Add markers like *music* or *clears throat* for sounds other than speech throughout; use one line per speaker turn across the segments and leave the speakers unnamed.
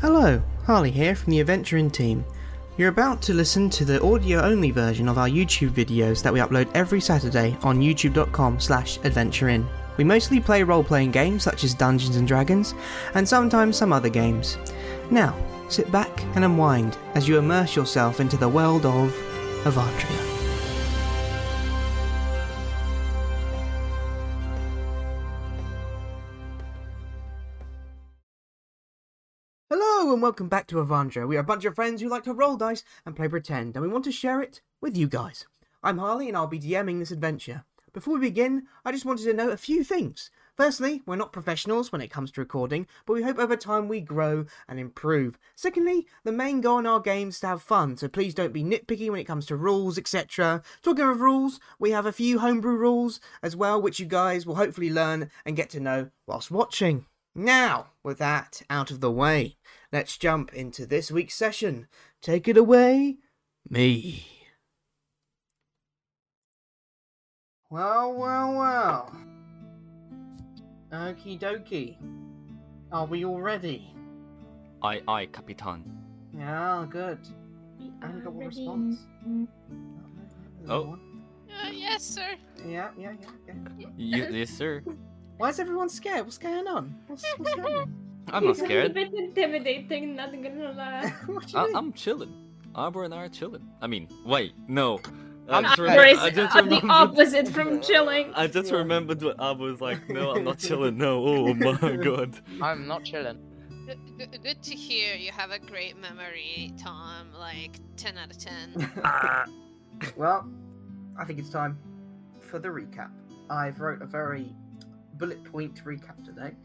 Hello, Harley here from the Adventuring team. You're about to listen to the audio-only version of our YouTube videos that we upload every Saturday on youtube.com slash adventurein. We mostly play role-playing games such as Dungeons & Dragons, and sometimes some other games. Now, sit back and unwind as you immerse yourself into the world of Avantria. Hello and welcome back to Avandra. We are a bunch of friends who like to roll dice and play pretend, and we want to share it with you guys. I'm Harley and I'll be DMing this adventure. Before we begin, I just wanted to note a few things. Firstly, we're not professionals when it comes to recording, but we hope over time we grow and improve. Secondly, the main goal in our games is to have fun, so please don't be nitpicky when it comes to rules, etc. Talking of rules, we have a few homebrew rules as well, which you guys will hopefully learn and get to know whilst watching. Now, with that out of the way, let's jump into this week's session. Take it away, me. Well, well, well. Okie dokie. Are we all ready?
I, I, Capitan.
Yeah, good. I haven't got one response.
Oh.
Uh, yes, sir.
Yeah, yeah, yeah, yeah.
You, yes, sir.
Why is everyone scared? What's going on? What's, what's going *laughs* on?
I'm not
*laughs* He's A
scared.
bit intimidating, not gonna lie.
what you
I,
doing?
Uh, I'm chilling. Arbor and I are chilling. I mean, wait, no. I
I'm
just,
not
remem-
Or is
I just
uh, the
remembered.
opposite
*laughs*
from chilling.
I just
Yeah.
remembered what Arbor was like. No, I'm not chilling. No. Oh my god.
I'm not chilling.
Good, good- good to hear you have a great memory, Tom. Like 10 out of
*laughs*
10.
well, I think it's time for the recap. I've wrote a very bullet point recap today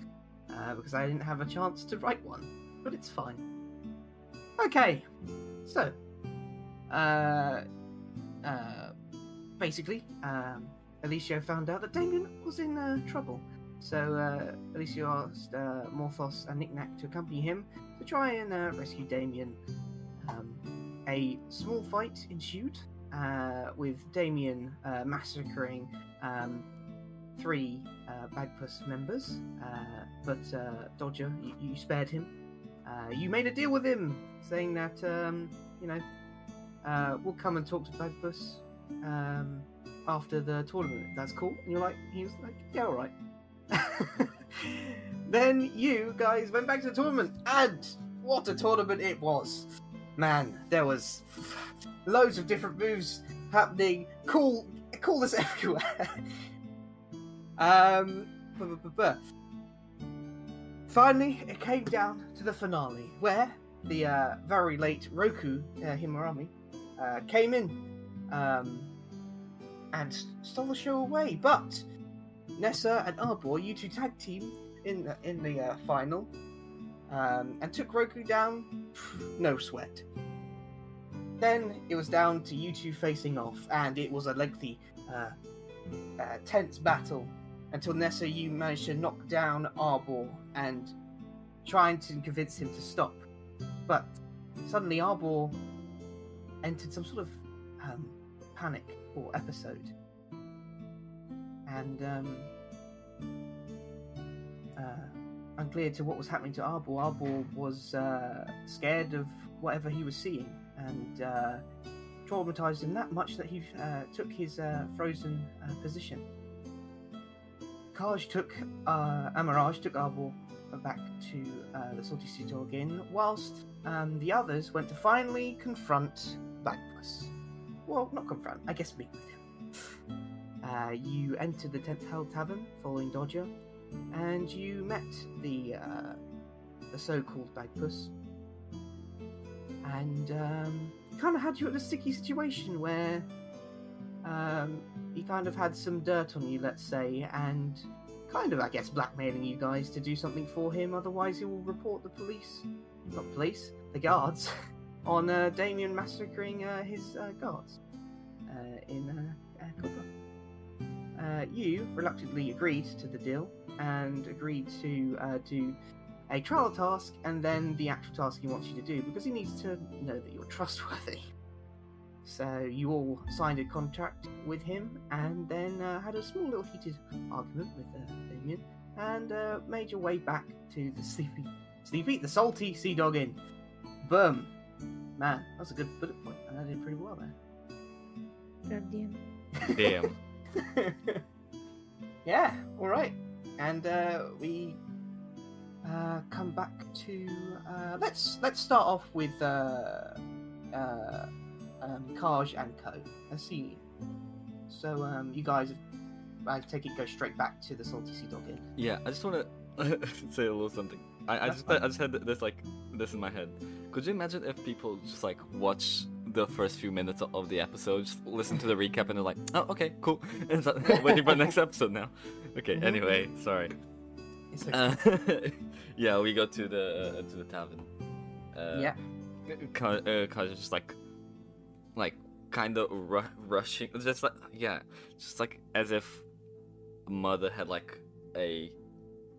uh, because I didn't have a chance to write one, but it's fine. Okay, so uh, uh, basically, um, Alicia found out that Damien was in uh, trouble. So uh, Alicia asked uh, Morphos and Knickknack to accompany him to try and uh, rescue Damien. Um, a small fight ensued uh, with Damien uh, massacring um, three uh, Bagpuss members, uh, but uh, Dodger, you, you spared him. Uh, you made a deal with him, saying that um, you know uh, we'll come and talk to Bagpuss um, after the tournament. That's cool. And you're like, he was like, yeah, all right. *laughs* then you guys went back to the tournament, and what a tournament it was! Man, there was loads of different moves happening. Cool, coolness *laughs* everywhere. um, bu- bu- bu- bu. finally, it came down to the finale, where the uh, very late Roku uh, Himurami uh, came in um, and s- stole the show away. But Nessa and Arbor, you two tag team in the, in the uh, final, um, and took Roku down. *sighs* No sweat. Then it was down to you two facing off, and it was a lengthy, uh, uh, tense battle until Nessa, you managed to knock down Arbor and trying to convince him to stop. But suddenly, Arbor entered some sort of um, panic or episode, and um, uh, unclear to what was happening to Arbor. Arbor was uh, scared of whatever he was seeing and uh, traumatized him that much that he uh, took his uh, frozen uh, position. Kaj took uh, Amaraj took Arbor back to uh, the Salty Sea Dog Inn, whilst um, the others went to finally confront Blackbus. Well, not confront, I guess meet with him. *laughs* Uh, you entered the Tenth Hell Tavern following Dodger, and you met the uh, the so-called Bagpuss and um, kind of had you in a sticky situation where um, he kind of had some dirt on you, let's say, and kind of, I guess, blackmailing you guys to do something for him. Otherwise, he will report the police, not police, the guards, *laughs* on uh, Damien massacring uh, his uh, guards uh, in uh, uh, Cobra. Uh, you reluctantly agreed to the deal and agreed to uh, do a trial task and then the actual task he wants you to do because he needs to know that you're *laughs* trustworthy. So you all signed a contract with him and then uh, had a small little heated argument with uh, Damien and uh, made your way back to the sleeping So you beat the salty sea dog in. Boom. Man, that was a good bullet point, and I did pretty well
Goddamn.
Damn.
there. *laughs* yeah, alright. And uh, we uh, come back to uh, let's let's start off with uh, uh, um, Kaj and Co. Let's see. So um, you guys, I take it, go straight back to the salty sea dog inn.
Yeah, I just want to *laughs* say a little something. I, I
That's
just I just had this like this in my head. Could you imagine if people just like watch the first few minutes of the episode, just listen to the recap, and they're like, "Oh, okay, cool," *laughs* and so, waiting for the next episode now. Okay.
Mhm.
Anyway, sorry.
It's okay.
Uh, *laughs* yeah, we go to the uh, to the tavern. Uh,
yeah.
Ka- uh, Kaja's just like, like kind of ru- rushing, just like yeah, just like as if mother had like a,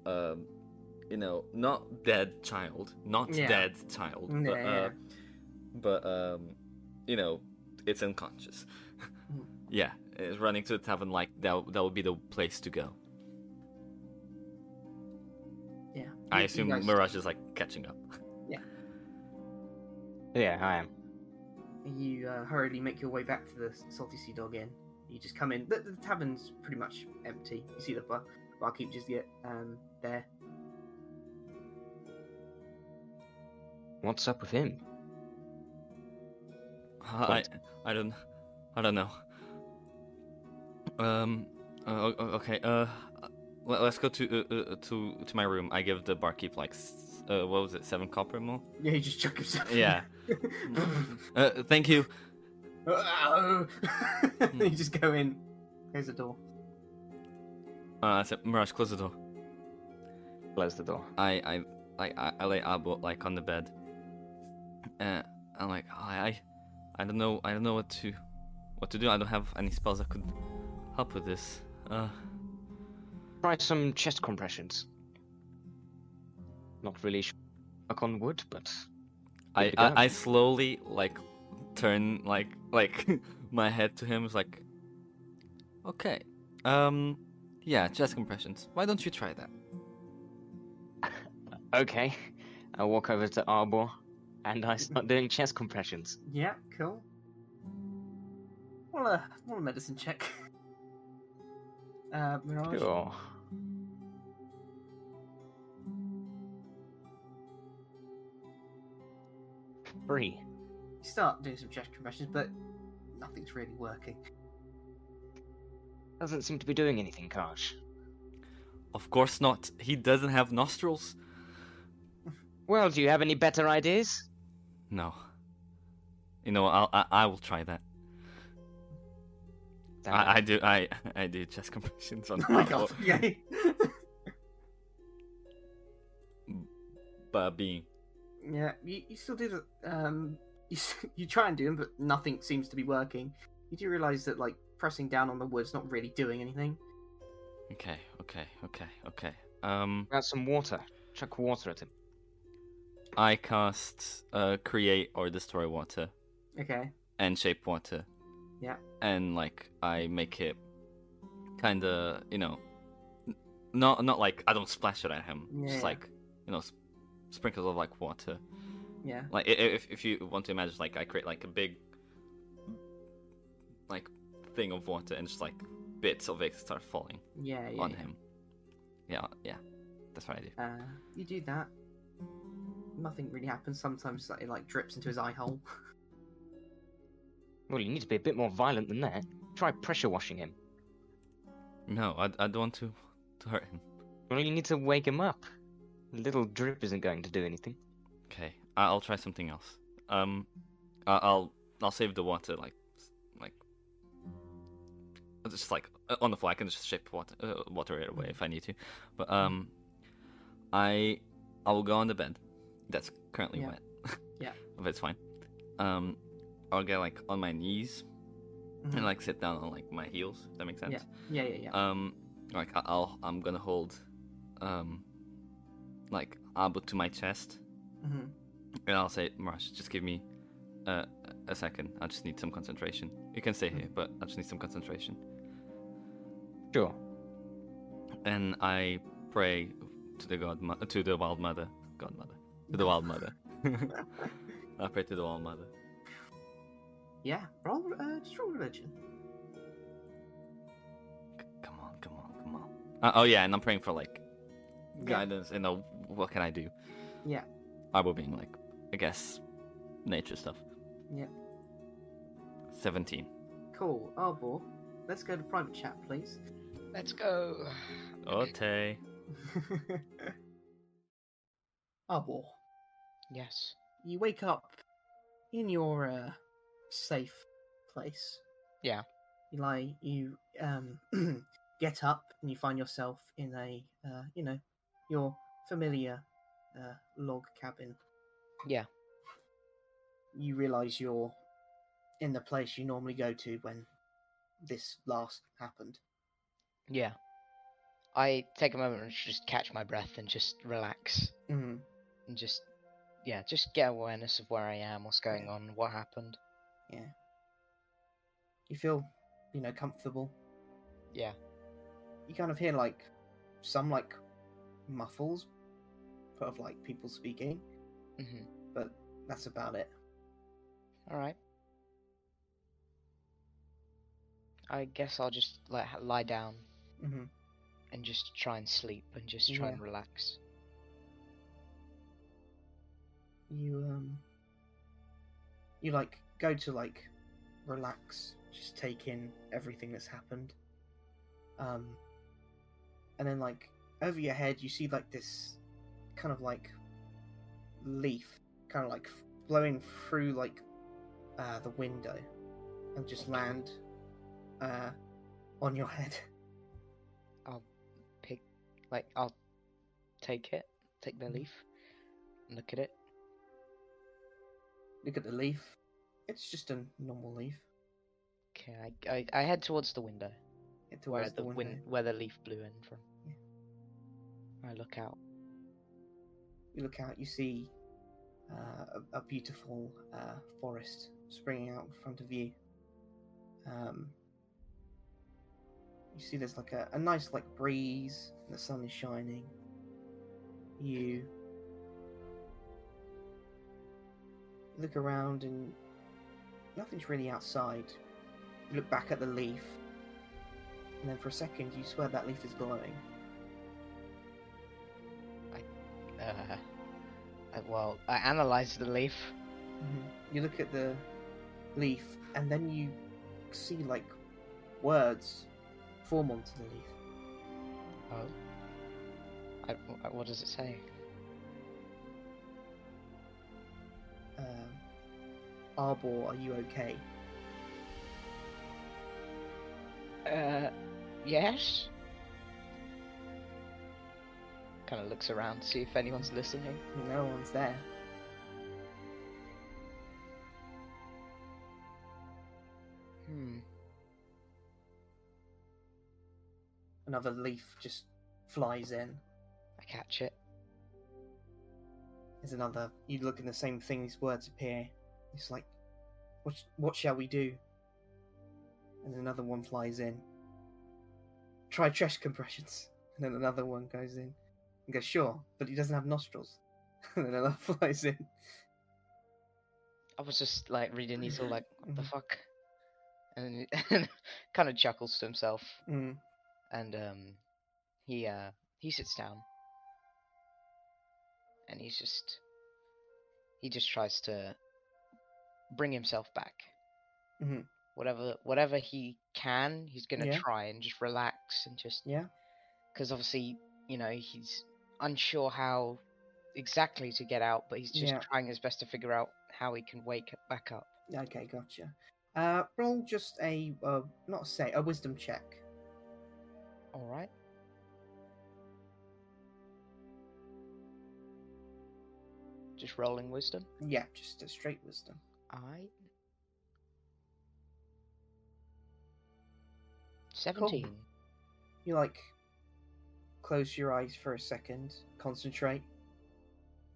um, you know, not dead child, not
Yeah.
dead child,
Yeah,
but
yeah,
uh, but um, you know, it's unconscious.
Mm.
yeah, it's running to the tavern like that. That would be the place to go.
Yeah.
I
You- you
assume
guys-
Mirage is like catching up.
Yeah, I am.
You uh, hurriedly make your way back to the Salty Sea Dog Inn. You just come in. The, the tavern's pretty much empty. You see the bar, barkeep just yet um, there.
What's up with him?
I, I don't, I don't know. Um. Uh, o- o- okay. Uh, let, us go to uh, uh, to to my room. I give the barkeep like, s- uh, what was it, seven copper more?
Yeah, you just chuck himself. in *laughs*
Yeah.
there.
Uh, thank you.
Ow! you just go in. There's a door.
Uh, I said, Mirage, close the door.
Close the door.
I I like I, I lay Abbott like on the bed. Uh, I'm like I, I I don't know I don't know what to what to do. I don't have any spells that could help with this. Uh,
Try some chest compressions. Not really sure. Knock on wood, but
I,
Pick it up.
I I slowly like turn like like *laughs* my head to him. It's like, okay, um, yeah, chest compressions. Why don't you try that?
okay. *laughs* I walk over to Arbor, and I start doing chest compressions.
Yeah, cool. Well, a, well, a medicine check. *laughs* Uh, Mirage.
Sure. Three.
You start doing some chest compressions, but nothing's really working. *laughs*
Doesn't seem to be doing anything, Karsh.
Of course not. He doesn't have nostrils.
Well, do you have any better ideas?
No. You know, I'll, I I will try that.
Damn it.
I, I do I *laughs* I do chest compressions
*laughs*
on
Oh my
Apple,
god. *laughs* Okay.
but being
Yeah, you, you still do the um *laughs* you s- you try and do them, but nothing seems to be working. You do realize that like pressing down on the wood's not really doing anything.
okay, okay, okay, okay. Um,
Got some water. Chuck water at him.
I cast uh create or destroy water.
Okay.
and shape water.
Yeah.
And like I make it kind of, you know, n- not not like I don't splash it at him.
Yeah.
Just like, you know, sp- sprinkles of like water.
Yeah.
Like i- i- if if you want to imagine like I create like a big like thing of water and just like bits of it start falling
Yeah. yeah
on
yeah.
him. Yeah, yeah. That's what I do.
Uh, you do that. Nothing really happens. Sometimes like, it like drips into his eye hole.
Well, you need to be a bit more violent than that. Try pressure washing him.
No, I, I don't want to to hurt him.
Well, you need to wake him up. A little drip isn't going to do anything.
Okay, I- I'll try something else. Um, I- I'll I'll save the water like like it's just like uh, on the fly. I can just shape water uh, water it away if I need to. But um, I I will go on the bed that's currently
Yeah.
wet. *laughs*
Yeah.
but it's fine. Um, I'll get like on my knees *laughs* and like sit down on like my heels. If that makes sense.
Mm. yeah, yeah, yeah.
Um, like I- I'll I'm gonna hold um like Abu to my chest.
hmm
And I'll say, Marsh, just give me uh, a second. I just need some concentration. You can stay here, but I just need some concentration.
Sure.
And I pray to the god, to the wild mother, godmother, to the wild mother. *laughs* I pray to the wild mother.
Yeah, roll, uh, just roll religion.
C- Come on, come on, come on. Uh, oh yeah, and I'm praying for like guidance and uh, what can I do?
Yeah.
I will being like, I guess, nature stuff.
Yeah.
Seventeen.
Cool, Arbor. Let's go to private chat, please.
Let's go.
Ote.
Arbor,
Yes.
Oh, you wake up in your uh, safe place.
Yeah.
You lie. You um, *clears throat* get up and you find yourself in a uh, you know your familiar uh, log cabin.
Yeah.
You realise you're in the place you normally go to when this last happened.
Yeah. I take a moment and just catch my breath and just relax
Mm.
and just, yeah, just get awareness of where I am, what's going on, what happened.
You feel you know comfortable.
Yeah.
you kind of hear like some like muffles of like people speaking,
Mhm.
but that's about it.
All right. I guess I'll just like ha- lie down
hmm
and just try and sleep and just try
Yeah.
and relax.
You um, you like go to like relax, just take in everything that's happened, um, and then like over your head you see like this kind of like leaf, kind of like f- blowing through like uh, the window, and just land uh, on your *laughs* head.
Pick, like I'll take it, take
Mm-hmm.
the leaf, and look at it.
Look at the leaf. It's just a normal leaf.
Okay, I, I, I head towards the window
It
where
towards
the,
window.
wind where the leaf blew in from.
Yeah.
I look out.
You look out. You see uh, a, a beautiful uh, forest springing out in front of you. Um, you see there's like a, a nice like breeze. And the sun is shining. You look around and nothing's really outside. You look back at the leaf, and then for a second you swear that leaf is glowing.
Uh, I, well, I analyze the leaf.
Mm-hmm. You look at the leaf, and then you see like words form onto the leaf.
Oh. I, wh- what does it say?
Um, Arbor, are you okay?
Uh, yes. Kind of looks around to see if anyone's listening.
No one's there.
Hmm.
Another leaf just flies in.
I catch it.
There's another. You look in the same thing. These words appear. It's like, what? sh- What shall we do? And another one flies in. Try chest compressions. *laughs* And then another one goes in and goes, sure, but he doesn't have nostrils. *laughs* and then another flies in.
I was just like reading these all like, what
*laughs*
the
Mhm.
fuck? And *laughs* kind of chuckles to himself.
Mm.
and um, he uh, he sits down, and he's just he just tries to bring himself back.
Mhm.
Whatever whatever he can, he's gonna
Yeah.
try and just relax and just
Yeah.
because obviously you know he's unsure how exactly to get out, but he's just
Yeah.
trying his best to figure out how he can wake back up.
Okay, gotcha. Uh, roll just a uh, not a say a wisdom check.
All right. Just rolling wisdom.
Yeah, just a straight wisdom.
I. 17.
You like close your eyes for a second, concentrate,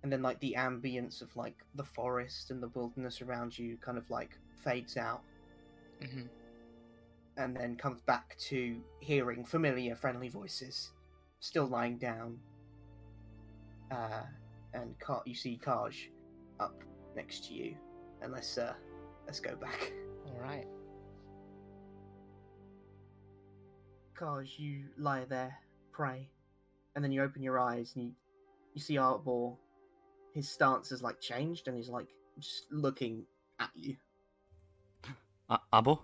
and then like the ambience of like the forest and the wilderness around you kind of like fades out,
hmm
and then comes back to hearing familiar, friendly voices, still lying down, uh, and Ka- you see Kaj up next to you, and let's uh, let's go *laughs* back.
All right.
Kaj, you lie there, pray, and then you open your eyes and you, you see Artbor. His stance is like changed, and he's like just looking at you.
A- Abo?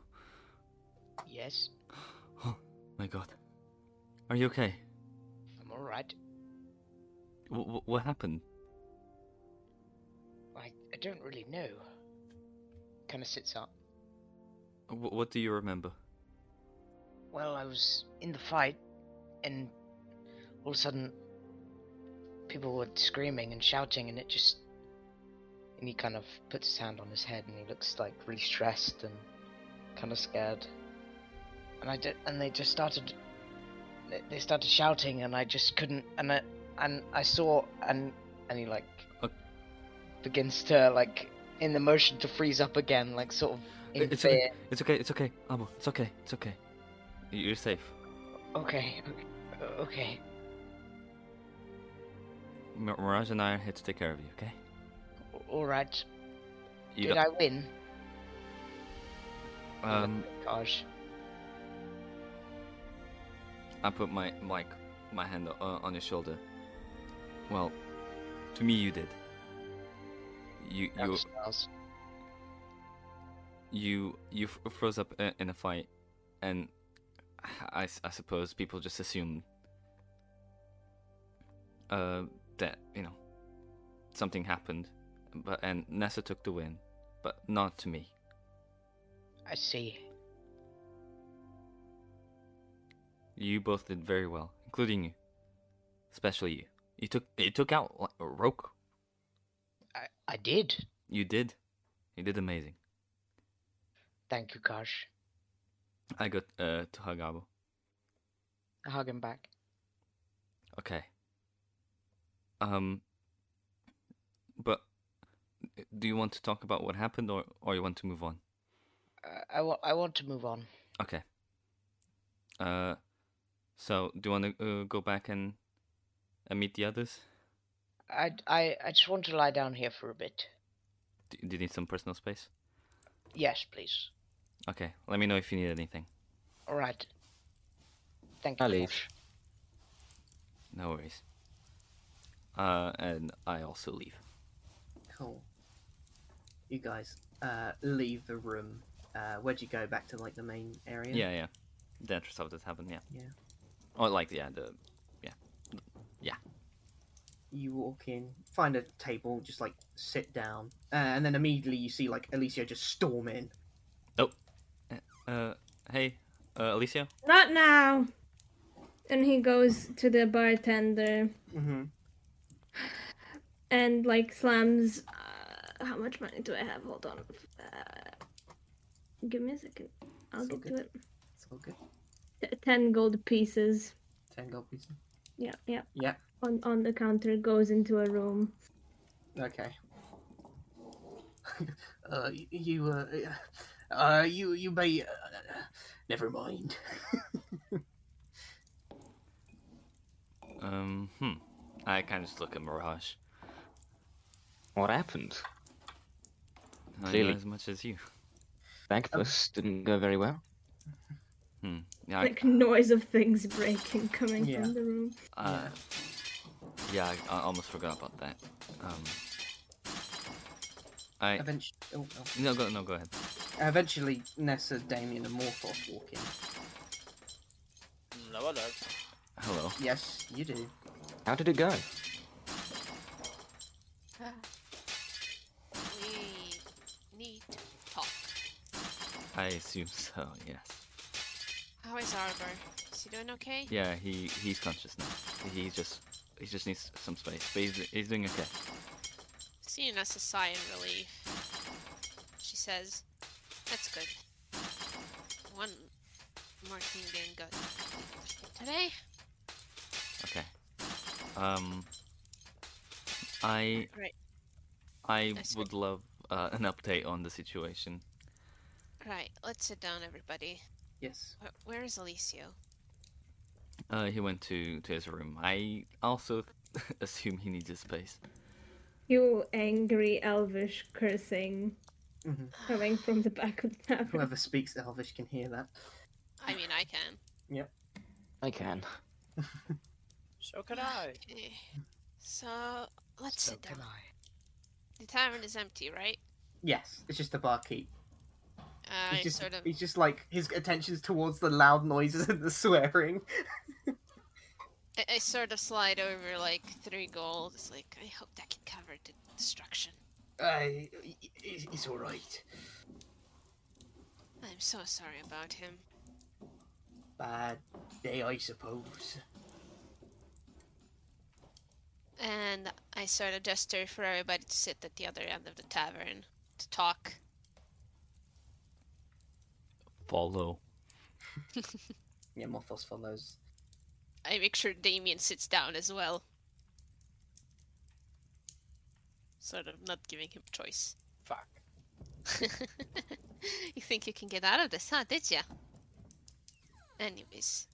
Yes,
*gasps* Oh my god. Are you okay?
I'm all right.
W- w- what happened?
I, I don't really know. Kind of sits up.
W- what do you remember?
Well, I was in the fight, and all of a sudden, people were screaming and shouting, and it just. And he kind of puts his hand on his head, and he looks like really stressed and kind of scared. And I did, and they just started. they- They started shouting, and I just couldn't. And I and I saw and and he like
Uh.
begins to like in the motion to freeze up again, like sort of in
It's
fear.
okay. It's okay. It's okay. Abo, it's okay. It's okay. Y- You're safe.
Okay, o- okay.
Mir- Mirage and I are here to take care of you, okay?
All right.
You
Did
don't-
I win?
um,
Gosh.
I put my like my hand uh, on your shoulder. Well, to me you did. You
that
you
smells.
you you f- froze up i- in a fight, and I, s- I suppose people just assumed uh, that you know something happened, but and Nessa took the win, but not to me.
I see.
You both did very well, including you, especially you. You took you took out like, Roke.
I, I did.
You did, you did amazing.
Thank you, Gosh.
I got uh, to hug Abu.
I hug him back.
Okay. Um. But do you want to talk about what happened, or or you want to move on?
Uh, I, I, wa- I want to move on.
Okay. Uh, so do you want to uh, go back and and meet the others?
I, I, I just want to lie down here for a bit.
Do do you need some personal space?
Yes, please.
Okay. Let me know if you need anything.
All right. Thank you,
I leave.
Gosh.
No worries. Uh, and I also leave.
Cool. You guys uh, leave the room. Uh, where'd you go? Back to like the main area?
Yeah, yeah. The actual stuff that happened. Yeah.
Yeah.
Or like yeah the
you walk in, find a table, just like sit down, uh, and then immediately you see like Alicia just storm in.
uh hey uh Alicia
Not now. And he goes to the bartender
Mm-hmm.
and like slams. Uh, how much money do I have? Hold on. Uh, give me a second. I'll
It's all
get to it.
It's all good.
T- Ten gold pieces.
Ten gold pieces.
Yeah, yeah.
Yeah.
On on the counter goes into a room.
Okay. *laughs* uh, y- you, uh, uh, you, you may. Uh, never mind.
um hmm I kind of just look at Mirage
What happened?
I know
Clearly.
as much as you
Bagpus didn't go very well.
hmm yeah I-
Like noise of things breaking coming
Yeah.
from the room.
uh, yeah I, I almost forgot about that um I
Eventually, oh, oh.
no go no go ahead
eventually, Nessa, Damien, and Morphoth walk in.
No, I don't.
hello
Yes, you do.
How did it go?
We need to talk.
I assume so yes
How is Arbor? Is he doing okay?
yeah he he's conscious now he just he just needs some space but he's, he's doing okay
Seeing us a sigh of relief. She says, That's good. One more thing didn't go today.
okay um I
Right.
I
I see.
would love uh, an update on the situation
Right, let's sit down, everybody.
Yes.
Wh- Where is Alicio?
*laughs* Uh, he went to, to his room. I also assume he needs his space.
few angry elvish cursing
Mhm.
coming from the back of the tavern.
*laughs* Whoever speaks Elvish can hear that.
I mean, I can.
I can.
So can I.
Okay. So let's
So
sit
can
down.
I.
The tavern is empty, right?
Yes, it's just the barkeep.
Uh,
He's just,
sort of.
he's just like his attention's towards the loud noises and the swearing.
I, I sort of slide over like three gold. It's like I hope that can cover the destruction.
Uh, it's, it's all right.
I'm so sorry about him.
Bad day, I suppose.
And I sort of gesture for everybody to sit at the other end of the tavern to talk.
Follow.
Yeah, Morphos follows.
I make sure Damien sits down as well. Sort of not giving him choice.
Fuck.
*laughs* you think you can get out of this, huh? Did ya? Anyways,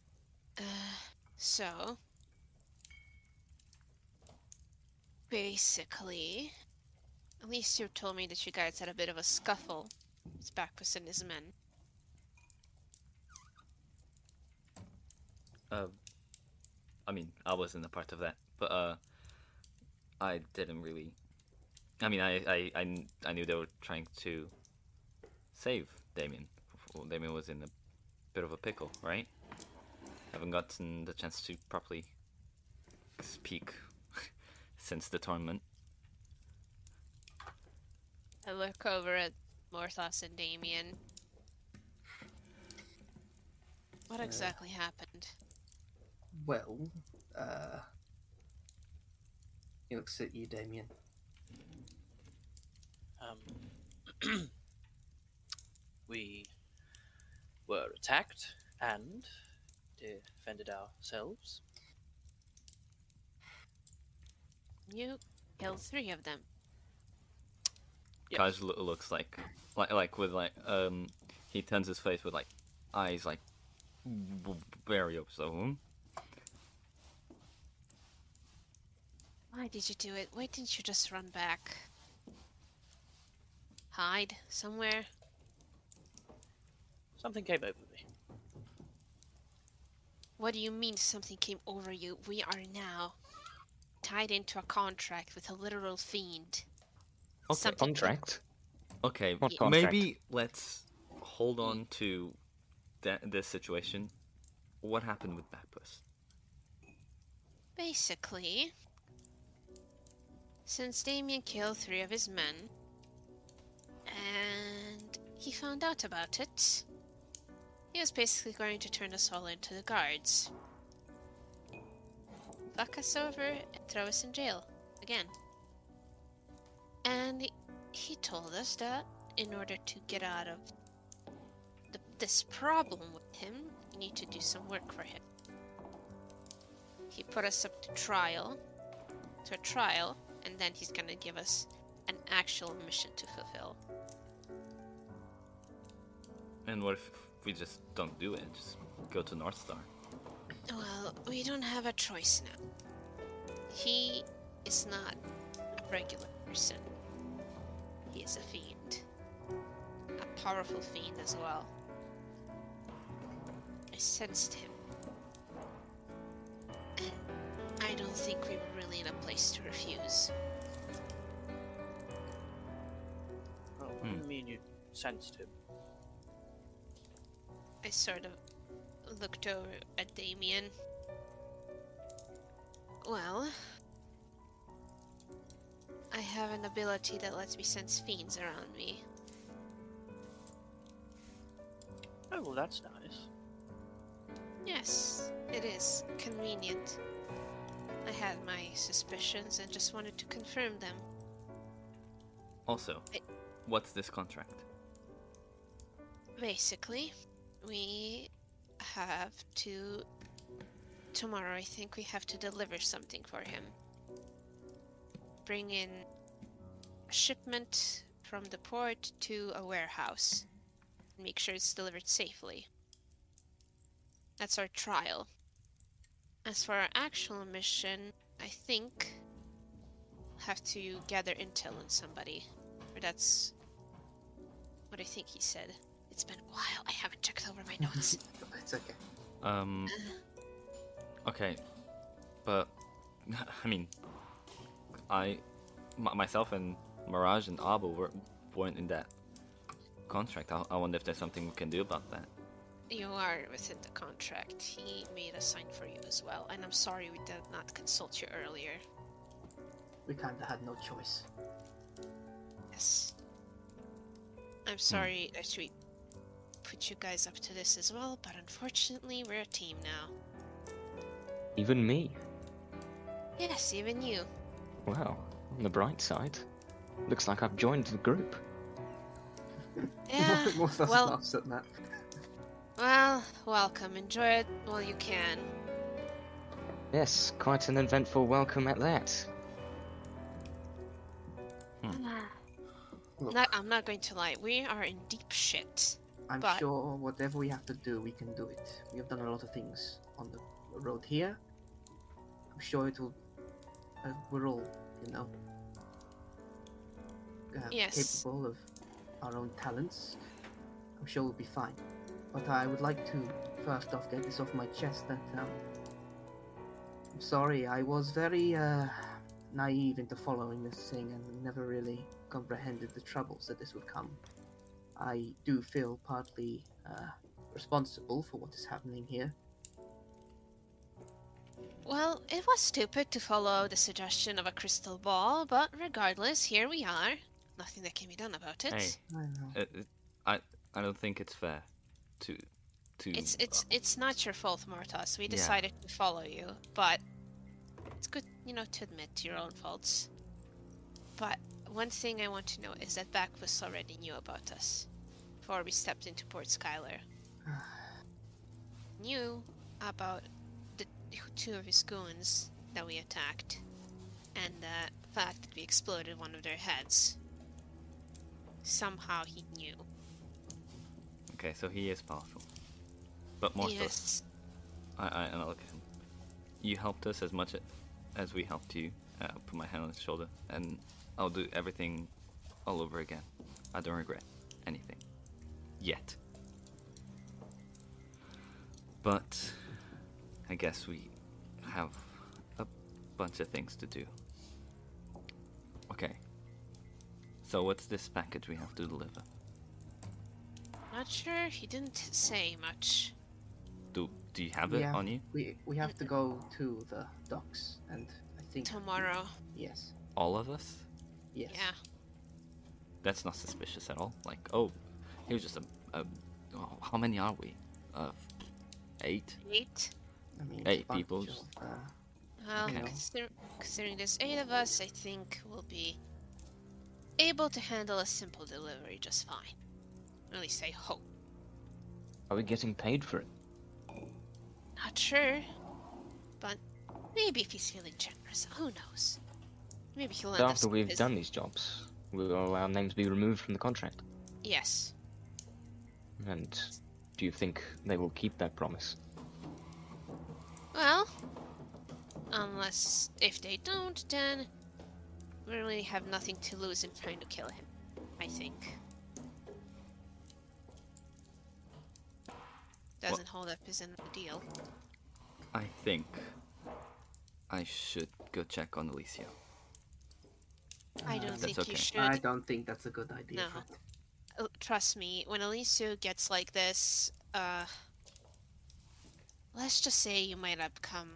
uh, so basically, at least you told me that you guys had a bit of a scuffle with Bacchus and his men.
Uh, I mean, I wasn't a part of that, but uh, I didn't really. I mean, I I, I, kn- I knew they were trying to save Damien. Well, Damien was in a bit of a pickle, right? Haven't gotten the chance to properly speak *laughs* since the tournament.
I look over at Morthos and Damien. What exactly happened?
Well, uh, he looks at you, Damien.
Um, *clears throat* we were attacked and defended ourselves.
You killed three of them.
Yes.
Kaj lo- looks like, like, like with like, um, he turns his face with like eyes like w- very upset. Hmm?
Why did you do it? Why didn't you just run back? Hide somewhere?
Something came over me.
What do you mean something came over you? We are now tied into a contract with a literal fiend.
Okay.
Something-
Contract?
Okay,
What
Yeah.
contract?
maybe let's hold on to tha- this situation. What happened with Backpuss?
Basically, since Damien killed three of his men, and he found out about it, he was basically going to turn us all into the guards. Fuck us over and throw us in jail. Again. And he- he told us that in order to get out of the, this problem with him, we need to do some work for him. He put us up to trial, to a trial, and then he's gonna give us an actual mission to fulfill.
And what if we just don't do it? Just go to North Star.
Well, we don't have a choice now. He is not a regular person. He is a fiend. A powerful fiend as well. I sensed him. And I don't think we were really in a place to refuse.
Oh, what do you
Hmm.
mean you sensed him?
I sort of looked over at Damien. Well, I have an ability that lets me sense fiends around me.
Oh, well, that's nice.
Yes, it is convenient. I had my suspicions and just wanted to confirm them.
Also,
I-
what's this contract?
Basically, we have to. Tomorrow, I think we have to deliver something for him. Bring in a shipment from the port to a warehouse. Make sure it's delivered safely. That's our trial. As for our actual mission, I think have to gather intel on somebody. Or that's what I think he said. It's been a while. I haven't checked over my notes.
It's okay.
Um. Okay, but *laughs* I mean, I, my myself and Mirage and Arbo were, weren't in that contract. I, I wonder if there's something we can do about that.
you are within the contract. He made a sign for you as well, and I'm sorry we did not consult you earlier.
We kinda had no choice.
Yes. I'm sorry that we put you guys up to this as well, but unfortunately, we're a team now.
Even me.
Yes, even you.
Wow. On the bright side, looks like I've joined the group.
Yeah.
More than
well-
laughs at that.
well, welcome. Enjoy it while you can.
Yes, quite an eventful welcome at that.
Look,
No, I'm not going to lie. We are in deep shit.
I'm
but-
sure whatever we have to do, we can do it. We have done a lot of things on the road here. I'm sure it will. Uh, we're all, you know, uh,
Yes.
capable of our own talents. I'm sure we'll be fine. But I would like to first off get this off my chest that um, I'm sorry. I was very uh, naive into following this thing and never really comprehended the troubles that this would come. I do feel partly uh, responsible for what is happening here.
Well, it was stupid to follow the suggestion of a crystal ball, but regardless, here we are. Nothing that can be done about it.
Hey,
I know.
it, it, I I don't think it's fair to to.
It's it's it's not your fault, Mortos. We
Yeah.
decided to follow you, but it's good, you know, to admit to your own faults. But one thing I want to know is that Backbus already knew about us before we stepped into Port Skylar. knew about the two of his goons that we attacked, and the fact that we exploded one of their heads. Somehow he knew.
Okay, so he is powerful, but more so,
Yes.
I, I and I look at him. You helped us as much as we helped you. Uh, put my hand on his shoulder, and I'll do everything all over again. I don't regret anything yet. But I guess we have a bunch of things to do. Okay. So what's this package we have to deliver?
Not sure. He didn't say much.
Do do you have it
Yeah.
on you?
We we have to go to the docks, and I think
Tomorrow.
Yes,
All of us?
yes.
Yeah.
That's not suspicious at all. Like, oh, here's just a. a oh, how many are we? Uh, eight.
Eight.
I mean,
Hey,
a bunch
people,
of,
just-
uh,
Well,
Okay.
Um, consider- considering there's eight of us, I think we'll be able to handle a simple delivery just fine. At least I hope.
Are we getting paid for it?
Not sure. But maybe if he's feeling generous, who knows? Maybe he'll
So
end up
after we've
his-
done these jobs, will our names be removed from the contract?
Yes.
And do you think they will keep that promise?
Well, unless if they don't, then we really have nothing to lose in trying to kill him. I think. Doesn't hold up his end of the deal.
I think I should go check on Alicia.
I don't think
that's okay.
you should.
I don't think that's a good idea.
No. Uh, Trust me, when Elisu gets like this, uh, let's just say you might have come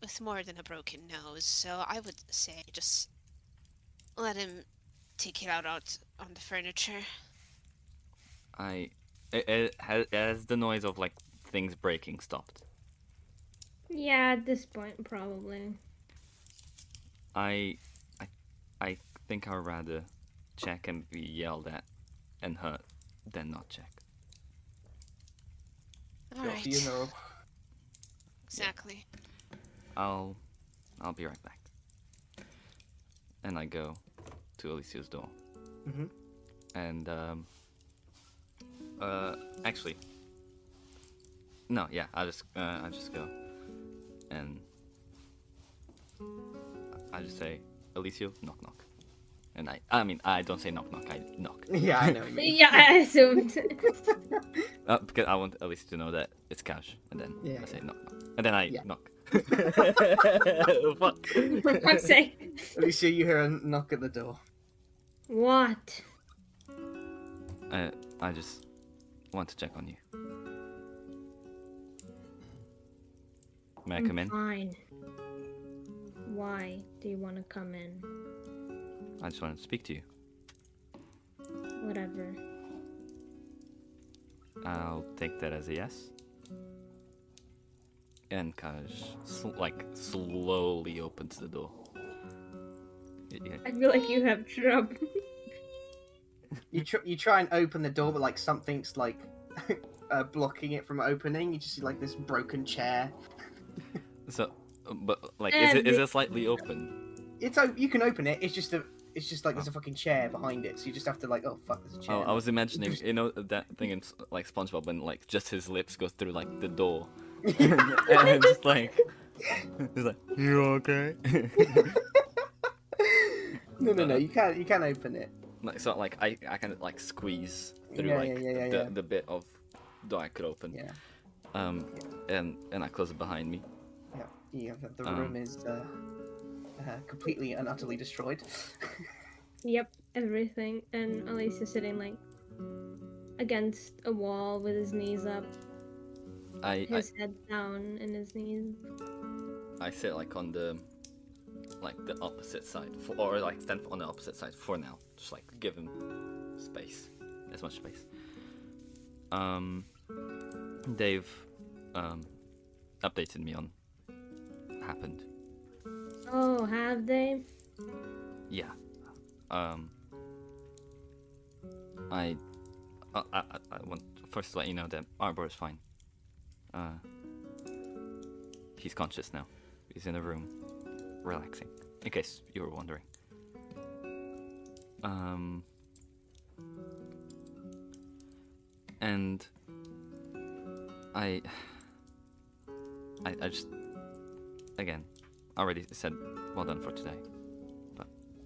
with more than a broken nose. So I would say just let him take it out, out on the furniture.
I. It, it, has, has the noise of like things breaking stopped.
Yeah, at this point, probably.
I, I, I think I'd rather check and be yelled at and hurt than not check.
All right,
You know,
exactly.
I'll I'll be right back. And I go to Alicia's door.
Mhm.
And um uh actually No, yeah, I just uh, I just go and I just say Alicio, knock knock. And I, I mean, I don't say knock knock. I knock
*laughs* Yeah, I know. what you mean.
Yeah, *laughs* I assumed.
uh, because I want Alicia to know that it's couch, and then
Yeah,
I say knock knock, and then I
Yeah. *laughs*
knock. *laughs* Fuck.
For fuck's sake.
Alicia, you hear a knock at the door.
What?
I, I just want to check on you. May I
I'm
come in?
Fine. Why do you want to come in?
I just wanted to speak to you.
Whatever.
I'll take that as a yes. And Kaj, sl- like, slowly opens the door. Y- yeah.
I feel like you have trouble. *laughs*
You tr- you try and open the door, but like something's like *laughs* uh, blocking it from opening. You just see like this broken chair.
So, but, like, is it, is it slightly open?
It's o- you can open it. It's just a it's just like there's a fucking chair behind it, so you just have to like oh fuck there's a chair.
Oh, I was imagining, you know, that thing in, S- like, SpongeBob when, like, just his lips goes through, like, the door. *laughs* and I'm just like, *laughs* he's like, you okay?
*laughs*
*laughs*
no no no you can you can open it.
like, so, like, I, I can, like, squeeze through,
Yeah,
like,
yeah, yeah, yeah,
the,
yeah.
the bit of door I could open.
Yeah
Um, and, and I close it behind me.
yeah yeah. the- The
Um.
room is uh, uh, completely and utterly
*laughs*
destroyed.
Yep, everything. And Elise is sitting like against a wall with his knees up,
I, I
his head down, and his knees.
I sit like on the like the opposite side, for, or like stand on the opposite side for now. Just like give him space, as much space. Um, they've um updated me on happened.
Oh, have they?
Yeah. Um. I, uh, I, I, I want first to let you know that Arbor is fine. Uh. He's conscious now. He's in a room, relaxing. In case you were wondering. Um. And. I. *sighs* I, I just. Again, I already said well done for today.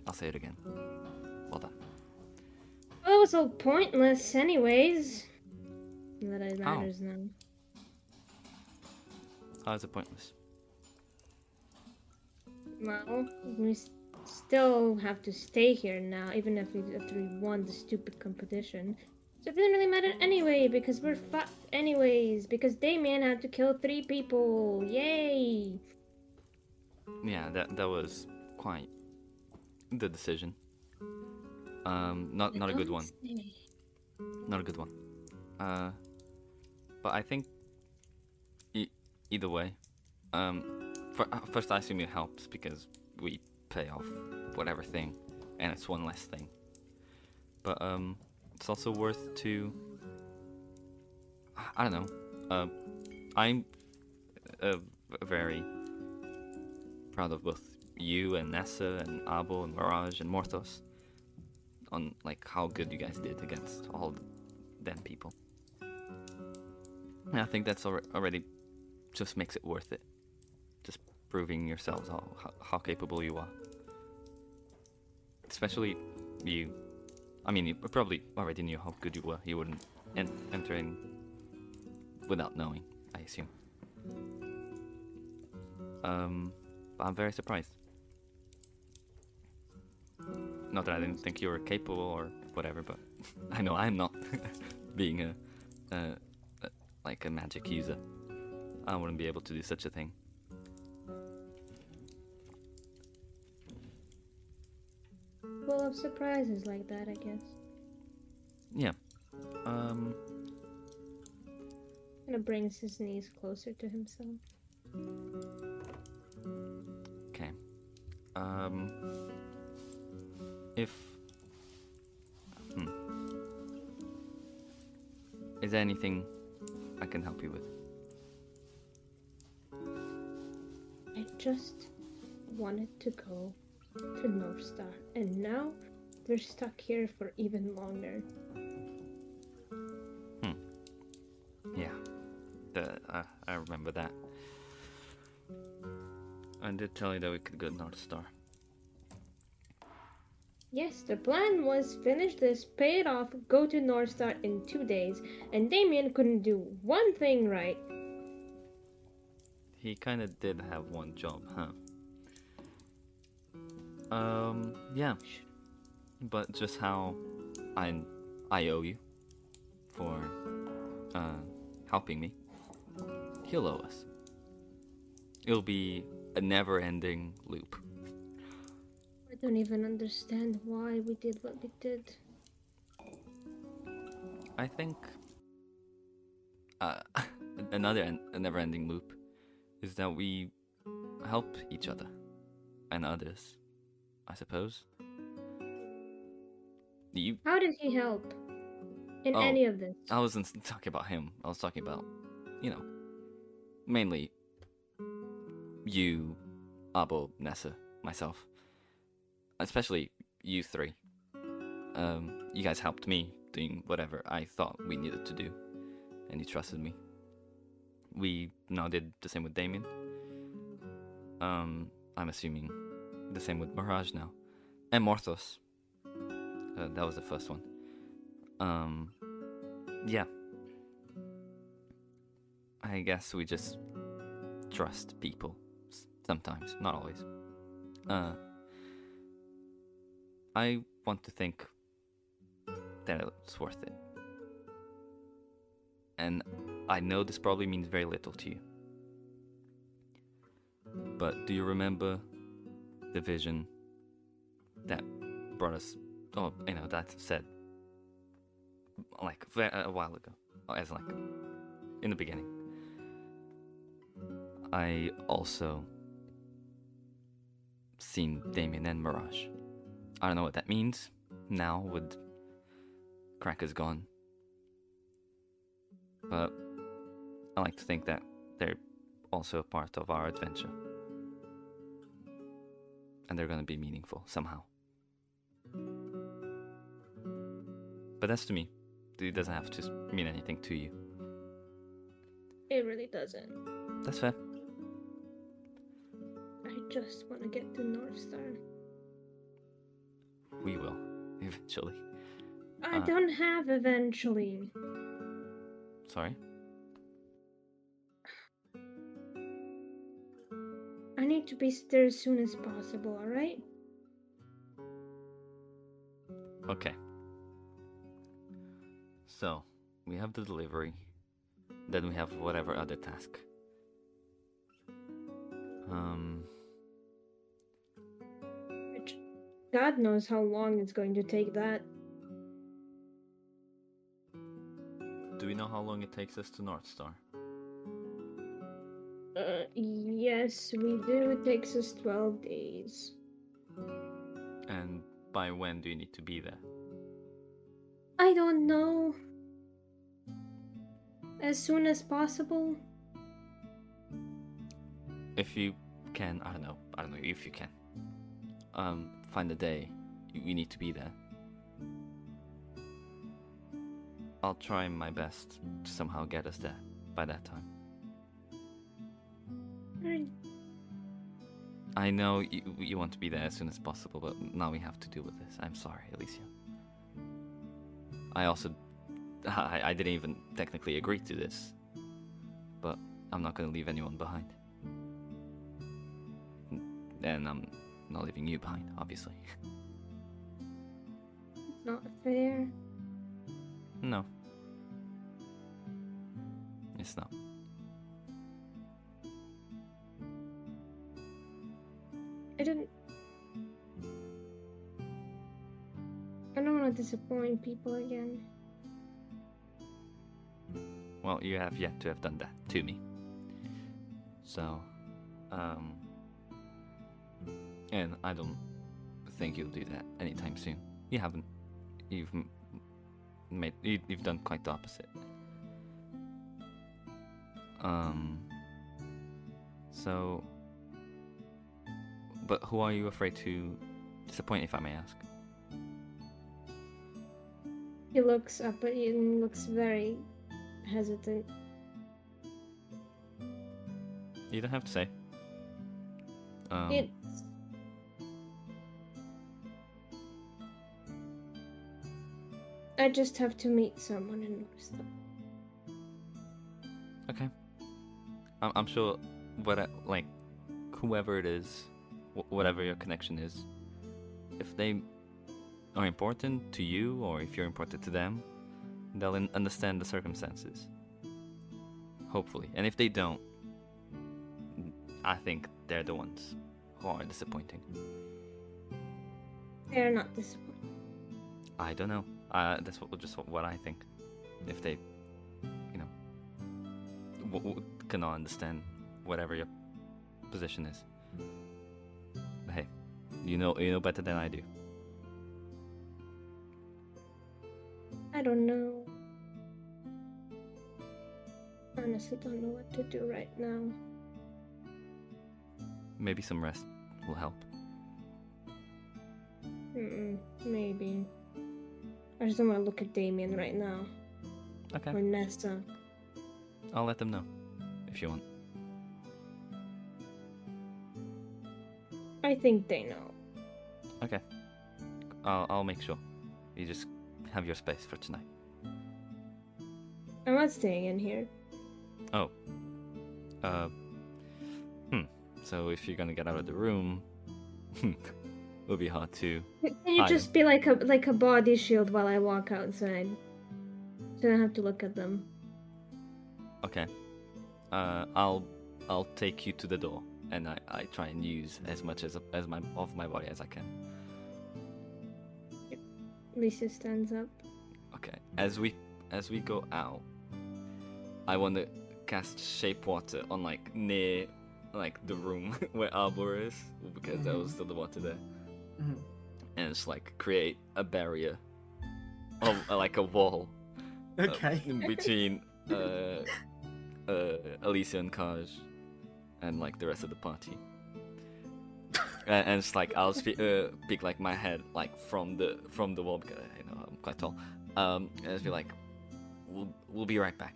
I'll say it again. Well done.
Well, it was all pointless, anyways. Not That it
How?
matters now.
How is it pointless?
Well, we s- still have to stay here now, even if we, after we won the stupid competition. So it doesn't really matter anyway, because we're fucked anyways, because Damien had to kill three people. Yay!
Yeah, that that was quite the decision. Um, not not a good one. Not a good one. Uh, but I think e- either way, um, fir- uh, first I assume it helps because we pay off whatever thing, and it's one less thing. But um, it's also worth to. I don't know. Uh, I'm uh, very proud of both you and Nessa and Abo and Mirage and Morthos on like how good you guys did against all them people. And I think that's alre- already just makes it worth it. Just proving yourselves how, how, how capable you are. Especially you. I mean, you probably already knew how good you were. You wouldn't en- enter in without knowing, I assume. Um, but I'm very surprised. Not that I didn't think you were capable or whatever, but I know I'm not. *laughs* Being a, a, a like a magic user, I wouldn't be able to do such a thing.
Full of surprises like that, I guess.
Yeah. Um.
And it brings his knees closer to himself.
Okay. Um. If. Hmm. Is there anything I can help you with?
I just wanted to go to North Star, and now we're stuck here for even longer.
Yeah, the, uh, I remember that. I did tell you that we could go North Star.
Yes, the plan was finish this, pay it off, go to North Star in two days, and Damien couldn't do one thing right.
He kind of did have one job, huh? Um, yeah. But just how I I owe you for uh, helping me. He'll owe us. It'll be a never-ending loop.
I don't even understand why we did what we did.
I think uh, *laughs* another en- a never-ending loop is that we help each other and others, I suppose. You,
How did he help in
Oh.
any of this?
I wasn't *laughs* talking about him. I was talking about, you know, mainly you, Abo, Nessa, myself, especially you three. Um, you guys helped me doing whatever I thought we needed to do, and you trusted me. We now did the same with Damien. Um, I'm assuming the same with Mirage now, and Morthos. Uh, that was the first one. Um, yeah. I guess we just trust people s- sometimes, not always. Uh, I want to think that it's worth it. And I know this probably means very little to you. But do you remember the vision that brought us, oh, you know, that said like ve- a while ago, as like in the beginning. I also seen Damien and Mirage. I don't know what that means now with Cracker's gone, but I like to think that they're also a part of our adventure, and they're gonna be meaningful somehow. But that's to me. It doesn't have to s- mean anything to you.
It really doesn't.
That's fair.
I just want to get to North Star.
We will *laughs* eventually.
I
Uh.
don't have eventually.
Sorry.
I need to be there as soon as possible, alright?
Okay. So, we have the delivery. Then we have whatever other task. Um,
Which, God knows how long it's going to take that.
do we know how long it takes us to North Star?
Uh, yes, we do. It takes us 12 days.
And by when do you need to be there?
I don't know. As soon as possible.
if you can, I don't know, I don't know if you can, um, find a day. You, you need to be there. I'll try my best to somehow get us there by that time.
Alright.
I know you, you want to be there as soon as possible, but now we have to deal with this. I'm sorry, Alicia. I also, I, I didn't even technically agree to this, but I'm not going to leave anyone behind. And I'm not leaving you behind, obviously. *laughs*
It's not fair.
No. It's not.
I didn't. I don't want to disappoint people again.
Well, you have yet to have done that to me. So, um, and I don't think you'll do that anytime soon. You haven't. You've m- made. You, you've done quite the opposite. Um. So. But who are you afraid to disappoint, if I may ask?
He looks up at you and looks very hesitant.
You don't have to say. Um,
It's I just have to meet someone and notice them.
Okay. I'm, I'm sure, what uh, like, whoever it is, wh- whatever your connection is, if they are important to you or if you're important to them, they'll un- understand the circumstances. Hopefully. And if they don't, I think they're the ones who are disappointing.
They're not disappointed.
I don't know. Uh, that's what, just what I think. If they, you know, w- w- cannot understand whatever your position is. But hey, you know, you know better than I do.
I don't know. Honestly, don't know what to do right now.
Maybe some rest will help.
Mm-mm, maybe. I just don't want to look at Damien right now.
Okay.
Or Nessa.
I'll let them know if you want.
I think they know.
Okay. I'll, I'll make sure. You just have your space for tonight.
I'm not staying in here.
Oh. Uh. Hmm. So if you're gonna get out of the room, *laughs* hmm, it'll be hard to.
Can you
hide.
just be like a like a body shield while I walk outside? So I don't have to look at them.
Okay. Uh, I'll I'll take you to the door, and I, I try and use as much as as my of my body as I can.
Lisa stands up.
Okay. As we as we go out, I want to cast shape water on like near like the room *laughs* where Arbor is because there was still the water there,
Mhm.
and it's like create a barrier, or uh, like a wall uh,
Okay.
in between uh, uh, Alicia and Kaj, and like the rest of the party. and, and it's like I'll spe- uh, pick like my head like from the from the wall because you know I'm quite tall. Um, and just be like, we'll, we'll be right back.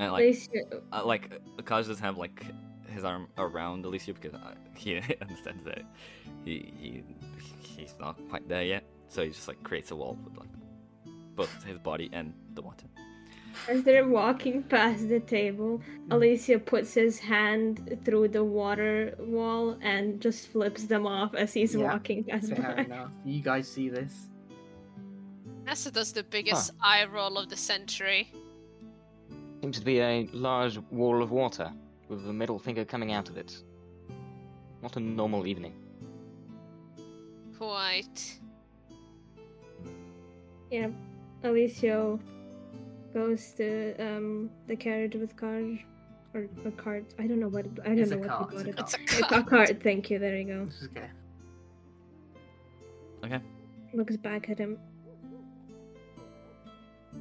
And like,
Lisa,
uh, like uh, Kaj doesn't have like his arm around Alicia because uh, *laughs* he understands that he, he he's not quite there yet. So he just like creates a wall with like both his body and the water.
as they're walking past the table,
Mm-hmm.
Alicia puts his hand through the water wall and just flips them off as he's
Yeah.
walking
Oh.
past
Fair
by.
enough. You guys see this?
Nessa does the biggest eye roll of the century.
Seems to be a large wall of water with a middle finger coming out of it. Not a normal evening.
Quite.
*laughs* Yeah, Alicio goes to um the carriage with Karj. Or a cart. I don't know what I don't
It's a
know
car, it's
what you
a
called
car.
it.
It's a
It's a
cock.
cart. Thank you. There you go.
This is okay.
Okay.
Looks back at him.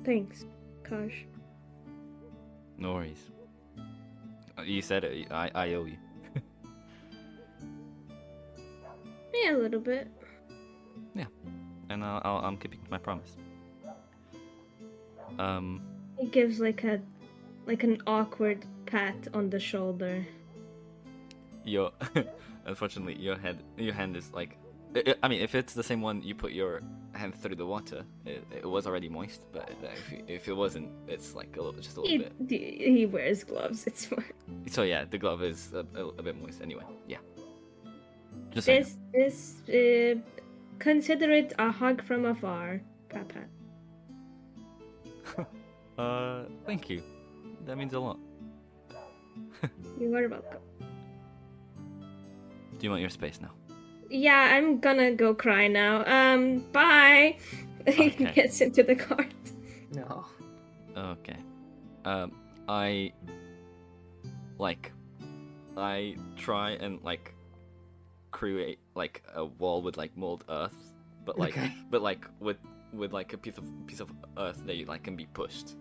Thanks, Karj.
No worries. Uh, You said it. I, I owe you.
Yeah, a little bit.
And I'll, I'll, I'm keeping to my promise. Um,
He gives like a like an awkward pat on the shoulder.
your *laughs* unfortunately your head your hand is like I- I- i mean if it's the same one you put your hand through the water it, it was already moist but if, if it wasn't it's like a little just a little
He,
bit
he wears gloves. It's fine.
so yeah the glove is a, a, a bit moist anyway yeah just saying.
This this uh, consider it a hug from afar, Papa.
uh thank you that means a lot
You are welcome.
do you want your space now
Yeah, I'm gonna go cry now. Um, bye. *laughs* he
Okay.
gets into the cart.
No.
Okay. Um, I like I try and like create like a wall with like mold earth, but like
Okay.
but like with with like a piece of piece of earth that you like can be pushed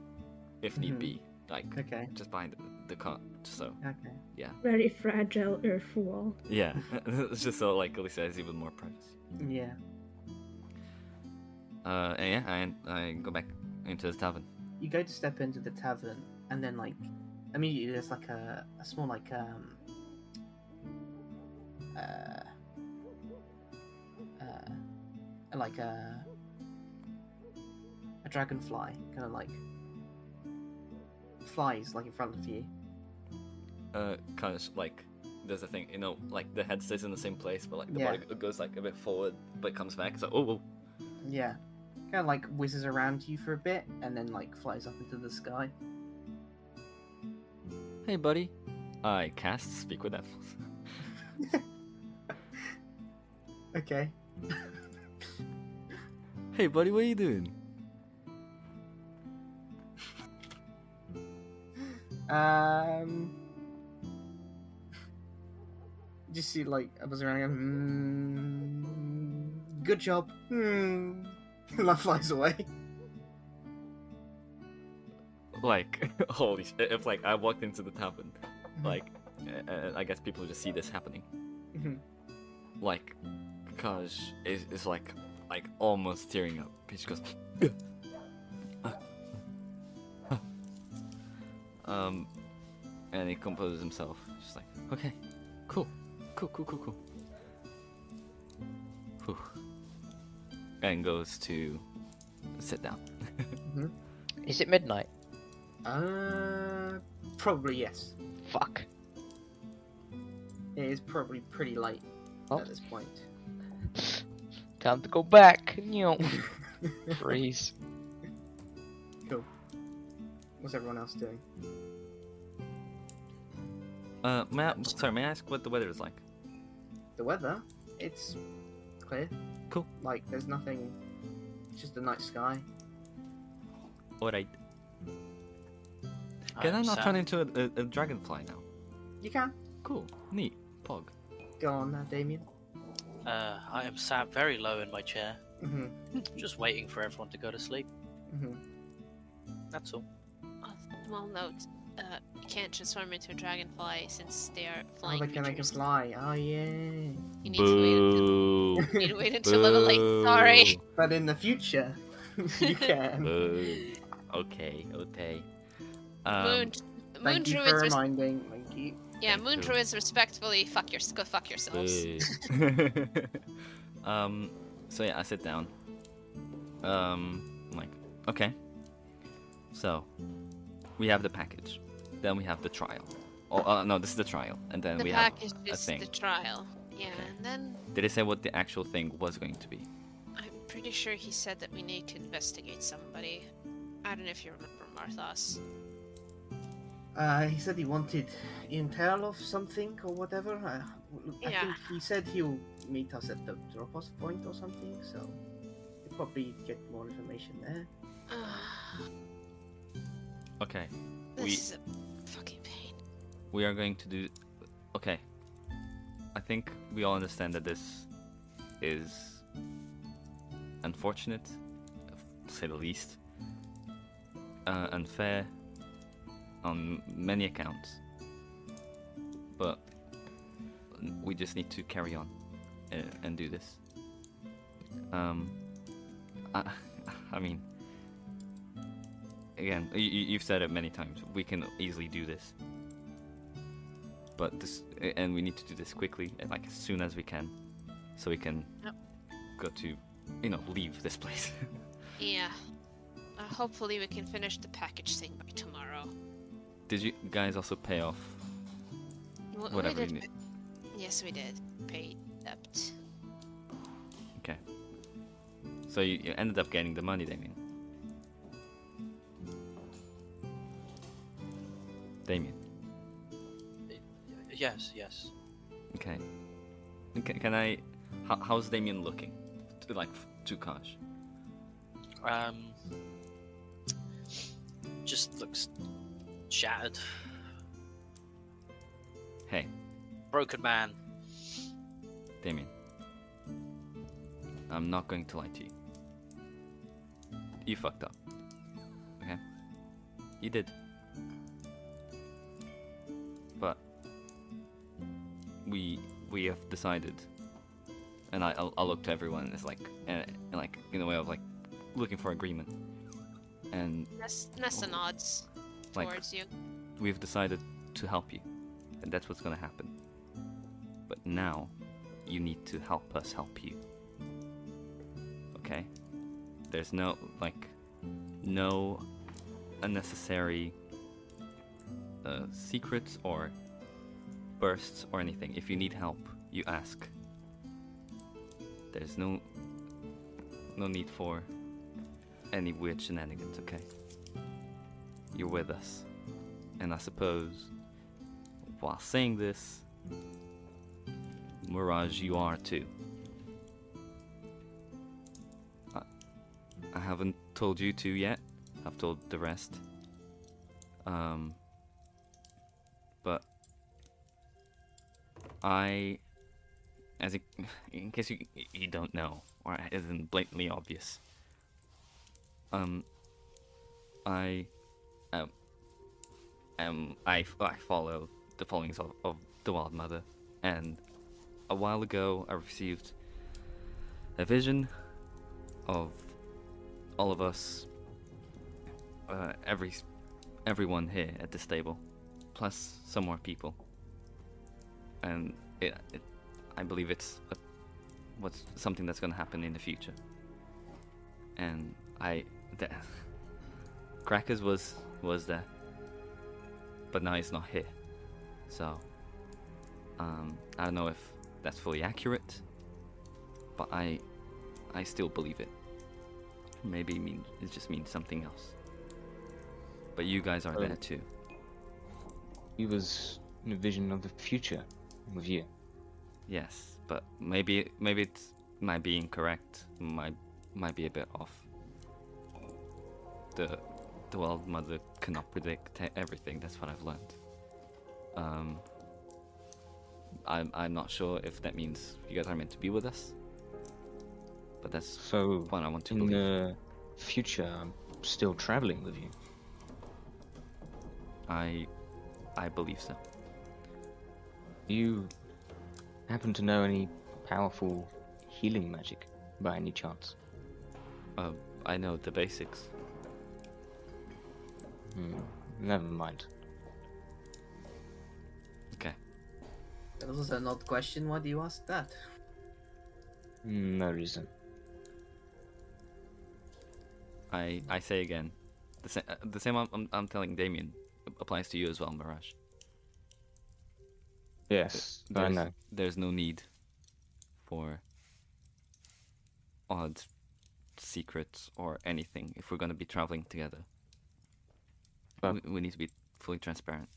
if need
Mhm.
be, like
Okay.
just behind the cart. So
Okay.
Very fragile earth wall.
yeah, *laughs* it's just so like Alicia has even more privacy.
Yeah.
Uh, and yeah, I I go back into the tavern.
you go to step into the tavern and then like immediately there's like a, a small like um uh, uh like a uh, a dragonfly, kind of like flies like in front of you.
Uh, kind of like there's a thing, you know, like the head stays in the same place, but like the
Yeah.
body goes like a bit forward, but comes back. So oh, whoa.
Yeah, kind of like whizzes around you for a bit and then like flies up into the sky.
hey buddy, I cast speak with animals.
Okay.
*laughs* hey buddy, what are you doing?
Um. Just see like I was around. Him. Mm, good job. Hmm. *laughs* and that flies away.
Like *laughs* holy, sh- if like I walked into the tavern, like uh, uh, I guess people just see this happening.
Mhm.
Like, Kaj is is like like almost tearing up. He just goes. um, and he composes himself. Just like okay, cool, cool, cool, cool, cool. Whew. And goes to sit down.
Is it midnight?
Uh, probably yes.
Fuck.
It is probably pretty late
Oh.
at this point.
Time to go back. No. Freeze.
Cool. What's everyone else doing?
Uh, may I, sorry, may I ask what the weather is like?
The weather? It's clear.
Cool.
Like there's nothing. It's just the night sky.
Alright. Can I
I'm
not
sad.
turn into a, a, a dragonfly now?
You can
Cool. Neat. Pog.
go on now, Damien.
Uh, I am sat very low in
*laughs*
my chair,
Mm-hmm.
just waiting for everyone to go to sleep.
Mm-hmm.
That's all.
Well, note, uh, you can't transform into a dragonfly since they are
Oh,
flying
they can make
creatures.
us lie. Oh yeah.
You need to wait until, you need to wait until a little late. Sorry.
But in the future, *laughs* you
*laughs*
can.
Boo. Okay, okay.
moon,
Um,
moon
Thank you for
druids. Res-
reminding. Thank you.
yeah,
Thank
moon
you.
druids. Respectfully, fuck your go fuck yourselves.
boo. *laughs* um, so yeah, I sit down. Um, I'm like, okay. So, we have the package. Then we have the trial. Oh, uh, no, this is the trial. And then
the
we have
package
a
is
thing.
the trial. Yeah,
Okay.
and then
Did it say what the actual thing was going to be?
I'm pretty sure he said that we need to investigate somebody. I don't know if you remember Marthas.
Uh, he said he wanted intel of something or whatever. Uh, I
Yeah.
think he said he'll meet us at the drop-off point or something. So we'll probably get more information there.
Okay.
this
We-
is a fucking pain.
we are going to do okay i think we all understand that this is unfortunate to say the least uh, unfair on many accounts but we just need to carry on and, and do this um i, *laughs* I mean again you, you- you've said it many times we can easily do this but this and we need to do this quickly and like as soon as we can so we can
Yep.
go to you know leave this place *laughs*
Yeah. Uh, hopefully we can finish the package thing by tomorrow.
did you guys also pay off
W- we
whatever you
did
need
pa- Yes, we did. Pay debt.
okay so you, you ended up getting the money damien damien
Yes, yes.
okay can, can i how, how's damien looking to, like to cash
Um, just looks shattered,
hey
broken man.
Damien, I'm not going to lie to you. You fucked up. Okay? You did. But we we have decided, and I I'll, I'll look to everyone as like and, and like in a way of like looking for agreement, and
Ness, Nessa nods
Like-
towards you.
we've decided to help you, and that's what's gonna happen. But now, you need to help us help you. Okay? There's no, like, no unnecessary uh, secrets or bursts or anything. If you need help, you ask. There's no no need for any weird shenanigans, okay? You're with us. And I suppose while saying this, Mirage, you are too. I, I haven't told you two yet. I've told the rest. Um, but I, as in, *laughs* in case you you don't know, or it isn't blatantly obvious. Um, I, um, um, I, I follow the followings of, of the Wild Mother, and a while ago I received a vision of all of us, uh, every, everyone here at this table, plus some more people, and it, it I believe it's a, what's something that's going to happen in the future, and I, the, *laughs* Crackers was was there, but now he's not here, so. Um, I don't know if that's fully accurate, but I, I still believe it. Maybe it, mean, it just means something else. But you guys are
Um,
there too.
He was in a vision of the future with you.
Yes, but maybe maybe it might be incorrect. Might might be a bit off. The the world mother cannot predict e- everything. That's what I've learned. Um, I'm I'm not sure if that means you guys are meant to be with us, but that's
So
what I want to
in
believe.
the future, I'm still traveling with you.
I I believe so.
Do you happen to know any powerful healing magic by any chance?
Uh, I know the basics.
Hmm, never mind.
Okay.
That was also an odd question. Why do you ask that?
No reason.
I I say again, the same the same I'm, I'm, I'm telling Damien applies to you as well, Mirage.
Yes, I
there's,
know.
There's no need for odd secrets or anything if we're going to be traveling together.
But-
we, we need to be fully transparent.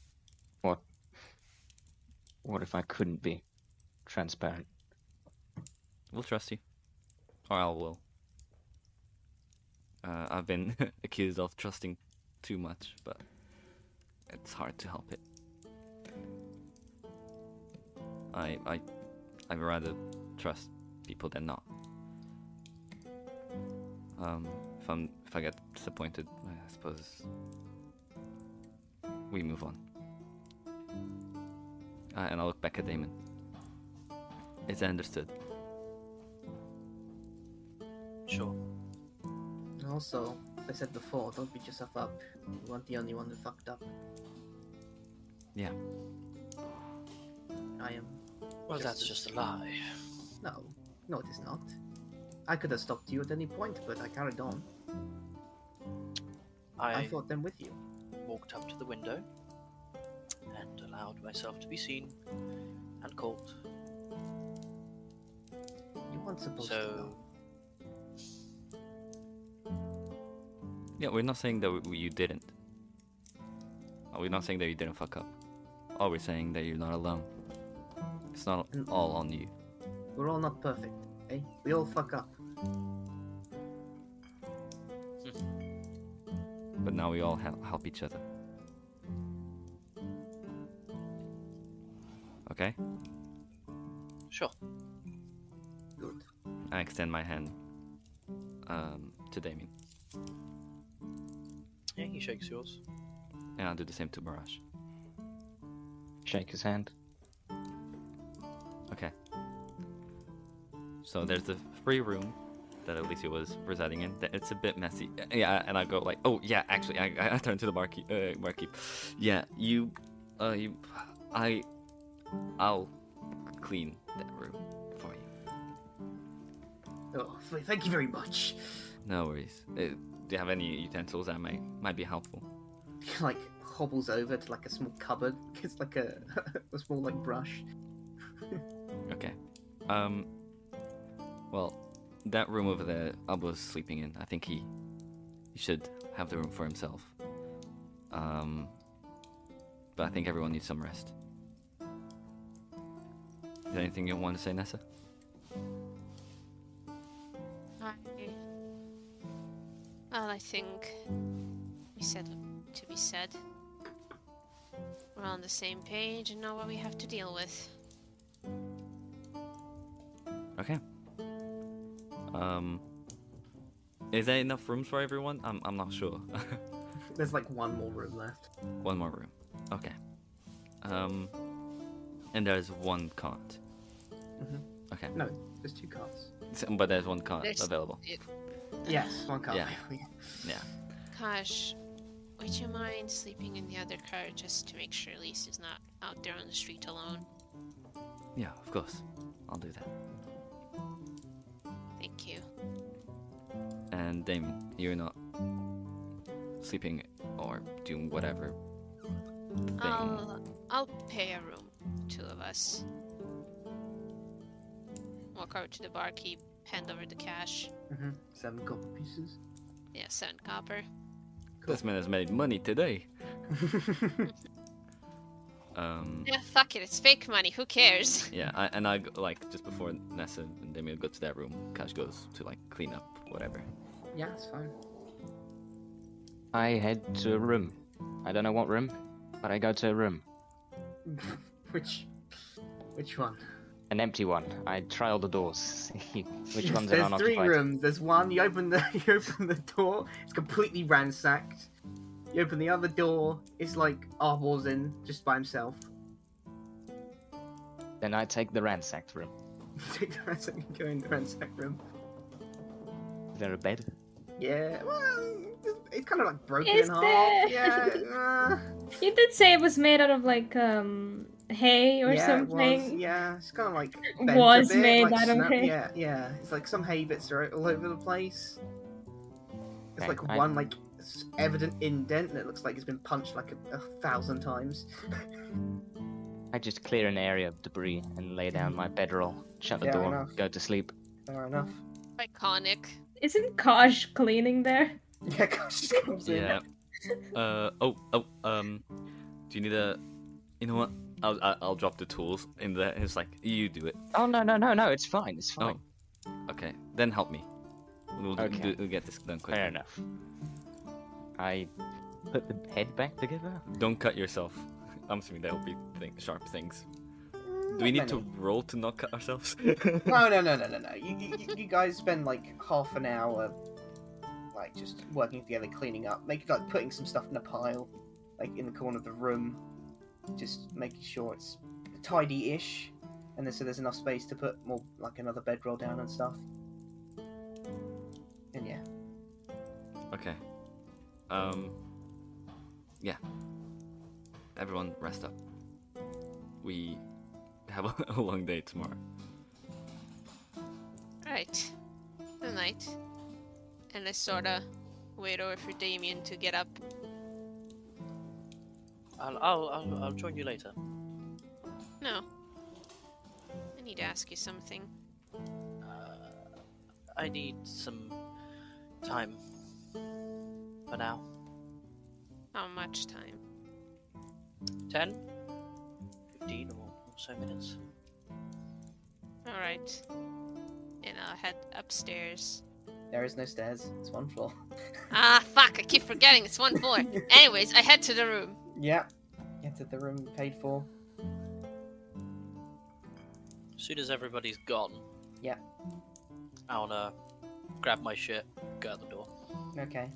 What? What if I couldn't be transparent?
We'll trust you, or I will. Uh, I've been *laughs* accused of trusting too much, but it's hard to help it. I I I would rather trust people than not. Um, if I'm if I get disappointed, I suppose we move on. Uh, and I look back at Damon. It's understood.
Sure.
And Also, I said before, don't beat yourself up. You weren't the only one that fucked up.
Yeah.
I am.
Well,
Just
that's
a-
just a lie.
No, no, it is not. I could have stopped you at any point, but I carried on. I,
I
thought them with you.
walked up to the window and allowed myself to be seen and caught.
You weren't supposed to.
So
know.
Yeah, we're not saying that w- you didn't. Uh, We're not saying that you didn't fuck up. All we're saying that you're not alone. It's not
Mm.
all on you.
We're all not perfect, eh? We all fuck up.
But now we all hel- help each other. Okay,
sure.
Good.
I extend my hand um, to Damien,
Yeah, he shakes yours.
and I'll do the same to Mirage.
Shake his hand.
Okay. So there's the free room that Alicia was residing in. That- It's a bit messy. Yeah, and I go like, oh yeah, actually, I, I- I turn to the barkeep. Uh, barkeep. Yeah, you, uh, you, I, I'll clean that room for you.
Oh, f- thank you very much. *laughs*
No worries. It, do you have any utensils that may might be helpful?
He, like hobbles over to like a small cupboard, *laughs* gets like a a small like brush.
Okay. Um. Well, that room over there, Abba's sleeping in. I think he he should have the room for himself. Um. But I think everyone needs some rest. Is there anything you want to say, Nessa?
I, well, I think we said what to be said. We're on the same page and know what we have to deal with.
Okay. Um. Is there enough rooms for everyone? I'm I'm not sure. *laughs*
There's like one more room left.
One more room. Okay. Um. And there's one cart.
Mhm.
Okay.
No, there's two carts.
So- *laughs* But there's one cart
There's-
available.
It,
Yes, one cart.
Yeah.
*laughs* Yeah.
Yeah.
Kosh, would you mind sleeping in the other car just to make sure Elise is not out there on the street alone?
Yeah. Of course. I'll do that.
Thank you.
And Damon, you're not sleeping or doing whatever thing.
I'll I'll pay a room, two of us. Walk over to the barkeep, hand over the cash.
hmm Seven copper pieces. *laughs*
Yeah, seven copper.
This man has made money today. um,
Yeah, fuck it, it's fake money. Who cares? *laughs*
yeah, I, and I go- like just before Nessa and Damien go to that room, Cash goes to like clean up whatever.
Yeah, that's fine. *laughs*
I head to a room. I don't know what room, but I go to a room.
which, which one?
An empty one. I trial the doors, *laughs* see which
Yes,
ones are
There's three
unoccupied.
rooms. There's one. You open the *laughs* you open the door. It's completely ransacked. You open the other door. It's like Arbor's in just by himself. *laughs*
Then I take the ransacked room.
You take the ransack and go in the ransack room.
Is there a bed?
Yeah. Well, it's- it's kind of like broken
Is
in half.
there? *laughs*
Yeah. uh,
You did say it was made out of like um hay
yeah, It
or
was,
something.
yeah, it's kind of like bent
Was
a bit,
made
like
out of
snap-
hay.
Yeah, yeah. It's like some hay bits are all over the place. It's
Okay,
like
I-
one like s- evident indent that looks like it's been punched like a, a thousand times.
I just clear an area of debris and lay down my bedroll, shut the
Fair
door,
enough.
go to sleep.
Fair enough. *laughs*
Iconic.
Isn't Kaj cleaning there?
Yeah, gosh, just comes in.
Yeah. *laughs* uh oh oh um, do you need a? You know what? I'll I- I'll drop the tools in there. It's like you do it.
Oh no no no no! It's fine. It's fine.
Oh, okay. Then help me. We'll, do-
Okay.
do, we'll get this done quickly.
Fair enough. I put the head back together.
Don't cut yourself. *laughs* I'm assuming there will be thing, sharp things. Do we
Mm, Not
need to
many.
roll to not cut ourselves? *laughs*
No, no, no, no, no, no. You, you, you- you guys spend like half an hour, like just working together, cleaning up, making like putting some stuff in a pile, like in the corner of the room, just making sure it's tidy-ish, and then so there's enough space to put more like another bedroll down and stuff. And yeah,
okay. Um. Yeah. Everyone, rest up. We have *laughs* a, a long day tomorrow.
Right. Good night. And I sorta wait over for Damien to get up.
I'll, I'll, I'll, I'll join you later.
No. I need to ask you something.
I need some time for now.
How much time?
10? 15 or or so minutes.
Alright. And I'll head upstairs.
there is no stairs. It's one floor. *laughs*
Ah, fuck, I keep forgetting it's one floor. Anyways, I head to the room.
Yeah, entered the room you paid for.
As soon as everybody's gone,
Yeah.
I wanna grab my shit, go out the door.
Okay,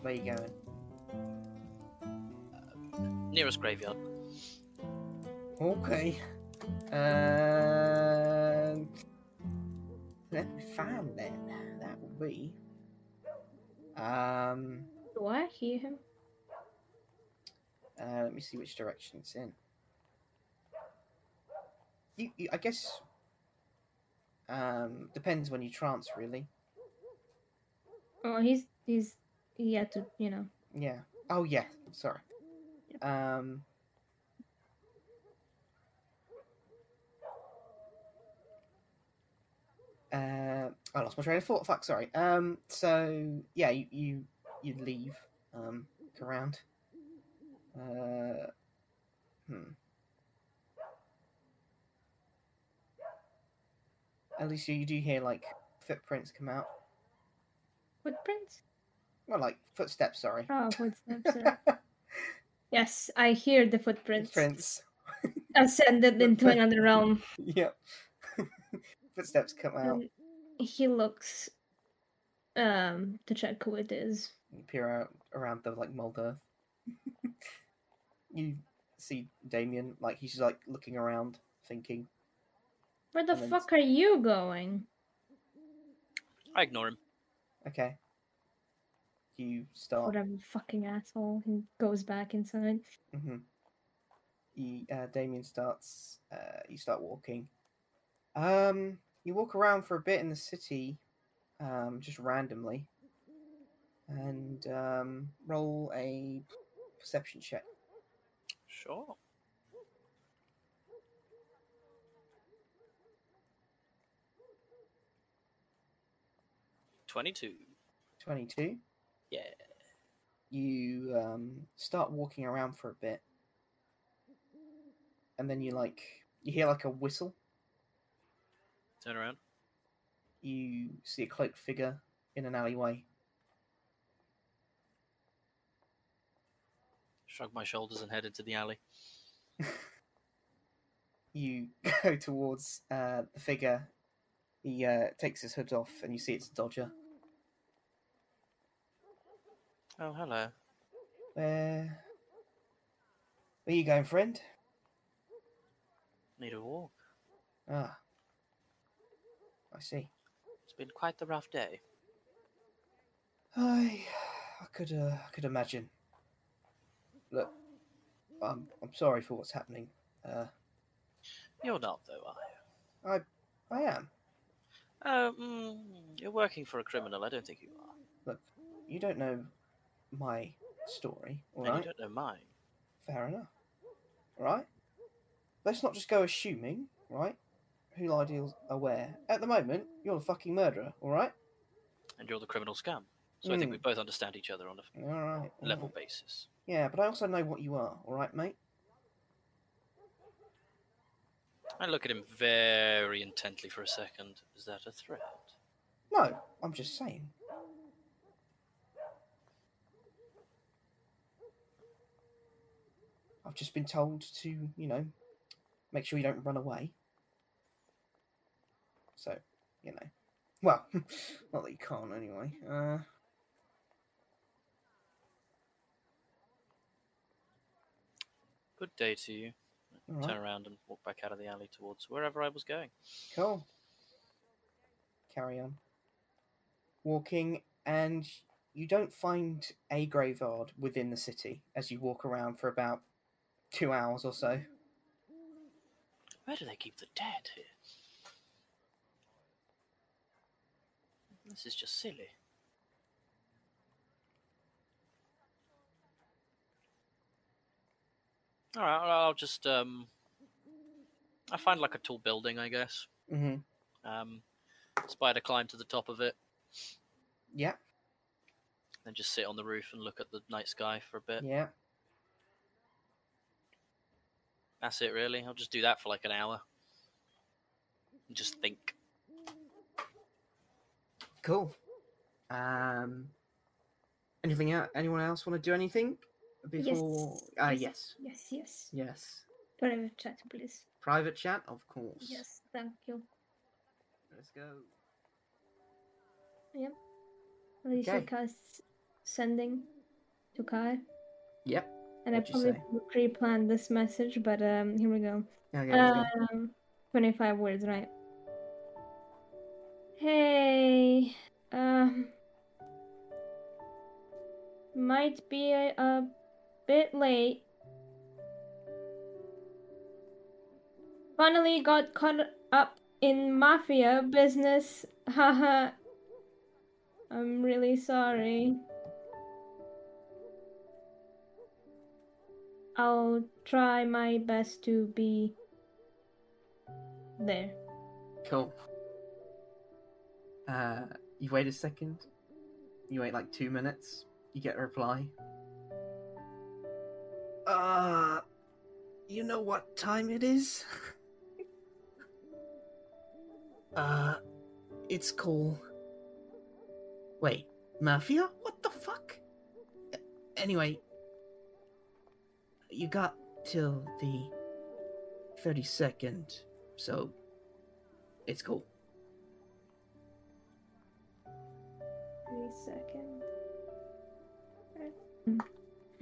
where you going?
Nearest graveyard.
Okay. Um, let me find that. That will be. Um,
Do I hear him?
uh, let me see which direction it's in. You, you, I guess. Um, depends when you trance, really.
Oh, he's He's he had to, you know.
Yeah. Oh yeah. Sorry. Um. Uh, I lost my train of thought. Fuck. Sorry. Um. So yeah, you you, you leave. Um. look Around. Uh. Hmm. At least you, you do hear like footprints come out.
Footprints?
Well, like footsteps. Sorry.
Oh, footsteps.
*laughs*
uh, yes, I hear the footprints.
Footprints.
Ascended into
Footprint.
another realm.
Yep. *laughs* footsteps come out.
Um, He looks um to check who it is.
and peer out around the like mold earth. *laughs* you see Damien, like he's just, like looking around, thinking.
Where the
And then
fuck are you going?
I ignore him.
Okay. You start.
Whatever fucking asshole. He goes back inside.
hmm You, uh, Damien starts. Uh, you start walking. Um, you walk around for a bit in the city, um, just randomly, and um, roll a perception check.
Sure. Twenty-two.
22.
Yeah.
You um, start walking around for a bit. And then you like you hear like a whistle.
Turn around.
You see a cloaked figure in an alleyway.
Shrug my shoulders and head into the alley.
You *laughs* go towards uh, the figure. He uh, takes his hood off, and you see it's Dodger.
Oh, hello.
Where? Where you going, friend?
Need a walk.
Ah, I see.
It's been quite the rough day.
I, I could, uh, I could imagine. Look, I'm, I'm sorry for what's happening. Uh,
You're not, though, are
I am.
you? Uh, mm, you're working for a criminal. I don't think you are.
Look, you don't know my story, all
and
right?
you don't know mine.
Fair enough. All right? Let's not just go assuming, right? Who lied deals are where. At the moment, you're a fucking murderer, all right?
And you're the criminal scum. So I think
Mm.
we both understand each other on a
All right. all
level
right.
basis.
Yeah, but I also know what you are, all right, mate?
I look at him very intently for a second. Is that a threat?
No, I'm just saying. I've just been told to, you know, make sure you don't run away. So, you know. Well, *laughs* not that you can't anyway. Uh,
Good day to you.
all
Turn
right,
around and walk back out of the alley towards wherever I was going.
cool. Carry on. Walking, and you don't find a graveyard within the city as you walk around for about two hours or so.
Where do they keep the dead here? This is just silly. All right, well, I'll just um, I find like a tall building, I guess.
Mm-hmm.
Um, spider climb to the top of it,
Yeah,
then just sit on the roof and look at the night sky for a bit.
yeah.
That's it, really. I'll just do that for like an hour. And just think.
Cool. Um, anything else? Anyone else want to do anything before? Ah,
yes,
yes,
Yes, yes.
yes.
Private chat, please.
Private chat, of course.
Yes, thank you.
Let's go.
Alicia
Okay.
casts sending to Kai.
Yep.
And I
What'd you
probably pre planned this message, but um, here we go.
Okay, let's go.
Um, 25 words, right? Hey, um, might be a, a bit late. Finally got *laughs* caught up in mafia business. Haha. I'm really sorry. I'll try my best to be there.
Cool. Uh, you wait a second. You wait like two minutes. You get a reply. Uh, you know what time it is? *laughs* uh, it's cool. Wait, Mafia? What the fuck? A- Anyway, you got till the 32nd, so it's cool.
Three second.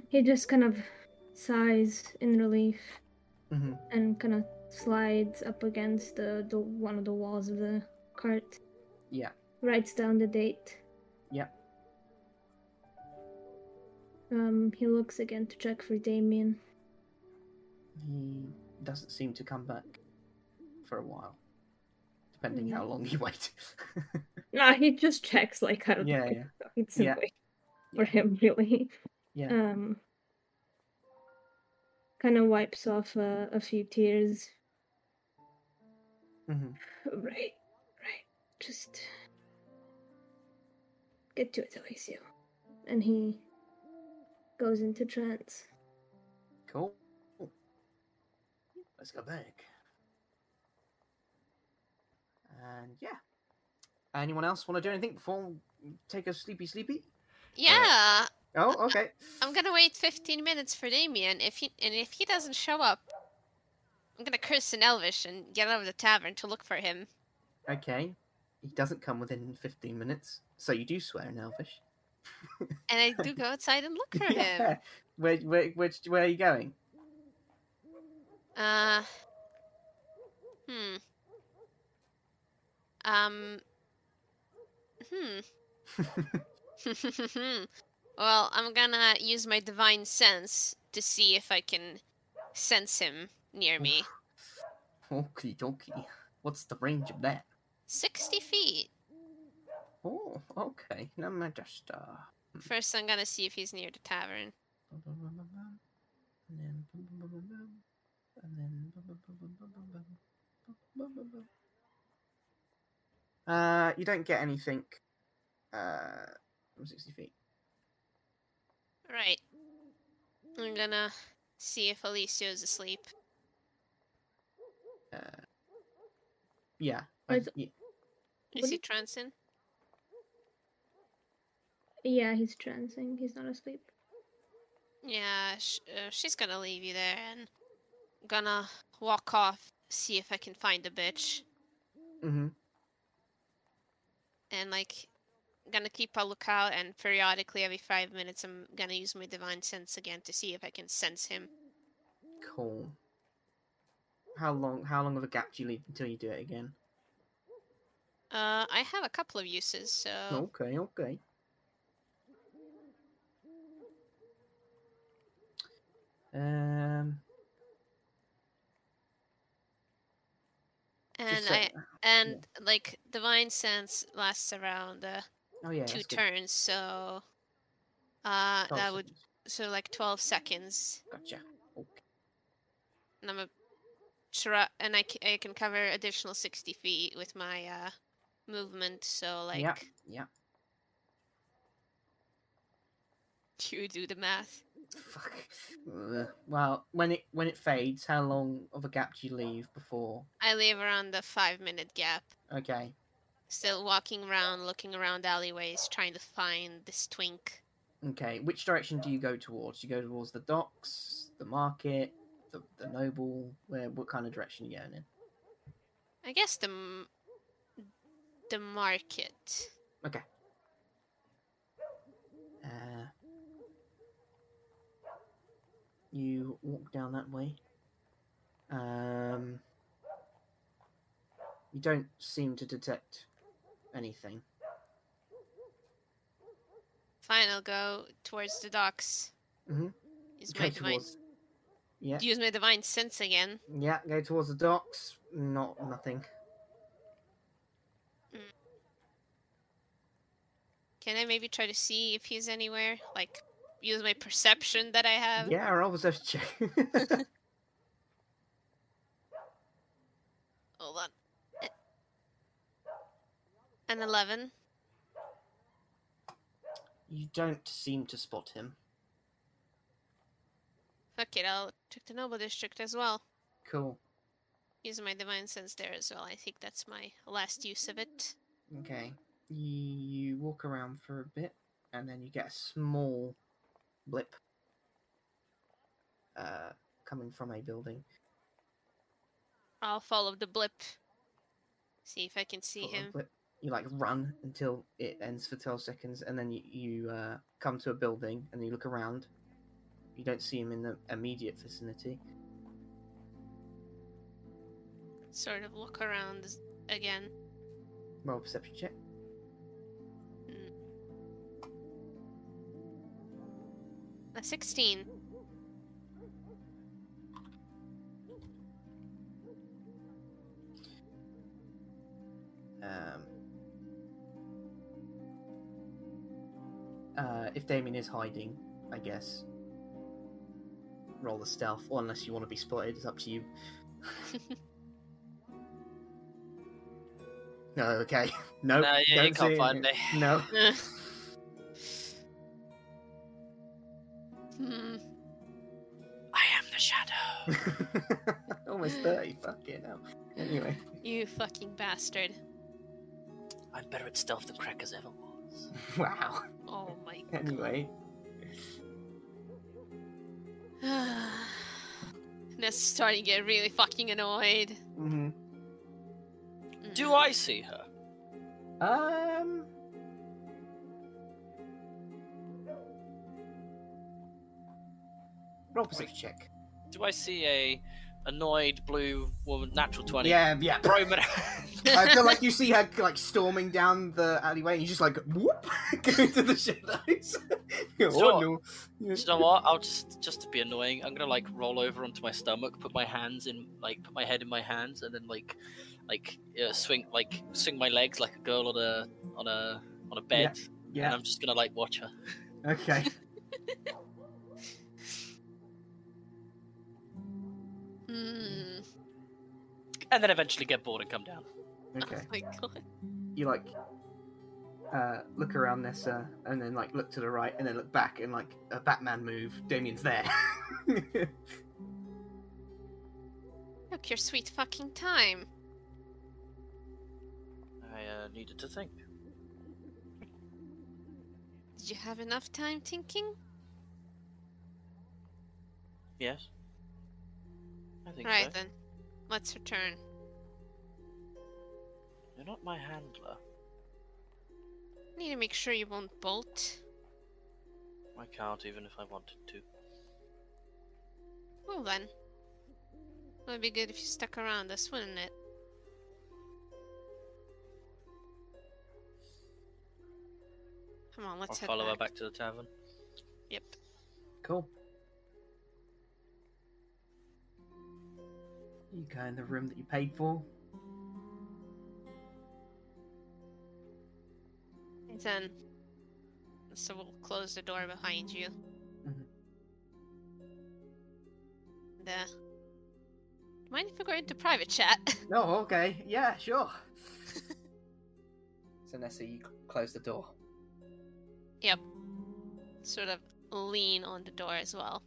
He just kind of sighs in relief
hmm
and kind of slides up against the, the one of the walls of the cart.
Yeah.
Writes down the date.
Yeah.
Um, he looks again to check for Damien.
He doesn't seem to come back for a while, depending how long *laughs* you wait.
Nah, he just checks like out of
yeah,
like,
yeah.
*laughs* it's
Yeah.
for him really.
Yeah.
Um kind of wipes off uh, a few tears.
hmm
Right, right. Just get to it, Alessio. And he goes into trance.
Cool. Let's go back. And yeah. Anyone else want to do anything before we take a sleepy sleepy?
Yeah,
Oh, okay.
I'm gonna wait 15 minutes for Damien. If he and if he doesn't show up, I'm gonna curse in Elvish and get out of the tavern to look for him.
Okay. He doesn't come within 15 minutes, so you do swear in Elvish.
And I do go outside and look
*laughs*
for him.
Yeah. Where, where, which, where are you going? *laughs*
Uh. Hmm. Um. Hmm. *laughs* well, I'm gonna use my divine sense to see if I can sense him near me.
Okie dokie. What's the range of that?
60 feet.
Oh, okay. Let me just, uh,
First, I'm gonna see if he's near the tavern.
And then and then uh you don't get anything uh from 60 feet
Right. I'm gonna see if Alisio's asleep.
uh yeah
Oh,
I-
it's-
ye-
Is
What
he
did-
trancing?
Yeah, he's trancing. He's not asleep.
Yeah, sh- uh, she's gonna leave you there and gonna walk off, see if I can find the bitch,
mhm.
and like gonna keep a lookout. And periodically, every five minutes, I'm gonna use my divine sense again to see if I can sense him.
cool how long how long of a gap do you leave until you do it again
Uh, I have a couple of uses, so
okay okay um just
and
so-
I and like divine sense lasts around uh,
oh yeah
two
that's good.
turns, so uh,
Oh,
that
so-
would so like 12 seconds
Gotcha. Okay.
and i'm a try and I, c- I can cover additional 60 feet with my uh movement so like
Yeah. Yeah.
*laughs* you do the math
Fuck. Ugh. Well, when it when it fades, how long of a gap do you leave before?
i leave around the five minute gap
Okay.
still walking around looking around alleyways trying to find this twink
Okay. Which direction do you go towards? You go towards the docks, the market, the the noble. Where? What kind of direction are you going in?
i guess the m- the market
Uh, you walk down that way. Um, you don't seem to detect anything.
fine i'll go towards the docks
Mhm.
use
You
my
go
divine
towards- Yeah.
use my divine sense again
Yeah, go towards the docks. Not nothing.
Can I maybe try to see if he's anywhere? Like, use my perception that I have?
Yeah, roll perception check.
Hold on. Eh. An 11.
you don't seem to spot him.
Fuck it, I'll check the Noble District as well.
Cool.
Use my Divine Sense there as well. I think that's my last use of it.
Okay. You walk around for a bit, and then you get a small blip uh, coming from a building.
I'll follow the blip. See if I can see
Sort of
him.
blip. You like run until it ends for twelve seconds, and then you, you uh, come to a building, and you look around. You don't see him in the immediate vicinity.
Sort of look around s- again.
Roll a perception check.
A *laughs* 16.
Um, uh, if Damien is hiding, I guess. Roll the stealth, or unless you want to be spotted, it's up to you.
Hmm.
no, okay. *laughs* No,
No, you- you
don't
can't
see
find
it.
me. *laughs*
No. *laughs*
Hmm.
I am the shadow.
Almost 30, fucking hell. Anyway. *laughs*
You fucking bastard.
I'm better at stealth than Crackers ever was.
Wow.
Oh my
Anyway.
*sighs* god. Ness is starting to get really fucking annoyed.
hmm
Mm.
Do I see her?
Um. Roll perception check.
Do I see a annoyed blue woman, natural 20?
Yeah, yeah. *laughs*
Roman.
I
*laughs*
feel like you see her like storming down the alleyway, and you just like whoop *laughs* go into the shadows. *laughs* oh,
Sure.
no.
*laughs* Do
Yeah.
you know what? I'll just just to be annoying, I'm gonna like roll over onto my stomach, put my hands in, like put my head in my hands, and then like, like uh, swing, like swing my legs like a girl on a on a on a bed, and
Yeah.
I'm just gonna like watch her.
Okay.
Hmm.
and then eventually get bored and come down.
Okay.
Oh my god.
You like uh, look around Nessa, and then like look to the right, and then look back, and like a Batman move. Damien's there. *laughs*
Look, your sweet fucking time.
I uh, needed to think.
Did you have enough time thinking?
Yes. I think
Right
so.
then. Let's return.
You're not my handler.
Need to make sure you won't bolt.
I can't even if I wanted to.
Well then. It would be good if you stuck around us, wouldn't it? Come on, let's
I'll
head
follow
back.
her back to the tavern.
Yep.
cool. You go in the room that you paid for.
Then. So we'll close the door behind you.
Mhm.
There. uh, Mind if we go into private chat? *laughs*
No, Oh, okay. Yeah, sure. *laughs* so Nessa, you cl- close the door.
sort of lean on the door as well.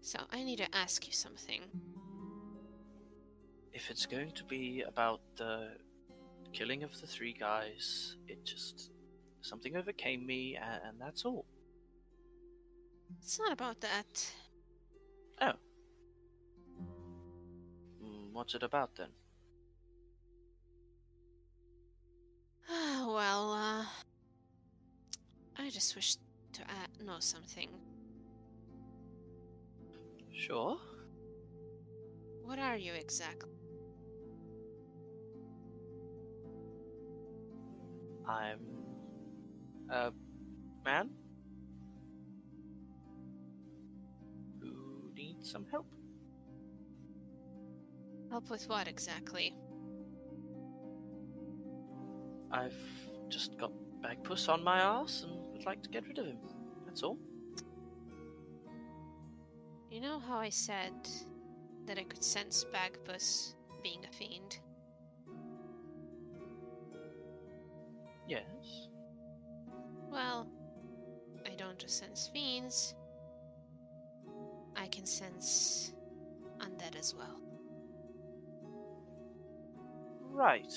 So I need to ask you something.
If it's going to be about the killing of the three guys, it just something overcame me, and, and that's all.
It's not about that. *sighs*
Mm, What's it about then?
well, uh, I just wish to uh, know something.
Sure.
What are you exactly?
I'm a man who needs some help.
Help with what exactly?
I've just got Bagpuss on my ass and would like to get rid of him. That's all.
You know how I said that I could sense Bagpuss being a fiend?
Yes.
Well, I don't just sense fiends. I can sense undead as well.
Right.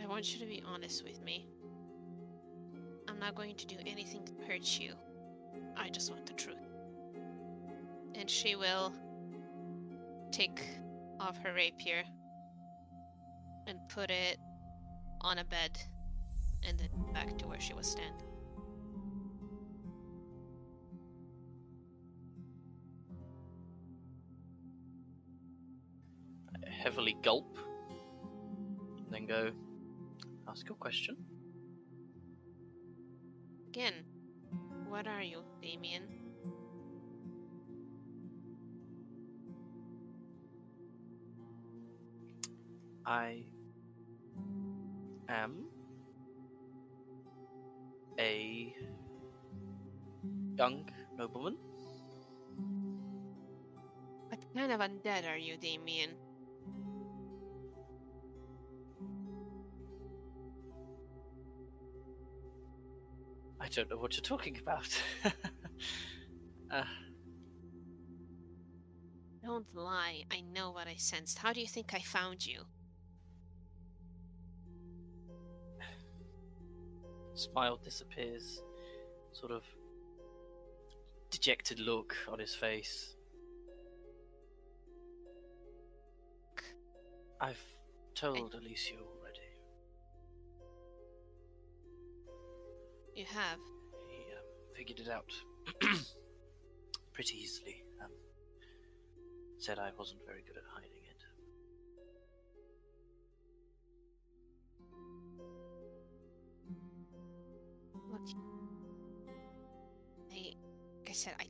I want you to be honest with me. I'm not going to do anything to hurt you. I just want the truth. And she will take off her rapier and put it on a bed and then back to where she was standing.
I heavily gulp. And then go, ask your question.
Again, what are you, Damien?
I am a young nobleman.
What kind of undead are you, Damien?
I don't know what you're talking about. *laughs* uh,
Don't lie, I know what I sensed. How do you think I found you?
smile disappears, sort of dejected look on his face. I've told Alicia already.
You have.
He um, figured it out *clears throat* pretty easily. Um, said I wasn't very good at hiding it.
Look. I, like I said, I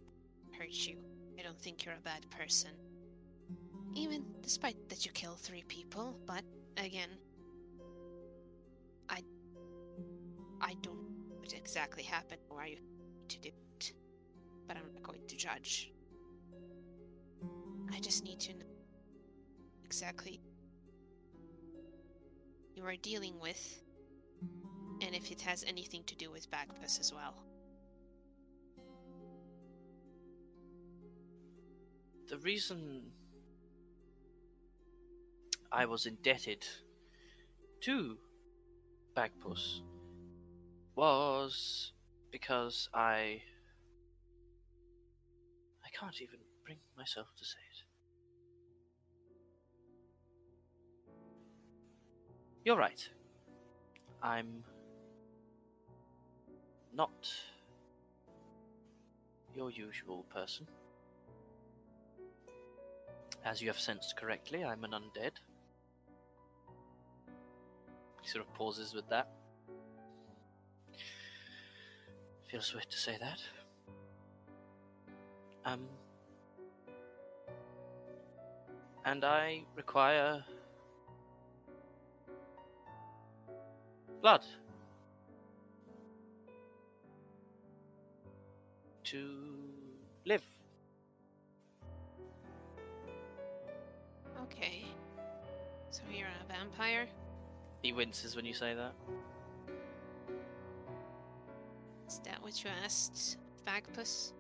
hurt you. I don't think you're a bad person. Even despite that you kill three people, but again, I. I don't know what exactly happened or why you to do it, but I'm not going to judge. I just need to know exactly you are dealing with and if it has anything to do with Bagpuss as well.
The reason I was indebted to Bagpuss was because I. I can't even bring myself to say it. You're right. I'm not your usual person. As you have sensed correctly, I'm an undead. He sort of pauses with that. Feels weird to say that. Um, and I require blood to live.
Okay. So you're a vampire?
He winces when you say that.
Is that what you asked? Bagpuss?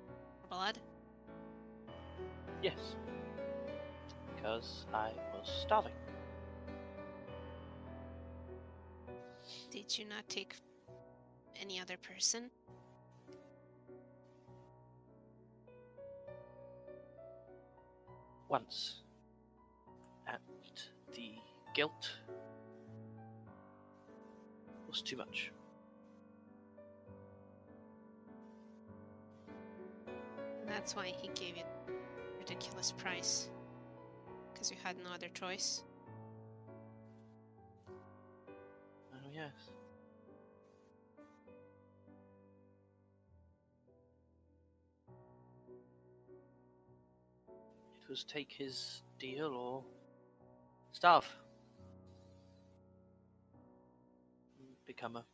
Blood?
Yes. Because I was starving.
Did you not take any other person?
once and the guilt was too much.
That's why he gave you a ridiculous price. Because you had no other choice.
Oh, yes. It was take his deal or stuff. Become a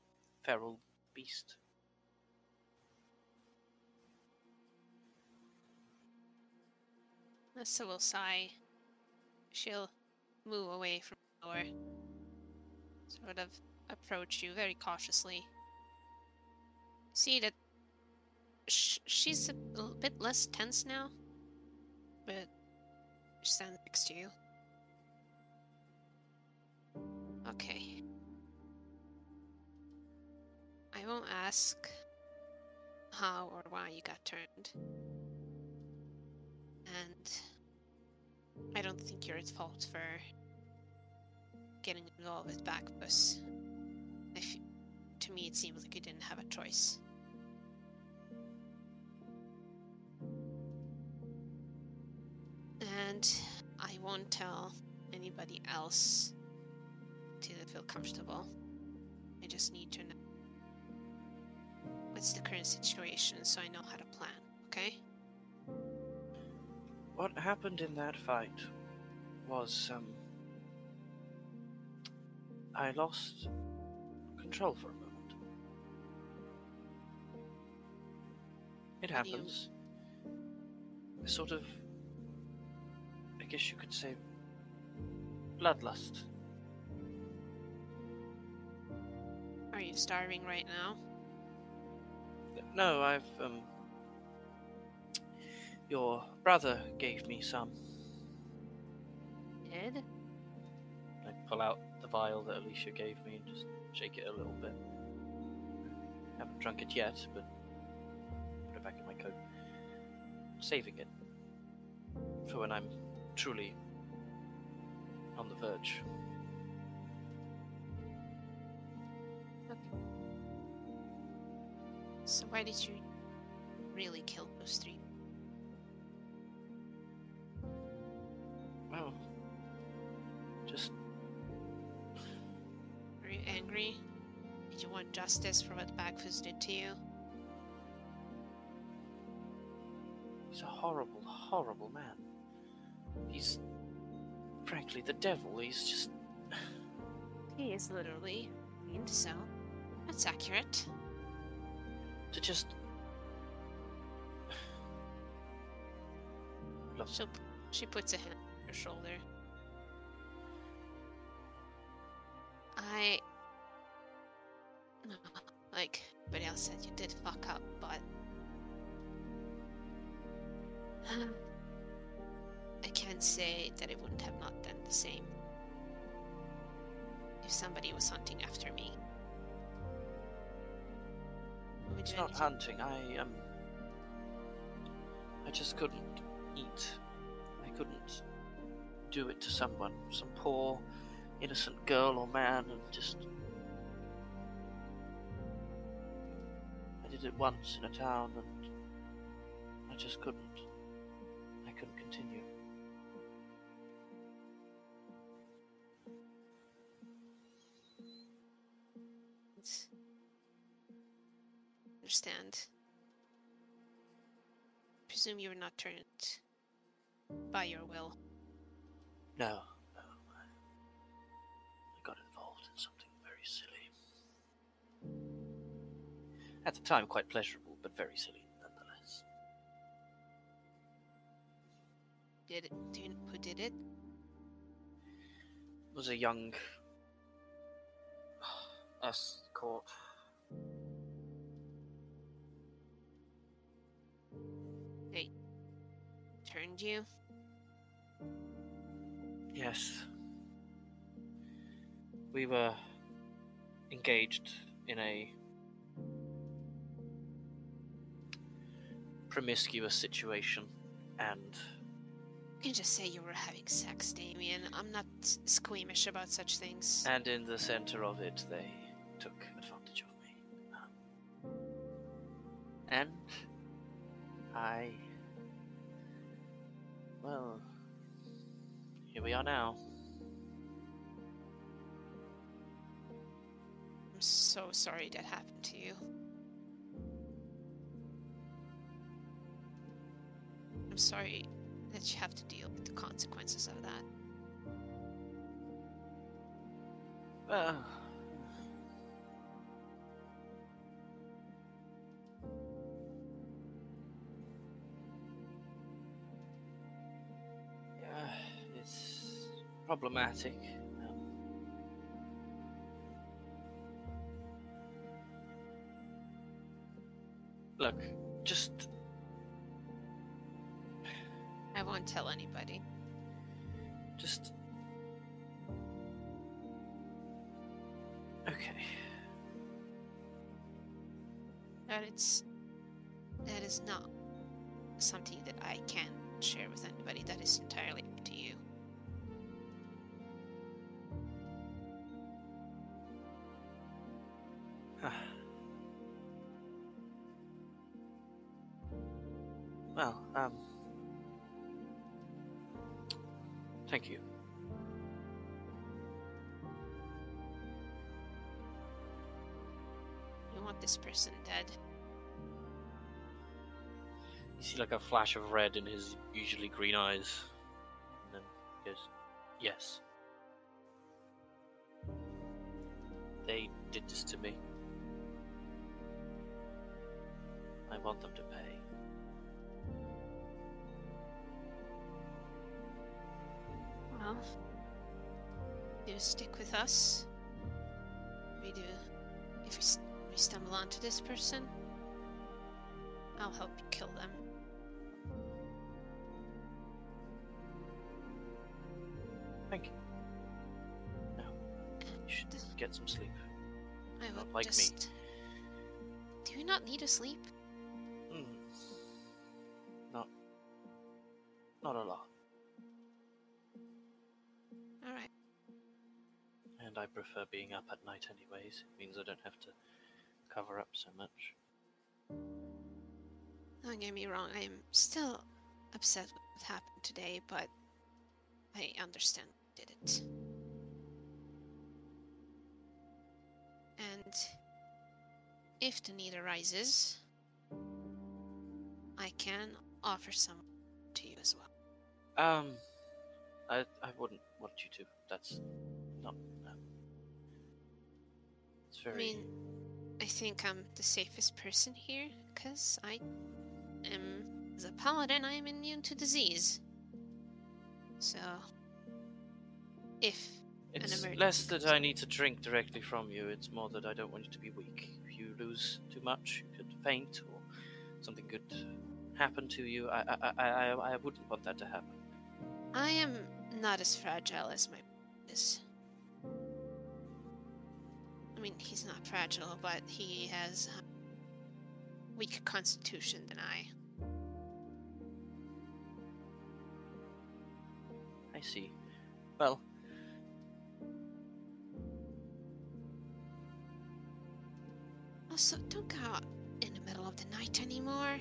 feral beast.
Nessa will sigh. She'll move away from the door. Sort of approach you very cautiously. See that sh- she's a l- bit less tense now, but she stands next to you. Okay. I won't ask how or why you got turned. And I don't think you're at fault for getting involved with Backbus. If, to me, it seems like you didn't have a choice. And I won't tell anybody else till they feel comfortable. I just need to know what's the current situation so I know how to plan, okay?
What happened in that fight was um, I lost control for a moment. It
How do you-
happens. A sort of, I guess you could say, bloodlust.
Are you starving right now?
No, I've um. Your brother gave me some.
Did?
I pull out the vial that Alicia gave me and just shake it a little bit. Haven't drunk it yet, but put it back in my coat. Saving it for when I'm truly on the verge.
So why did you really kill those three?
Well, just
Were you angry? Did you want justice for what Backfist did to you?
He's a horrible, horrible man. He's frankly the devil. He's just
He is literally mean, so that's accurate.
to just *sighs* Look.
She she puts a hand on your shoulder. I like but else said you did fuck up, but I can't say that I wouldn't have not done the same if somebody was hunting after me. Would
It's
you
not
anything-
hunting. I um, I just couldn't eat. I couldn't do it to someone, some poor, innocent girl or man, and just. I did it once in a town, and I just couldn't. I couldn't continue.
It's- Understand. Presume you were not turned by your will.
No, no. I got involved in something very silly. At the time, quite pleasurable, but very silly nonetheless.
Did it? Do you know who did it?
It was a young. escort.
Turned you?
Yes. We were engaged in a promiscuous situation, and
You can just say you were having sex, Damien. I'm not s- squeamish about such things.
and in the center of it, they took advantage of me. Um, and I. Well, here we are now.
I'm so sorry that happened to you. I'm sorry that you have to deal with the consequences of that.
Uh, yeah, it's problematic. Um, Look, just
I won't tell anybody.
just. Okay.
That it's that is not something that I can share with anybody. That is entirely up to you.
well, um. Thank you.
You want this person dead.
You see, like, a flash of red in his usually green eyes. And then he goes, Yes. They did this to me. I want them to pay.
Well, you stick with us. We do. If we, s- we stumble onto this person, I'll help you kill them.
Thank you. No. You should get some sleep.
I
Not
would
like me.
just. Do you not need to sleep?
Mm. Not. Not a lot.
All right.
And I prefer being up at night, anyways. It means I don't have to cover up so much.
Don't get me wrong, I'm still upset with what happened today, but I understand who did it. And if the need arises, I can offer some to you as well.
Um, I I wouldn't want you to. That's not. Um, it's very.
I mean, I think I'm the safest person here because I am the paladin. I am immune to disease. So, if
it's
emergency
less that I
comes.
need to drink directly from you. It's more that I don't want you to be weak. If you lose too much, you could faint, or something could happen to you. I I I, I, I wouldn't want that to happen.
I am not as fragile as my is. I mean, he's not fragile, but he has a weaker constitution than I.
I see. Well,
Also, don't go out in the middle of the night anymore.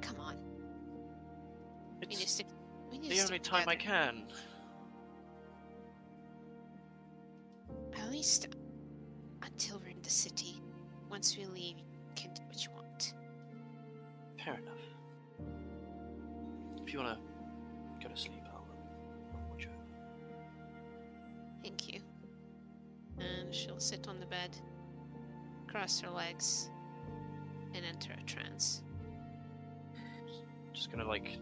Come on, we need to
it's
stick. We need to
the
stick
only time I
together.
can.
At least until we're in the city. Once we leave, you can do what you want.
Fair enough. If you wanna go to sleep, I'll uh, I'll watch over.
Thank you. And she'll sit on the bed, cross her legs, and enter a trance.
just gonna like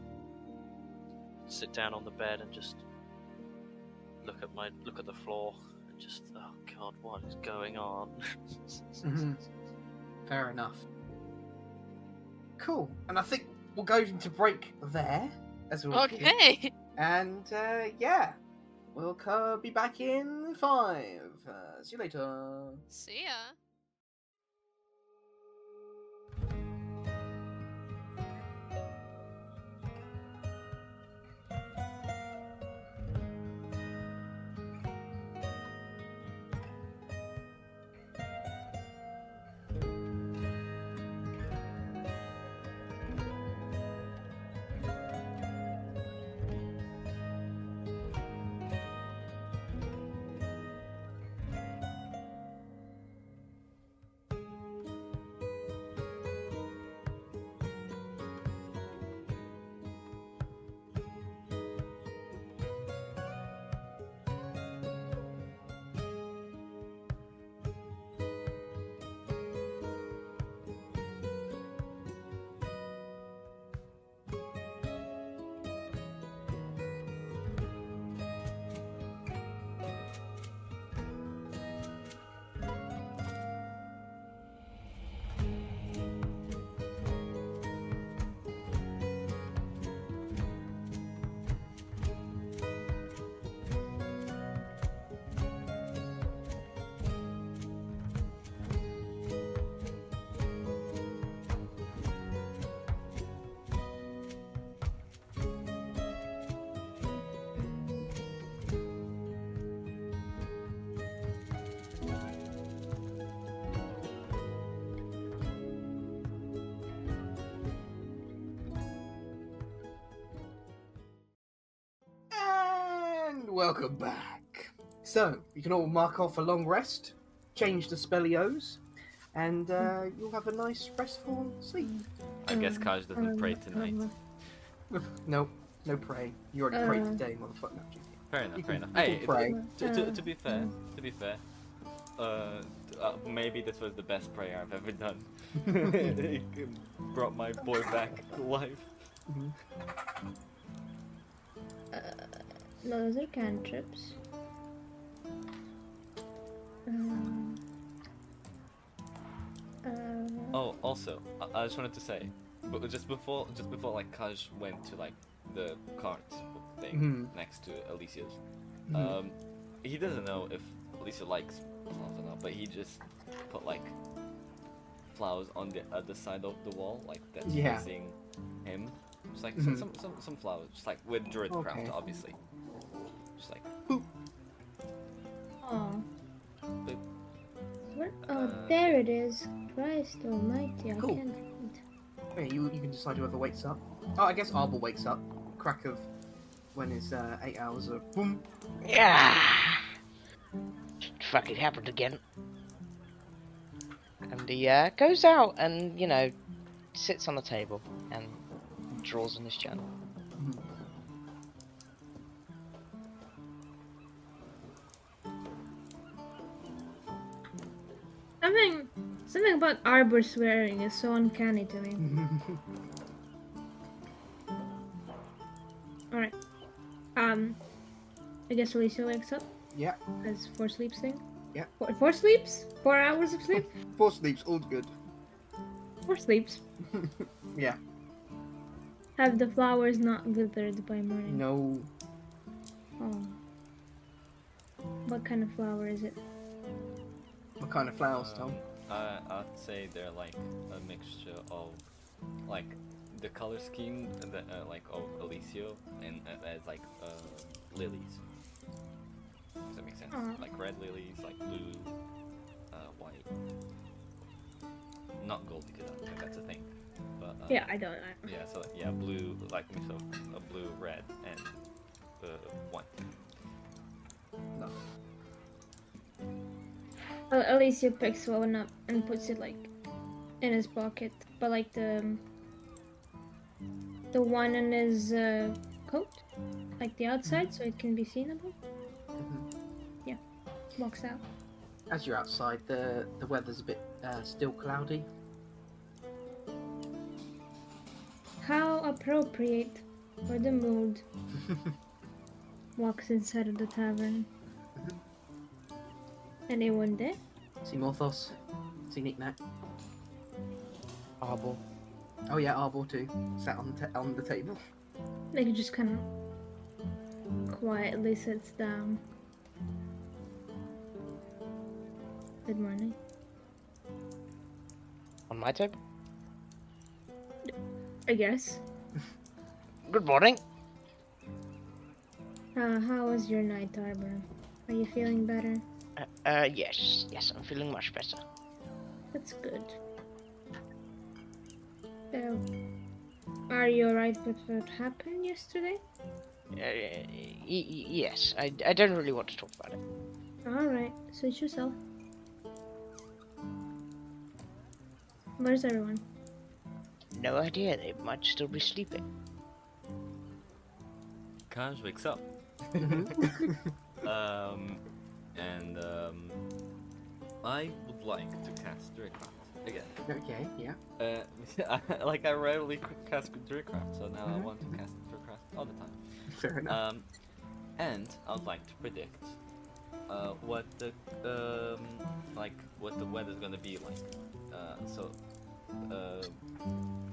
sit down on the bed and just look at my look at the floor and just oh god what is going on Mm-hmm.
Mhm. Fair enough. Cool. And I think we'll go into break there as well. And uh, yeah, we'll co- be back in five. Uh, see you later.
See ya.
Welcome back. So, you can all mark off a long rest, change the spellios, and uh, you'll have a nice, restful sleep.
I guess
Mm.
Kaj doesn't
Um,
pray tonight.
uh-huh.
No, no praying. You already prayed
Uh.
today, motherfucker. No, I'm joking.
Fair enough,
You
fair
can-
enough.
you
Hey,
can pray.
to, to, to be fair, to be fair, uh, uh, maybe this was the best prayer I've ever
*laughs*
done. *laughs* it brought my boy back to life.
No, those are cantrips. Um, uh,
Oh, also, I, I just wanted to say, but just before, just before, like Kaj went to like the cart thing
Mhm.
next to Alicia's.
Mhm.
Um, he doesn't know if Alicia likes flowers or not, but he just put like flowers on the other side of the wall, like that's
Yeah.
facing him. Just like
Mhm.
some, some some some flowers, just like with druid craft,
Okay.
obviously. Just like
aw.
But-
Where? Oh,
Uh,
there it is. Christ almighty, I
Cool.
can't read.
Yeah, you, you can decide whoever wakes up. Oh, I guess Arbor wakes up. Crack of when it's uh, eight hours of boom. *laughs*
Yeah. Fuck, it happened again. And he uh, goes out and, you know, sits on the table and draws in his journal.
Something, something about arbor swearing is so uncanny to me. Alright. Um, I guess Alicia wakes up
yeah,
as four sleeps thing.
Yeah.
Four, four sleeps? Four hours
*laughs*
of sleep?
four sleeps, all good.
Four sleeps.
*laughs* Yeah.
Have the flowers not withered by morning?
No,
Oh. What kind of flower is it?
what kind of flowers, Tom?
Uh, I'd say they're like a mixture of like the color scheme that uh, like of Alessio and uh, as like uh, lilies. Does that make sense?
Aw.
Like red lilies, like blue, uh, white. Not gold because I don't think that's a thing. But uh,
Yeah, I don't. I,
yeah, so like, yeah, blue like so a blue, red, and uh, white.
Al- Alicia picks one up and puts it like in his pocket, but like the the one in his uh, coat, like the outside, so it can be seen above. Yeah, walks out.
As you're outside, the the weather's a bit uh, still cloudy.
How appropriate for the mood. walks inside of the tavern. Anyone there?
See Morthos. See Knickknack.
Arbor.
Oh yeah, Arbor too. Sat on the, ta- on the table.
Like it just kind of quietly sits down. Good morning.
On my table.
I guess.
Good morning.
Uh, how was your night, Arbor? Are you feeling better?
Uh, uh, yes, yes, I'm feeling much better.
That's good. So, are you alright with what happened yesterday?
Uh, y- y- yes, I, I don't really want to talk about it.
Alright, suit yourself. Where's everyone?
No idea, they might still be sleeping.
Kaj wakes up. um, and um, I would like to cast Druidcraft again.
Okay, yeah. *laughs*
Uh, *laughs* I- like I rarely c- cast Druidcraft, so now I
Mhm.
want to cast Druidcraft all the time.
Fair enough.
Um, and I would like to predict uh, what the um, like what the weather's gonna be like. Uh, so, uh,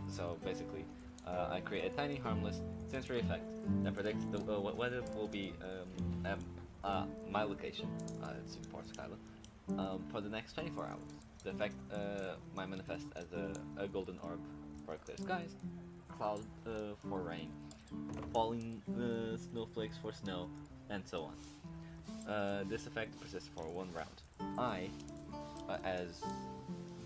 so basically, uh, I create a tiny harmless sensory effect that predicts the uh, what weather will be um, at uh, my location, uh, it's in Port Skyla, um, for the next 24 hours. The effect uh, might manifest as a, a golden orb for clear skies, cloud uh, for rain, falling uh, snowflakes for snow, and so on. Uh, this effect persists for one round. I, uh, as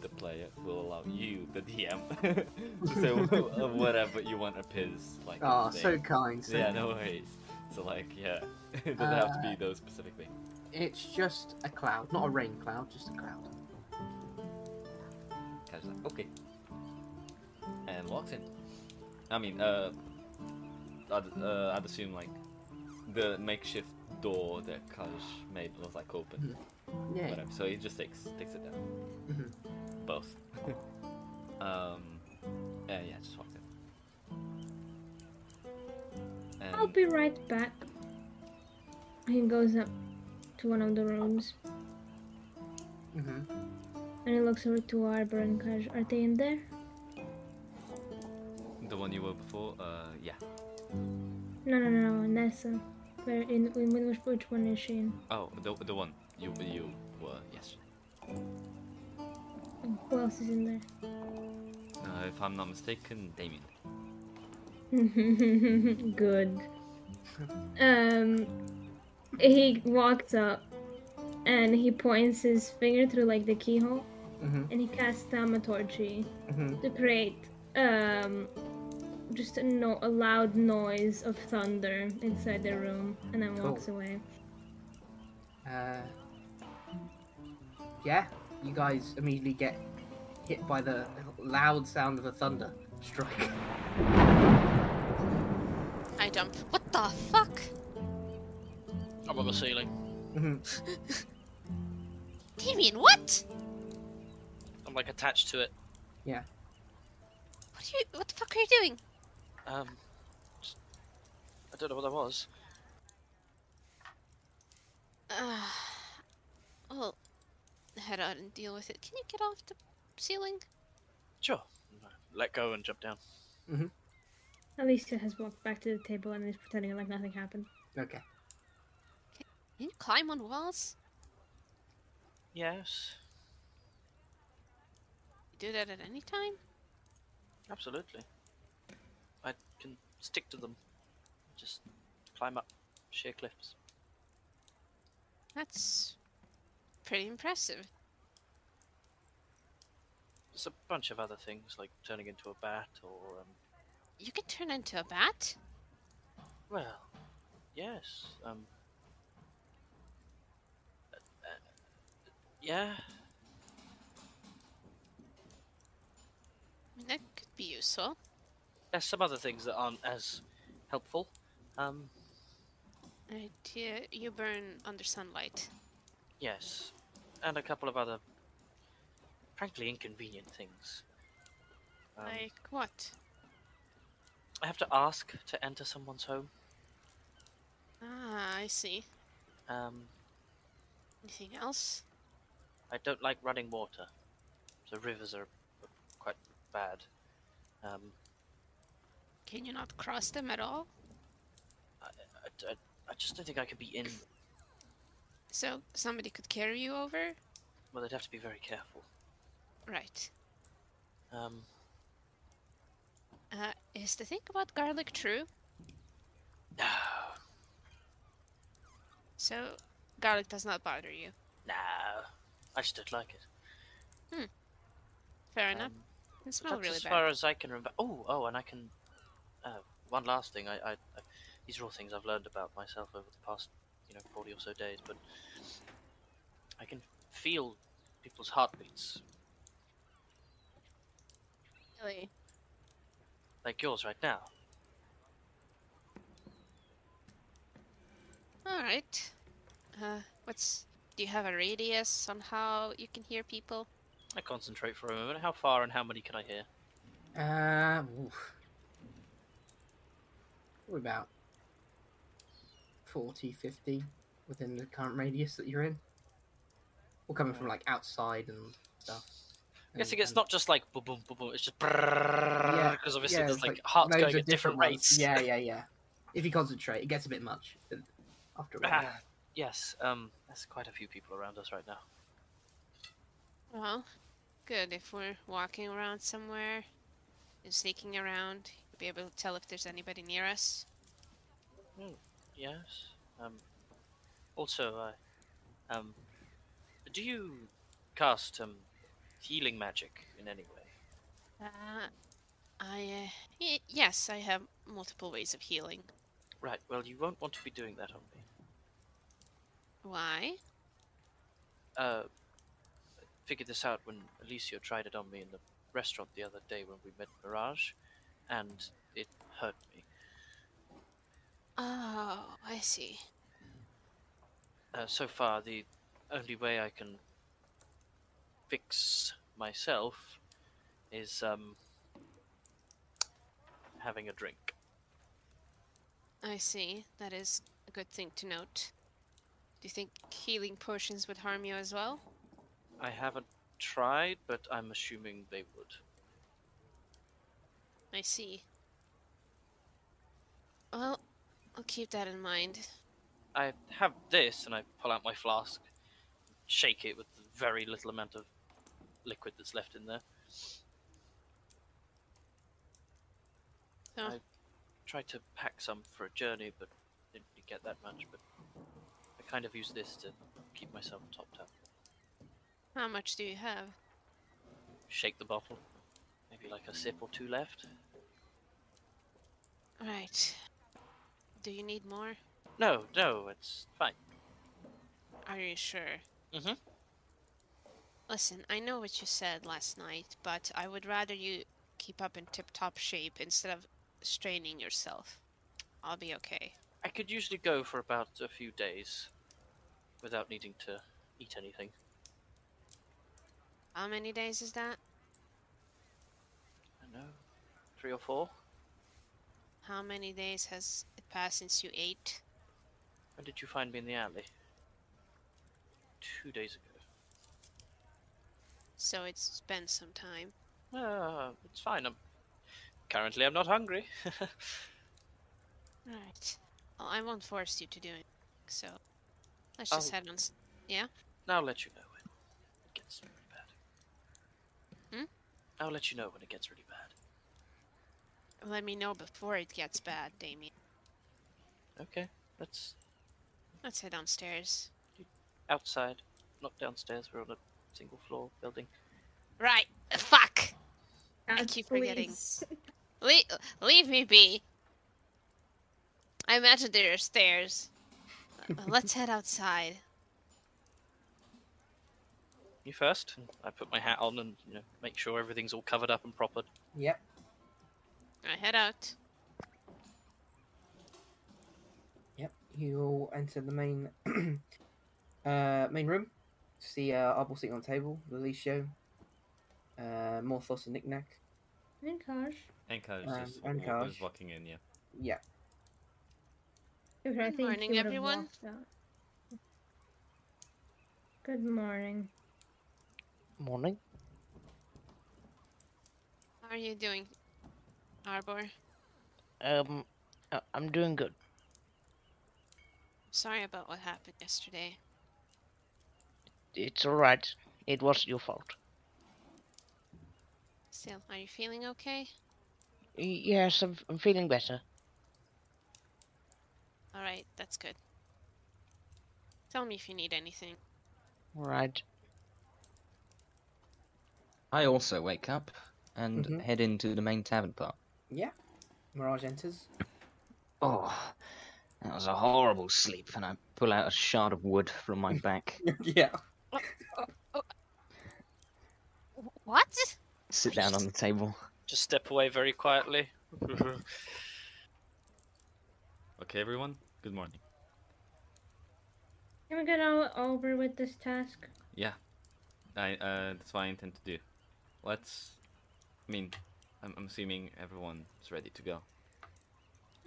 the player, will allow you, the *laughs* DM, to say wh- uh, whatever you want appears like.
Ah,
thing.
so kind. So
Yeah,
kind.
no worries. So like, yeah, *laughs* it doesn't have to be those specific things.
It's just a cloud, not a rain cloud, just a cloud.
Cat's like, okay, and walks in. I mean, uh, I'd, uh, I'd assume like the makeshift door that Kaj made was like open,
Yeah.
whatever. So he just takes takes it down.
Mhm.
Both. um, and yeah, just walked in. And
I'll be right back. He goes up to one of the rooms
hmm
and he looks over to Arbor and Kaj. Are they in there?
the one you were before, uh, yeah.
No, no, no, no, Nessa. Where in, in which, which one is she in?
Oh, the, the one you you were yesterday.
And Who else is in there?
Uh, if I'm not mistaken, Damien.
*laughs* Good. Um, he walks up and he points his finger through like the keyhole
hmm
and he casts Thaumaturgy
hmm
to create um just a, no- a loud noise of thunder inside the room and then walks
Cool.
away.
Uh, yeah, you guys immediately get hit by the loud sound of a thunder strike.
I dump. What the fuck?
*laughs* I'm on the ceiling.
Mhm.
Damien, what?
I'm like attached to it.
What are you? What the fuck are you doing?
Um, just- I don't know what that was.
Uh, well, head out and deal with it. Can you get off the ceiling?
Sure. Let go and jump down.
Alicia has walked back to the table and is pretending like nothing happened.
okay.
Can you climb on walls?
Yes,
You do that at any time?
absolutely. I can stick to them. Just climb up sheer cliffs.
That's pretty impressive.
There's a bunch of other things like turning into a bat or um,
You can turn into a bat.
Well, yes. Um. uh, uh, yeah.
I mean, that could be useful.
There's some other things that aren't as helpful. Um.
Idea you burn under sunlight.
Yes, and a couple of other, frankly, inconvenient things. Um,
like what?
I have to ask to enter someone's home.
Ah, I see.
Um.
Anything else?
I don't like running water, so rivers are quite bad. Um.
Can you not cross them at all?
I, I, I just don't think I could be in.
So somebody could carry you over?
Well, they'd have to be very careful.
Right.
Um.
Uh, is the thing about garlic true? So, garlic does not bother you.
No, I just don't like it.
Fair enough.
Um,
It
but
smells
that's
really
as
bad.
far as I can remember. Oh, oh, and I can. Uh, one last thing. I, I, I, these are all things I've learned about myself over the past, you know, forty or so days. But I can feel people's heartbeats,
Really?
like yours right now.
All right. Uh, what's? Do you have a radius on how you can hear people?
I concentrate for a moment. How far and how many can I hear?
Uh, oof. Probably about 40, 50 within the current radius that you're in. Or coming from like outside and stuff.
I'm guessing
And- um,
it's not just like boom, boom, boom, boom. It's just because obviously
yeah,
there's
it's
like,
like
hearts
loads
going
of
at different
ones.
rates. *laughs*
Yeah, yeah, yeah. If you concentrate, it gets a bit much uh, after a while.
Ah, yes. Um, there's quite a few people around us right now.
Well, good. If we're walking around somewhere and sneaking around, you'll be able to tell if there's anybody near us.
Yes. Um, also, uh, um, do you cast um, healing magic in any way?
Uh, I uh, y- yes, I have multiple ways of healing.
Right, well, you won't want to be doing that on me.
Why?
Uh, I figured this out when Alicia tried it on me in the restaurant the other day when we met Mirage, and it hurt me.
Oh, I see.
Uh, so far, the only way I can fix myself is um, having a drink.
I see. That is a good thing to note. Do you think healing potions would harm you as well?
I haven't tried, but I'm assuming they would.
I see. Well, I'll keep that in mind.
I have this, and I pull out my flask, shake it with the very little amount of liquid that's left in there.
So,
I tried to pack some for a journey, but didn't really get that much. But I kind of use this to keep myself topped up.
how much do you have?
Shake the bottle, maybe like a sip or two left.
Right. Do you need more?
No, no, it's fine.
Are you sure?
Mhm.
Listen, I know what you said last night, but I would rather you keep up in tip top shape instead of straining yourself. I'll be okay.
I could usually go for about a few days without needing to eat anything.
How many days is that?
I don't know, three or four.
How many days has it passed since you ate?
When did you find me in the alley? Two days ago.
So it's been some time.
Ah, it's fine. I'm currently I'm not hungry. *laughs*
Right. Well, I won't force you to do it, so let's just
Oh.
head on. s-
now I'll let you know when it gets really bad.
Hmm?
I'll let you know when it gets really bad.
Let me know before it gets bad, Damien.
Okay, let's
Let's head downstairs.
outside, not downstairs. We're on a single floor building.
Right. Fuck.
I
keep forgetting.
*laughs*
Leave, leave me be. I imagine there are stairs. Uh, Let's head outside.
You first. And I put my hat on and you know make sure everything's all covered up and proper.
Yep.
*laughs* I head out.
Yep, you all enter the main *clears throat* uh, main room. See uh, Arbor sitting on the table, Lelicio, uh, Morthos and Knickknack.
And Karsh.
And Kaj
Um,
just
and
wa- was
Kaj.
walking in, yeah.
Yeah,
Dude, I think
Good
he
morning,
would've
everyone.
walked out. Good morning.
Morning.
How are you doing, Arbor?
Um, I- I'm doing good.
Sorry about what happened yesterday.
It's alright. It wasn't your fault.
Still, are you feeling okay?
Y- Yes, I'm, I'm feeling better.
All right, that's good. Tell me if you need anything.
Alright.
I also wake up and
Mhm.
head into the main tavern part.
yeah. Mirage *laughs* enters.
Oh, that was a horrible sleep, and I pull out a shard of wood
*laughs*
from my back,
yeah.
What?
sit down on the table.
Just step away very quietly. *laughs*
Okay, everyone, good morning.
Can we get all over with this task?
Yeah, I, uh, that's what I intend to do. Let's. I mean, I'm, I'm assuming everyone's ready to go.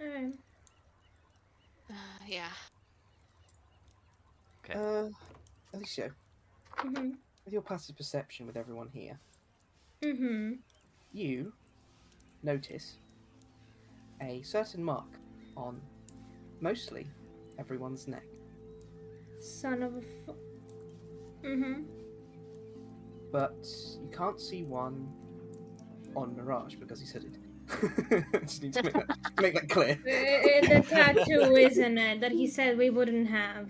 Alright.
Uh, yeah.
Okay.
Uh, Alicia,
Mm-hmm.
with your passive perception with everyone here,
Mm-hmm.
you notice a certain mark on mostly everyone's neck,
Son of a fu- Mm-hmm.
but you can't see one on Mirage because he's hooded. *laughs* I just need to make *laughs* that, make that clear.
Eh, the tattoo, isn't it? That he said we wouldn't have.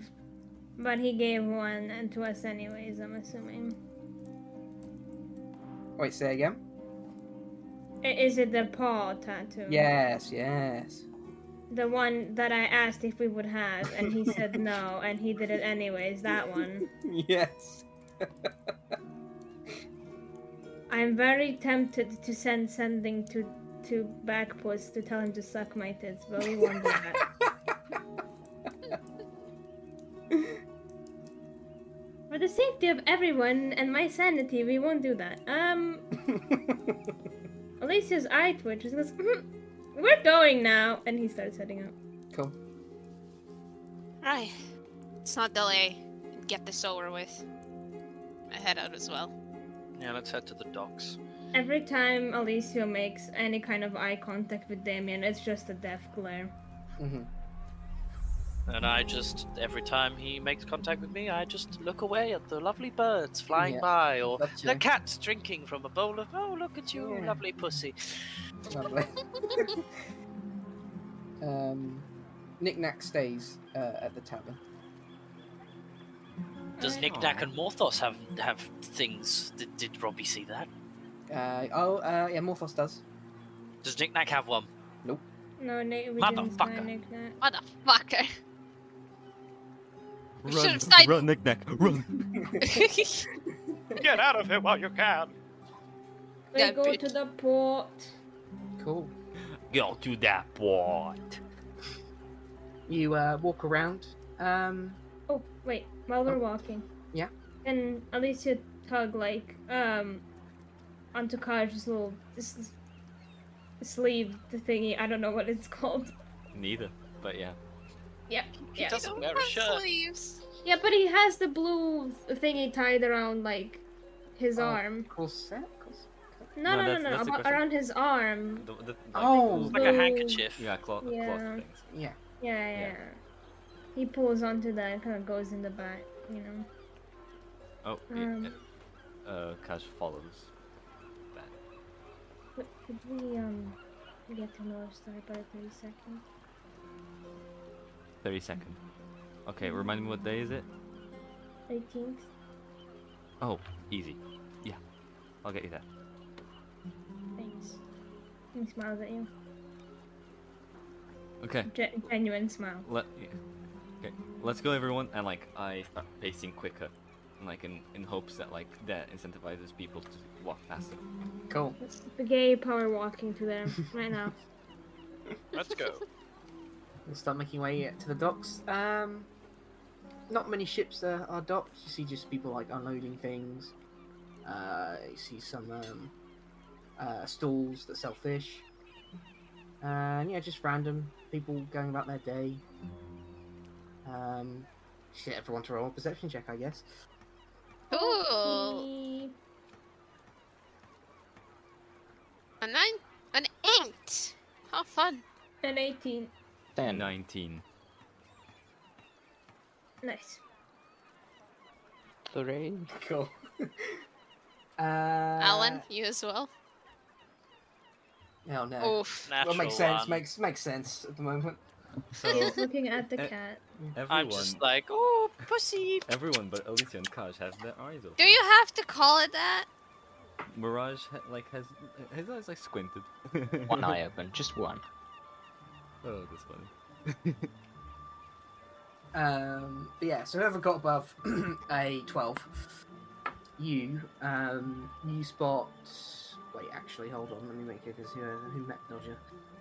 But he gave one and to us anyways, I'm assuming.
Wait, say again.
I- Is it the paw tattoo?
Yes, yes.
the one that I asked if we would have, and he said no, and he did it anyways. That one.
yes.
I'm very tempted to send something to to Backpuss to tell him to suck my tits, but we won't do that. For the safety of everyone and my sanity, we won't do that. Um, Alicia's eye twitches and goes, "Mhm, "We're going now," and he starts heading out.
Cool.
Right. Let's not delay and get this over with. I head out as well.
Yeah, let's head to the docks.
Every time Alicia makes any kind of eye contact with Damien, it's just a death glare.
And I just, every time he makes contact with me, I just look away at the lovely birds flying
Yeah.
by or
Love
the
to.
cat drinking from a bowl of, oh, look at you,
Yeah.
lovely pussy.
Lovely. *laughs* um, Nick Nack stays uh, at the tavern.
Does Nick Nack and Morthos have have things? Did, did Robbie see that?
Uh, oh, uh, yeah, Morphos does.
Does Nick Nack have one?
No, Nate, we didn't
Motherfucker.
sign Nick Nack.
Motherfucker. We should
Run,
have stayed-
run, Nick Nack, run.
*laughs*
Get out of here while you can.
We
That
go
bitch.
to the port.
Cool.
Go to that port.
You uh, walk around. Um,
Oh, wait, while we're walking.
Yeah.
And Alicia tug, like, um, onto Kaj's little s- s- sleeve thingy. I don't know what it's *laughs* called.
Neither, but yeah.
He
Yeah.
doesn't wear a shirt.
Sleeves.
Yeah, but he has the blue thingy tied around, like, his
Oh.
arm.
corset. corset?
No,
No,
no, no,
that's-
no,
that's the
abo-
question.
around his arm.
The, the, like,
Oh,
It's like a
Blue.
handkerchief.
Yeah, cloth, cloth
Yeah.
things.
yeah.
Yeah, yeah,
Yeah.
yeah. He pulls onto that and kind of goes in the back, you know.
Oh,
Um.
yeah. Uh, Cash follows. that.
But could we, um, get to North Star by 30 seconds?
30 second. Okay, remind me what day is it?
18th?
Oh, easy. Yeah, I'll get you that.
Thanks. He smiles at you.
Okay,
Gen- genuine smile.
let yeah. okay, let's go, everyone. And like, I start pacing quicker, and, like in in hopes that like that incentivizes people to walk faster.
Cool.
The gay power walking
*laughs*
to them right now.
Let's go.
We'll start making way to the docks. Um, not many ships are, are docked. You see just people like unloading things. Uh, you see some um, uh, stalls that sell fish. Uh, And yeah, just random people going about their day. Um, shit, everyone to roll a perception check, I guess.
Ooh.
Beep.
A nine. An eight. How fun.
An 18.
Ten.
19.
Nice.
Three.
Cool. *laughs* uh,
Alan, you as well?
Oh no.
Oof.
Natural
well, makes sense.
one.
Makes makes sense at the moment.
So
He's looking at the
Eh.
cat.
everyone,
I'm just like, oh, pussy.
everyone but Alicia and Kaj have their eyes open.
Do you have to call it that?
Mirage ha- like has his eyes like squinted.
One eye open, just one.
*laughs* Oh, that's funny.
Um, but yeah, so whoever got above *clears throat* a 12, you, um, you spot. Wait, actually, hold on, let me make it because who, who met Dodger?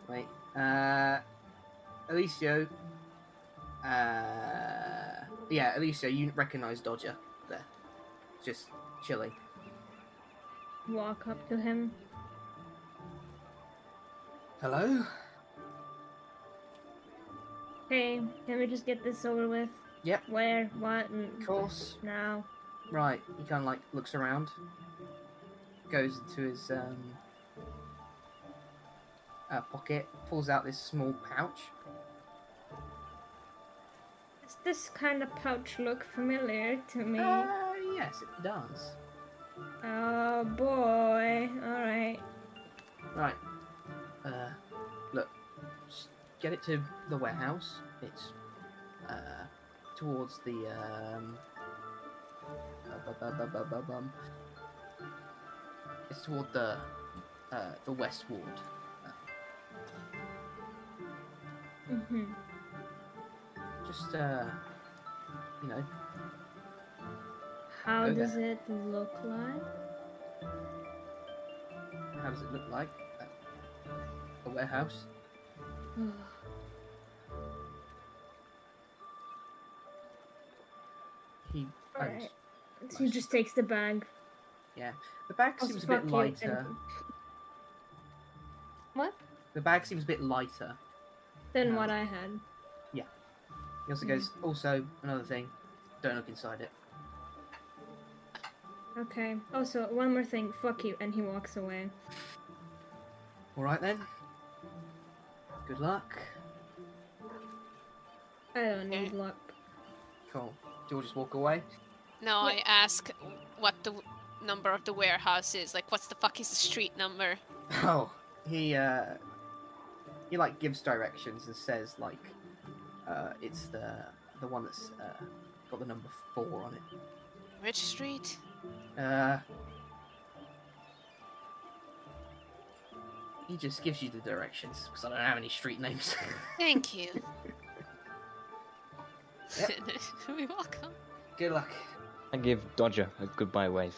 Wait, uh, Alicio. Uh, yeah, Alicio, you recognize Dodger there. Just chilling.
Walk up to him.
Hello?
Hey, can we just get this over with?
Yep.
Where? What? And
Of course.
Now.
Right, he kind of like looks around, goes into his um, uh, pocket, pulls out this small pouch.
Does this kind of pouch look familiar to me?
Uh, yes, it does.
Oh boy. Alright.
Right. Uh, look, just get it to the warehouse. It's uh, towards the um. uh, bu- bu- bu- bu- bu- bu- bum. It's toward the uh, the west ward.
Mm-hmm.
Just, uh, you know,
How
Okay.
does it look
*sighs*
like?
how does it look like? Uh, A warehouse. He owns.
Alright. So he just takes the bag.
The bag
I'll
seems a
fuck
bit
you
lighter.
and- What?
The bag seems a bit lighter.
Than
Um,
what I had.
He also goes, also, another thing, don't look inside it.
Okay. Also, one more thing. Fuck you. And he walks away.
Alright then. Good luck.
I don't
Okay.
need luck.
Cool. Do you all just walk away? *laughs*
No, I ask what the w- number of the warehouse is. Like, what's the fuck is the street number?
Oh, he uh, he like gives directions and says like, uh, it's the the one that's uh, got the number four on it.
Rich Street?
Uh, he just gives you the directions because I don't have any street names. *laughs*
Thank you. *laughs*
Yep.
we walk on.
Good luck.
I give Dodger a goodbye wave.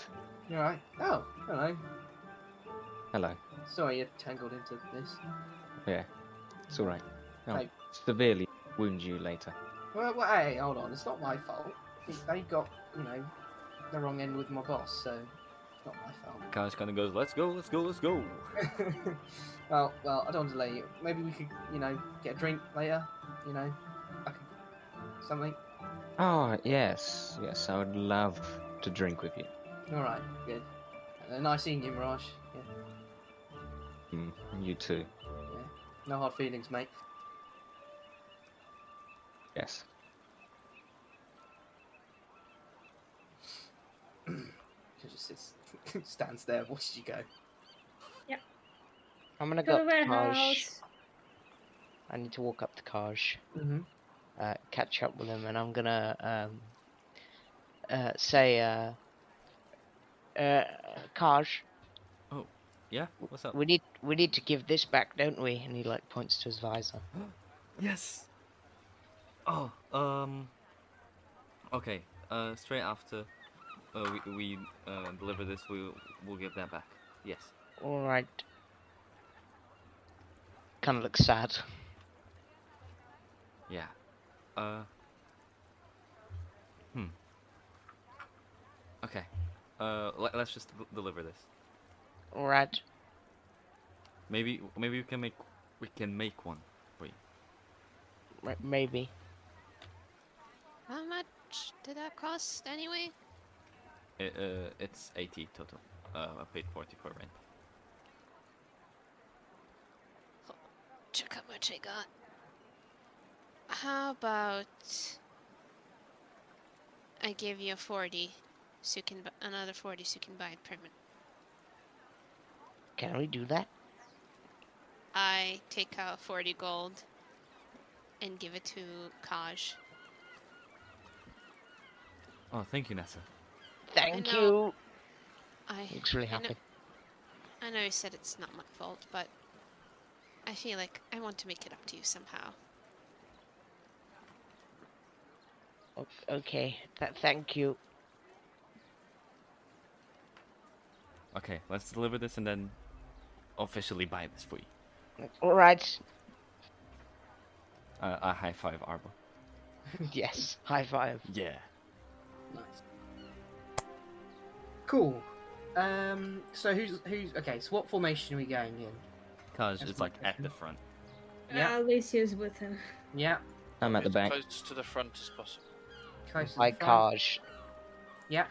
All right. Oh, hello.
Hello.
Sorry, you're tangled into this.
Yeah. It's alright. I'll
Hey.
severely wound you later.
Well, well, hey, hold on. It's not my fault. They got you know the wrong end with my boss, so it's not my fault.
Kai's kind of goes, let's go, let's go, let's go.
*laughs* well, well, I don't want to delay you. Maybe we could, you know, get a drink later. You know, I could, something.
Oh, yes. Yes, I would love to drink with you.
All right, good. Uh, nice seeing you, Mirage. Yeah,
Mm, you too.
no hard feelings, mate.
Yes.
She just sits, *laughs* stands there, watches you go.
I'm gonna
Go to
go
the
up to Kaj.
warehouse.
I need to walk up to Kaj,
Mm-hmm.
uh, catch up with him, and I'm gonna um, uh, say, uh, uh, Kaj,
Yeah, what's up?
we need we need to give this back, don't we? And he like points to his visor.
Yes. Oh, um. Okay. Uh, straight after uh, we, we uh, deliver this, we will we'll get that back. Yes.
All right. Kind of looks sad.
Yeah. Uh. Hmm. Okay. Uh, le- let's just d- deliver this.
All right.
Maybe maybe we can make we can make one.
M- Maybe.
How much did that cost anyway?
It, uh, it's 80 total. Uh, I paid 40 for rent.
Check how much I got. How about I give you a 40 so you can bu- another 40 so you can buy it permanent.
Can we do that?
I take out 40 gold and give it to Kaj.
Oh, thank you, Nessa.
know.
Thank you.
I
Looks really
I know-
happy.
I know you said it's not my fault, but I feel like I want to make it up to you somehow.
O- Okay. Th- thank you.
Okay, let's deliver this and then officially buy this for you.
All right.
Uh, I high five Arbor.
*laughs* yes. High five.
Yeah.
Nice. Cool. Um. So who's who's okay? So what formation are we going in?
Cause
That's
it's
my
like at the
question.
front.
Yeah.
Uh, Lucius with
*laughs*
him. *laughs*
Yeah.
I'm at the
As
back.
Close to the front as possible.
Close to
Hi,
the front.
Kaj.
Yeah.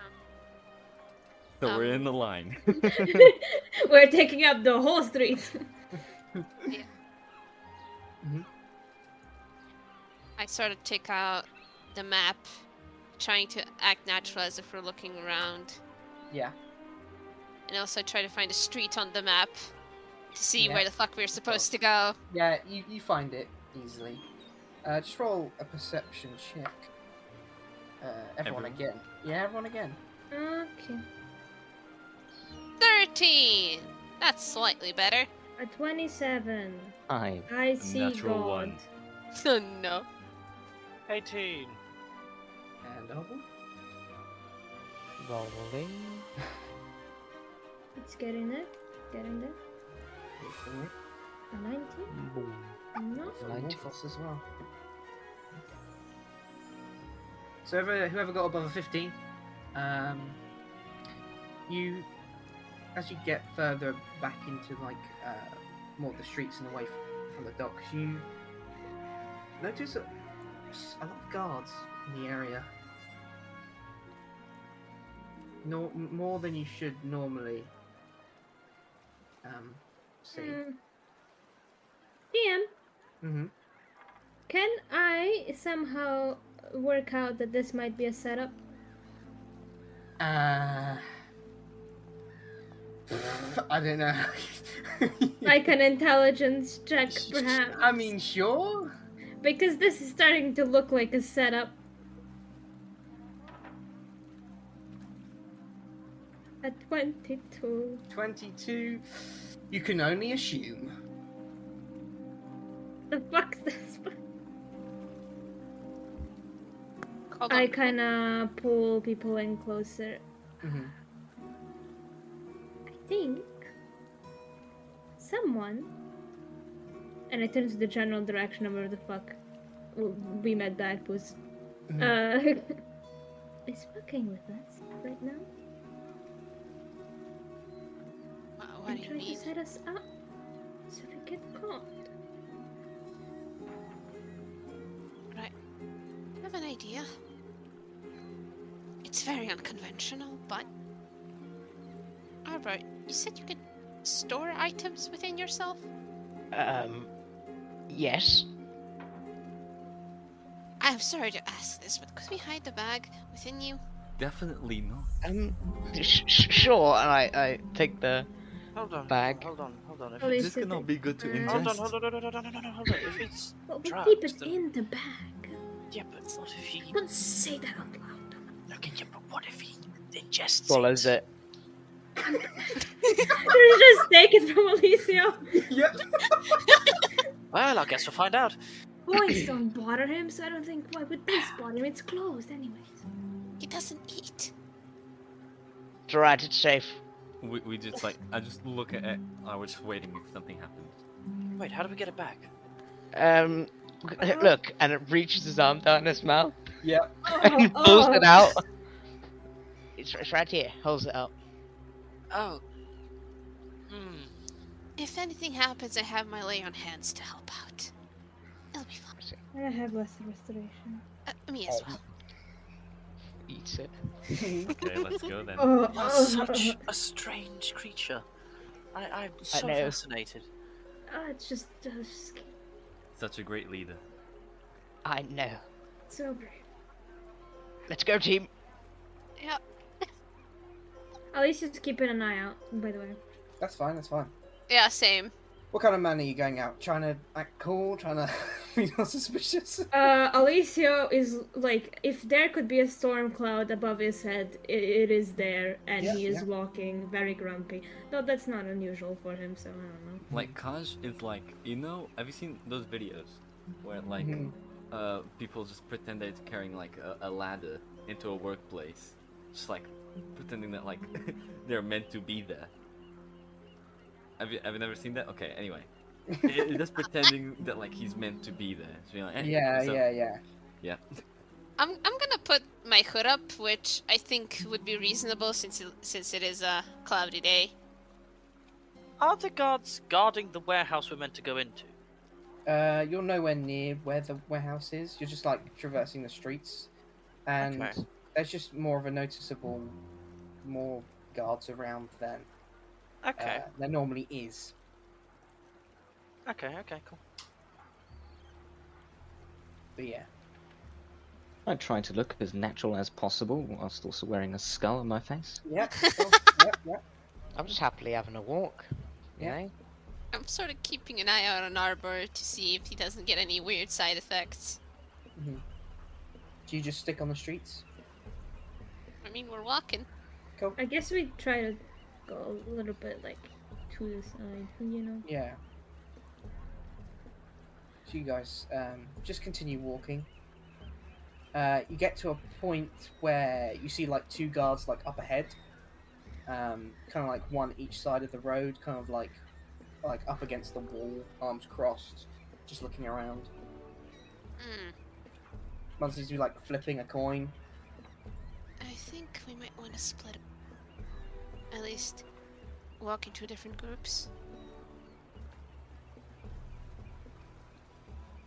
So we're
Um,
in the line.
We're taking up the whole street. *laughs*
I sort of take out the map, trying to act natural as if we're looking around,
Yeah.
and also try to find a street on the map to see
Yeah.
where the fuck we're supposed to go.
Yeah. You you find it easily. Uh, just roll a perception check. Uh, everyone,
Everyone?
again. Yeah, everyone again.
okay.
13! That's slightly better.
A 27.
I
I see
natural
God.
one.
*laughs* Oh no.
18.
And double.
Rolling.
It's getting there. Getting there. A 19?
Boom.
No.
Ninety.
Morphos as well. So whoever, whoever got above a 15, um, you, as you get further back into like uh, more of the streets and away f- from the docks, you notice a, a lot of guards in the area. No, more than you should normally um, see.
Hmm. DM,
hmm
can I somehow work out that this might be a setup?
Uh, I don't know. *laughs*
Like an intelligence check, perhaps?
I mean, sure.
Because this is starting to look like a setup. A 22.
Twenty-two. You can only assume.
The fuck this?
Hold
I
on.
kinda pull people in closer.
Mhm.
I think someone. And I turn to the general direction of where the fuck w- we met that was. Uh, *laughs* is fucking with us right now.
Wha- Uh, What
and
do you
trying to
mean?
set us up so we get caught.
Right. I have an idea. It's very unconventional, but. Alright, you said you could store items within yourself?
Um, yes.
I'm sorry to ask this, but could we hide the bag within you?
*laughs* Definitely not.
Um, sh- sh- sure. And I, I take the.
Hold on.
Bag.
Hold on. Hold on. If
Oh,
it-
they
This
said
cannot
that-
be good to
Uh,
hold on.
ingest.
Hold on. No, no, no, no, no, no, no, hold on. If it's
But we keep
drugs,
it
then-
in the bag.
yeah, but what if he?
Don't say that out loud. *laughs*
Okay, yeah, but what if he ingests?
Follows it.
There's just take it from Alicia.
Yep.
Well, I guess we'll find out.
Boys don't bother him, so I don't think why would they bother him? It's closed, *laughs* anyways.
He doesn't eat.
It's alright. It's safe.
We, we just like I just look at it. I was just waiting if something happened.
Wait, how do we get it back?
Um, look, and it reaches his arm down his mouth
Yep.
Oh,
and pulls it out. It's, it's right here. Holds it out.
Oh. Hmm.
If anything happens, I have my lay on hands to help out. It'll be fine.
I have lesser restoration.
Uh, me as well.
Eats it.
Okay, let's go then.
*laughs* *laughs* Oh,
You're such a strange creature. I, I'm so
know.
fascinated.
it's just uh, sc-
Such a great leader.
I know.
so brave.
Let's go, team.
Yep.
Alicia's keeping an eye out, by the way.
That's fine. That's fine.
Yeah, same.
What kind of man are you going out? Trying to act cool? Trying to *laughs* be not suspicious?
*laughs*
Uh, Alicia is like, if there could be a storm cloud above his head, i it is there, and
Yeah,
he is
yeah.
walking very grumpy. No, that's not unusual for him, so I don't know.
Like Kaj is like you know. Have you seen those videos where like
Mhm.
Mm-hmm.
uh people just pretend they're carrying like a, a ladder into a workplace, just like pretending that like *laughs* they're meant to be there. Have you have you never seen that? Okay, anyway, It- it- just pretending that like he's meant to be there. So you're like, eh,
yeah,
so-
yeah, yeah.
I'm I'm gonna put my hood up, which I think would be reasonable since it, since it is a cloudy day.
Are the guards guarding the warehouse we're meant to go into?
Uh, you're nowhere near where the warehouse is. You're just like traversing the streets, and
Okay.
there's just more of a noticeable, more guards around than uh,
Okay.
there normally is.
okay. Okay. Cool.
But yeah,
I try to look as natural as possible whilst also wearing a skull on my face.
*laughs* yep, yep, yep.
I'm just happily having a walk. You
Yeah.
know?
I'm sort of keeping an eye out on Arbor to see if he doesn't get any weird side effects.
Do you just stick on the streets?
I mean, we're walking.
I guess we try to go a little bit like to the side, you know.
Yeah. So you guys um, just continue walking. Uh, you get to a point where you see like two guards like up ahead, um, kind of like one each side of the road, kind of like like up against the wall, arms crossed, just looking around.
Mm,
One seems to be like flipping a coin. *laughs*
I think we might want to split up. At least walk in two different groups.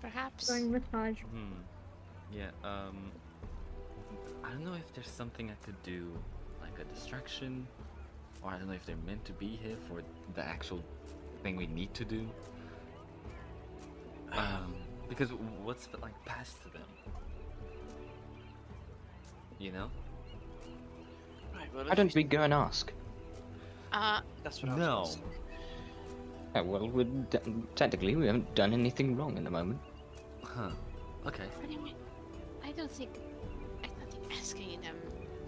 Perhaps.
Going with Hodge.
Hmm. Yeah. Um. I don't know if there's something I could do, like a distraction, or I don't know if they're meant to be here for the actual thing we need to do. Um. Because what's like passed to them? You know.
Right, well,
Why
if
don't we go and ask?
Uh,
That's what I was
No.
gonna say.
Yeah, Uh, well, we're d- technically we haven't done anything wrong at the moment.
Huh. Okay.
what do you mean? I don't think. I don't think asking them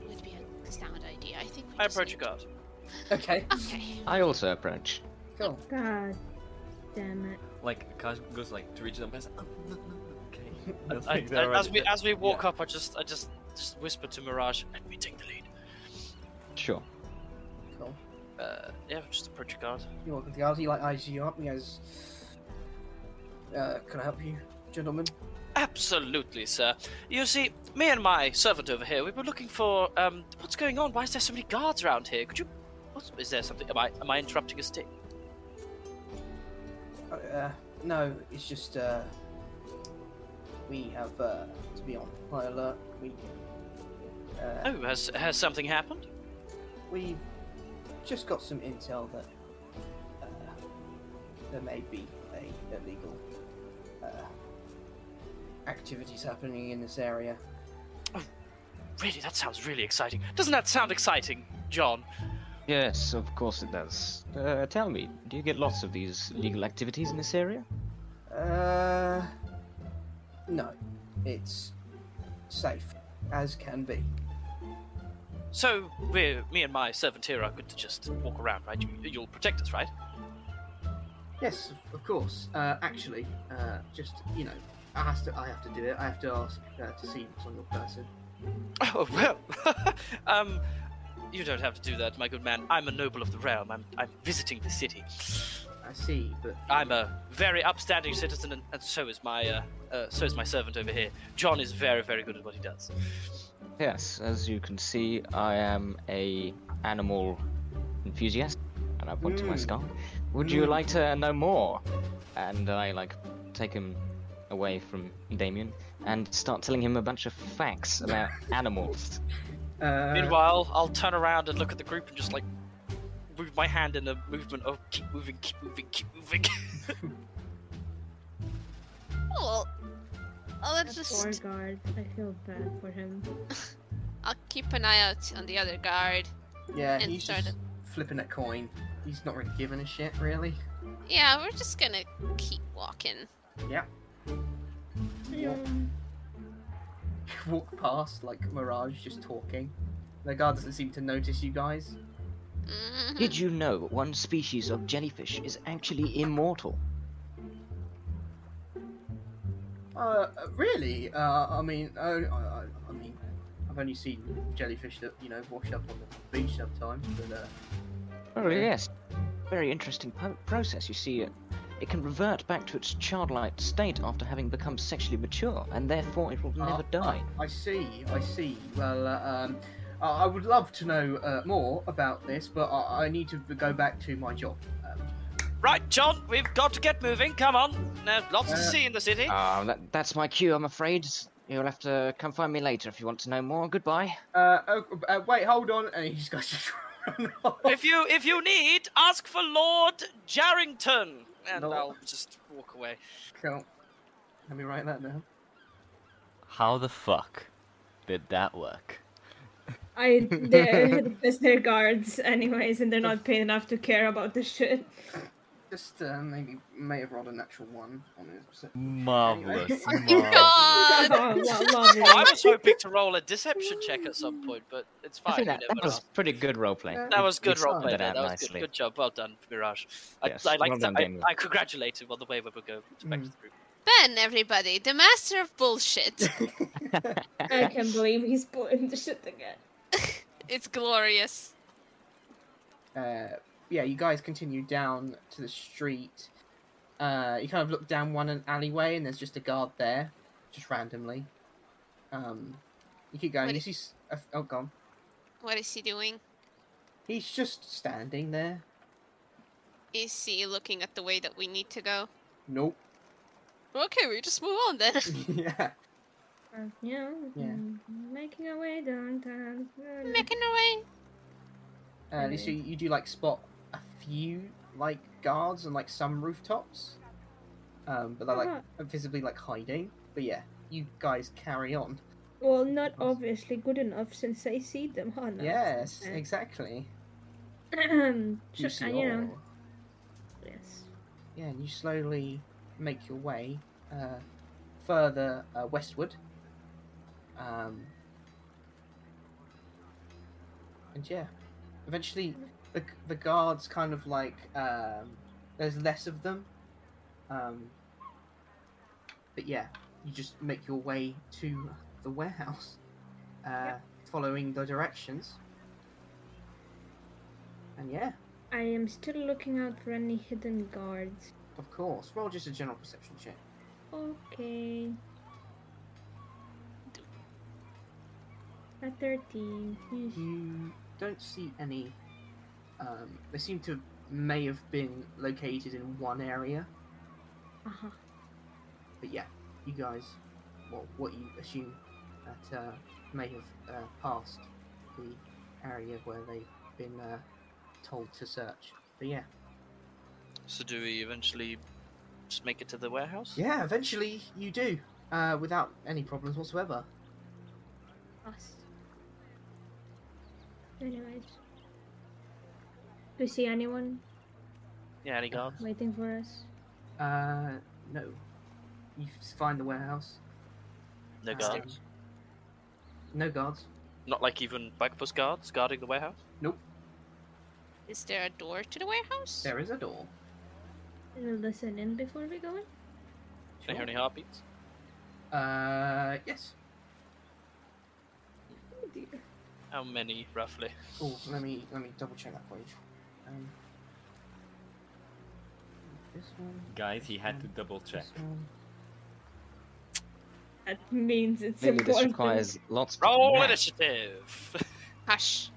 would be a sound idea. I think. We
I
just
approach a
need
guard.
Okay,
to- Okay.
I also approach.
cool.
God damn it.
Like Kaj goes like to reach them and says, oh, no, no, no,
*laughs*
okay. I don't
I,
think they're
I- as
ready.
we
They're-
as we walk
yeah.
up, I just I just just whisper to Mirage, "Let me take the lead."
Sure.
Cool.
Uh, yeah, just approach a guard.
You walk with the guards. He like eyes you up. and He goes, uh, "Can I help you, gentlemen?"
Absolutely, sir. You see, me and my servant over here, we were looking for um, what's going on? Why is there so many guards around here? Could you? What's, is there something? Am I am I interrupting a stick?
Uh, Uh, no, it's just uh, we have uh, to be on high alert. We uh,
Oh, has has something happened?
we just got some intel that uh, there may be a illegal uh, activities happening in this area.
Really, that sounds really exciting. Doesn't that sound exciting, John?
Yes, of course it does. Uh, tell me, do you get lots of these legal activities in this area?
Uh, no, it's safe as can be.
So we, me and my servant here, are good to just walk around, right? You, you'll protect us, right?
Yes, of- of course. Uh, actually, uh, just you know, I have to. I have to do it. I have to ask uh, to see what's on your person.
*laughs* Oh well. *laughs* um, you don't have to do that, my good man. I'm a noble of the realm. I'm I'm visiting the city.
I see, but
I'm a very upstanding citizen, and, and so is my uh, uh, so is my servant over here. John is very very good at what he does.
Yes, as you can see, I am a animal enthusiast, and I point to my
Mm.
skull. Would you
Mm.
like to know more? And I like take him away from Damien and start telling him a bunch of facts about animals.
Uh,
Meanwhile, I'll turn around and look at the group and just like move my hand in a movement of keep moving, keep moving, keep moving.
Well, I'll let's
That
just.
poor guard. I feel bad for him.
I'll keep an eye out on the other guard.
yeah,
and
he's
started-
just flipping a coin. He's not really giving a shit, really. *laughs*
Yeah, we're just gonna keep walking.
Yeah. Walk, walk past like Mirage, just talking. The guard doesn't seem to notice you guys.
Mhm.
Did you know one species of jellyfish is actually immortal?
Uh, really? Uh, I mean, uh, I, I, I mean, I've only seen jellyfish that you know wash up on the beach sometimes, but uh,
Oh yes, very interesting po- process. You see, it, it can revert back to its childlike state after having become sexually mature, and therefore it will
Ah,
never die.
I see, I see. Well, uh, um, I I would love to know uh, more about this, but I, I need to go back to my job. Um,
right, John, we've got to get moving. Come on, there's lots
Uh,
to see in the city.
Ah, that, that's my cue, I'm afraid. You'll have to come find me later if you want to know more. Goodbye.
uh, oh, uh, wait, hold on, and he just goes. just *laughs* run off.
if you if you need, ask for Lord Jarrington, and
Lord-
I'll just
*laughs*
walk away.
Cool. Let me write that down.
How the fuck did that work?
*laughs*
I they're, they're guards anyways, and they're not paid enough to care about this shit.
Just uh, maybe may have rolled a natural one on his. percep-
Marvelous.
*laughs*
marvelous.
God!
Oh, lo- lovely.
I was hoping to roll a deception check at some point, but it's
I
fine.
think
we
that,
never
that was
know.
pretty good
uh,
roleplay.
That was good
we sorted
roleplay.
that
there, That,
out
was good.
nicely.
Good job. Well done, Mirage. I,
Yes,
I like
well
to,
done,
I,
Damien.
Mm.
I congratulate him on the way we will go back to the group.
Ben, everybody, the master of bullshit.
I can believe he's putting the shit together.
it's glorious.
Uh, yeah, you guys continue down to the street. Uh, you kind of look down one an alleyway, and there's just a guard there, just randomly. Um, you keep going.
What
You
i-
see, s- a f- oh, gone.
What is he doing?
He's just standing there.
Is he looking at the way that we need to go?
Nope.
Okay, we just move on then.
*laughs* yeah.
Uh, yeah.
Yeah.
Making our way downtown.
Making our way.
Uh, at least you, you do like spot a few like guards and like some rooftops, um, but they're like
Uh-huh.
visibly like hiding. But yeah, you guys carry on.
Well, not obviously good enough since I see them, huh? now? *clears throat*
Yes,
Okay.
exactly.
Sure,
see
uh, you know.
all.
Yes.
Yeah, and you slowly make your way uh, further uh, westward. Um, and yeah, eventually the, the guards kind of like um, there's less of them. Um, but yeah, you just make your way to the warehouse, uh, following the directions. And yeah,
I am still looking out for any hidden guards.
of course, roll just a general perception check.
Okay. At 13. Hmm.
You don't see any. Um, they seem to may have been located in one area,
Uh-huh.
but yeah, you guys, well, what you assume that uh, may have uh, passed the area where they've been uh, told to search. But yeah,
So do we eventually just make it to the warehouse?
yeah, eventually you do uh, without any problems whatsoever.
Us. Anyways. Do you see anyone
Yeah, any guards?
waiting for us?
Uh, no, you find the warehouse.
No
um,
guards.
no guards.
Not like even backbus guards guarding the warehouse.
Is there a door to the warehouse?
There is a door.
We'll listen in before we go in.
Can I hear any heartbeats?
Uh, yes.
Oh dear.
How many roughly?
Oh, let me let me double check that for you. Um, this one.
Guys, he had to double check.
This one.
That means it's
Clearly, this
important.
requires lots. of
Roll
math.
initiative.
Hush.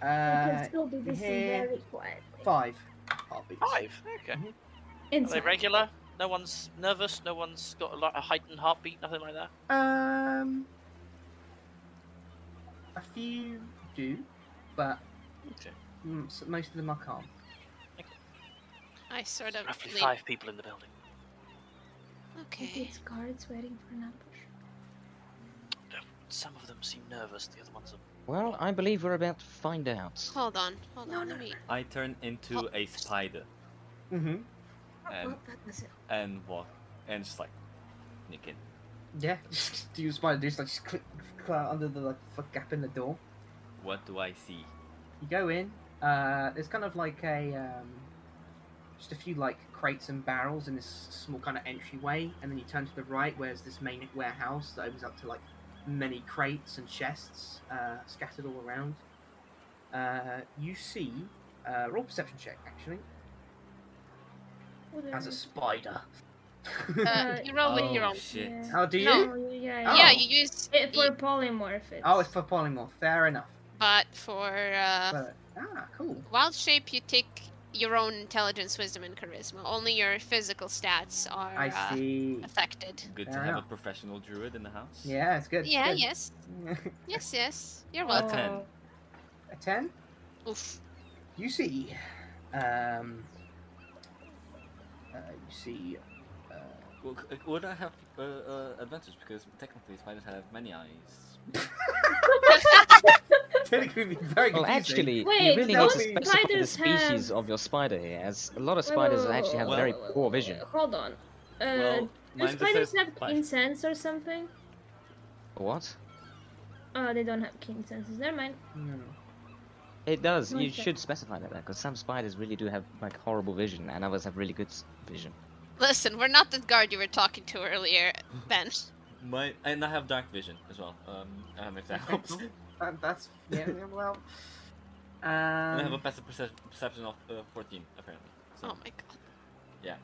I can
Uh,
still do this in
here.
very quiet.
five. Heartbeats.
Five. Okay. Are they
Inside.
regular? No one's nervous. No one's got a, lot, a heightened heartbeat. Nothing like that.
Um, a few do, but
Okay.
mm, s- most of them are calm.
I sort of.
Roughly
lean-
five people in the building.
Okay.
Maybe it's guards waiting for an ambush.
Some of them seem nervous. The other ones are.
Well, I believe we're about to find out.
Hold on, hold
No,
on.
no,
Let me.
I turn into a spider
Mm-hmm.
and
well, Oh, that was it.
and walk and just like nick in.
Yeah. *laughs* do you spider do just like just click, click out under the like f- gap in the door?
What do I see?
You go in. Uh, there's kind of like a um, just a few like crates and barrels in this small kind of entryway, and then you turn to the right, where's this main warehouse that opens up to like many crates and chests uh, scattered all around. Uh, you see, uh, roll perception check actually
Oh, there
as
it
a
is.
spider.
Uh, you roll with
oh,
your own.
shit.
*laughs* How do you?
No.
Oh, yeah,
Yeah,
Oh.
you use
It
it
for polymorph. It's...
Oh, it's for polymorph. Fair enough.
but for uh,
But, ah, cool.
wild shape, you take your own intelligence, wisdom, and charisma. Only your physical stats are
I
uh,
see.
affected.
Good to
Fair
have a
enough.
professional druid in the house.
Yeah, it's good.
yeah.
good. Oh.
Yes. Yes. Yes. You're
A
welcome.
ten.
*laughs* a ten.
Oof.
You see, um, uh, you see,
*laughs*
uh,
Well, c- Would I have uh, uh, advantage because technically spiders have many eyes?
Uh,
technically it'd be very
Well,
confusing.
actually,
Wait,
you really
no,
need to specify the
spiders have-
species of your spider here, as a lot
Wait,
of
wait,
spiders
wait, wait,
actually have
wait,
very
wait, wait,
poor
wait,
vision.
wait, Hold on. Uh,
well, mine
do
just
spiders
says
have
five.
keen sense or something?
What?
Oh, they don't have keen senses. Never mind.
No.
It does.
Like
You
that.
should specify that, because some spiders really do have like horrible vision, and others have really good s- vision.
Listen, we're not the guard you were talking to
*laughs*
earlier, Ben.
My and I have dark vision as well. Um, um if that
Okay,
helps.
cool. That- that's
*laughs*
yeah, yeah, well.
And I have a
Um,
passive percep- perception of uh, 14 apparently. So,
Oh my god.
yeah.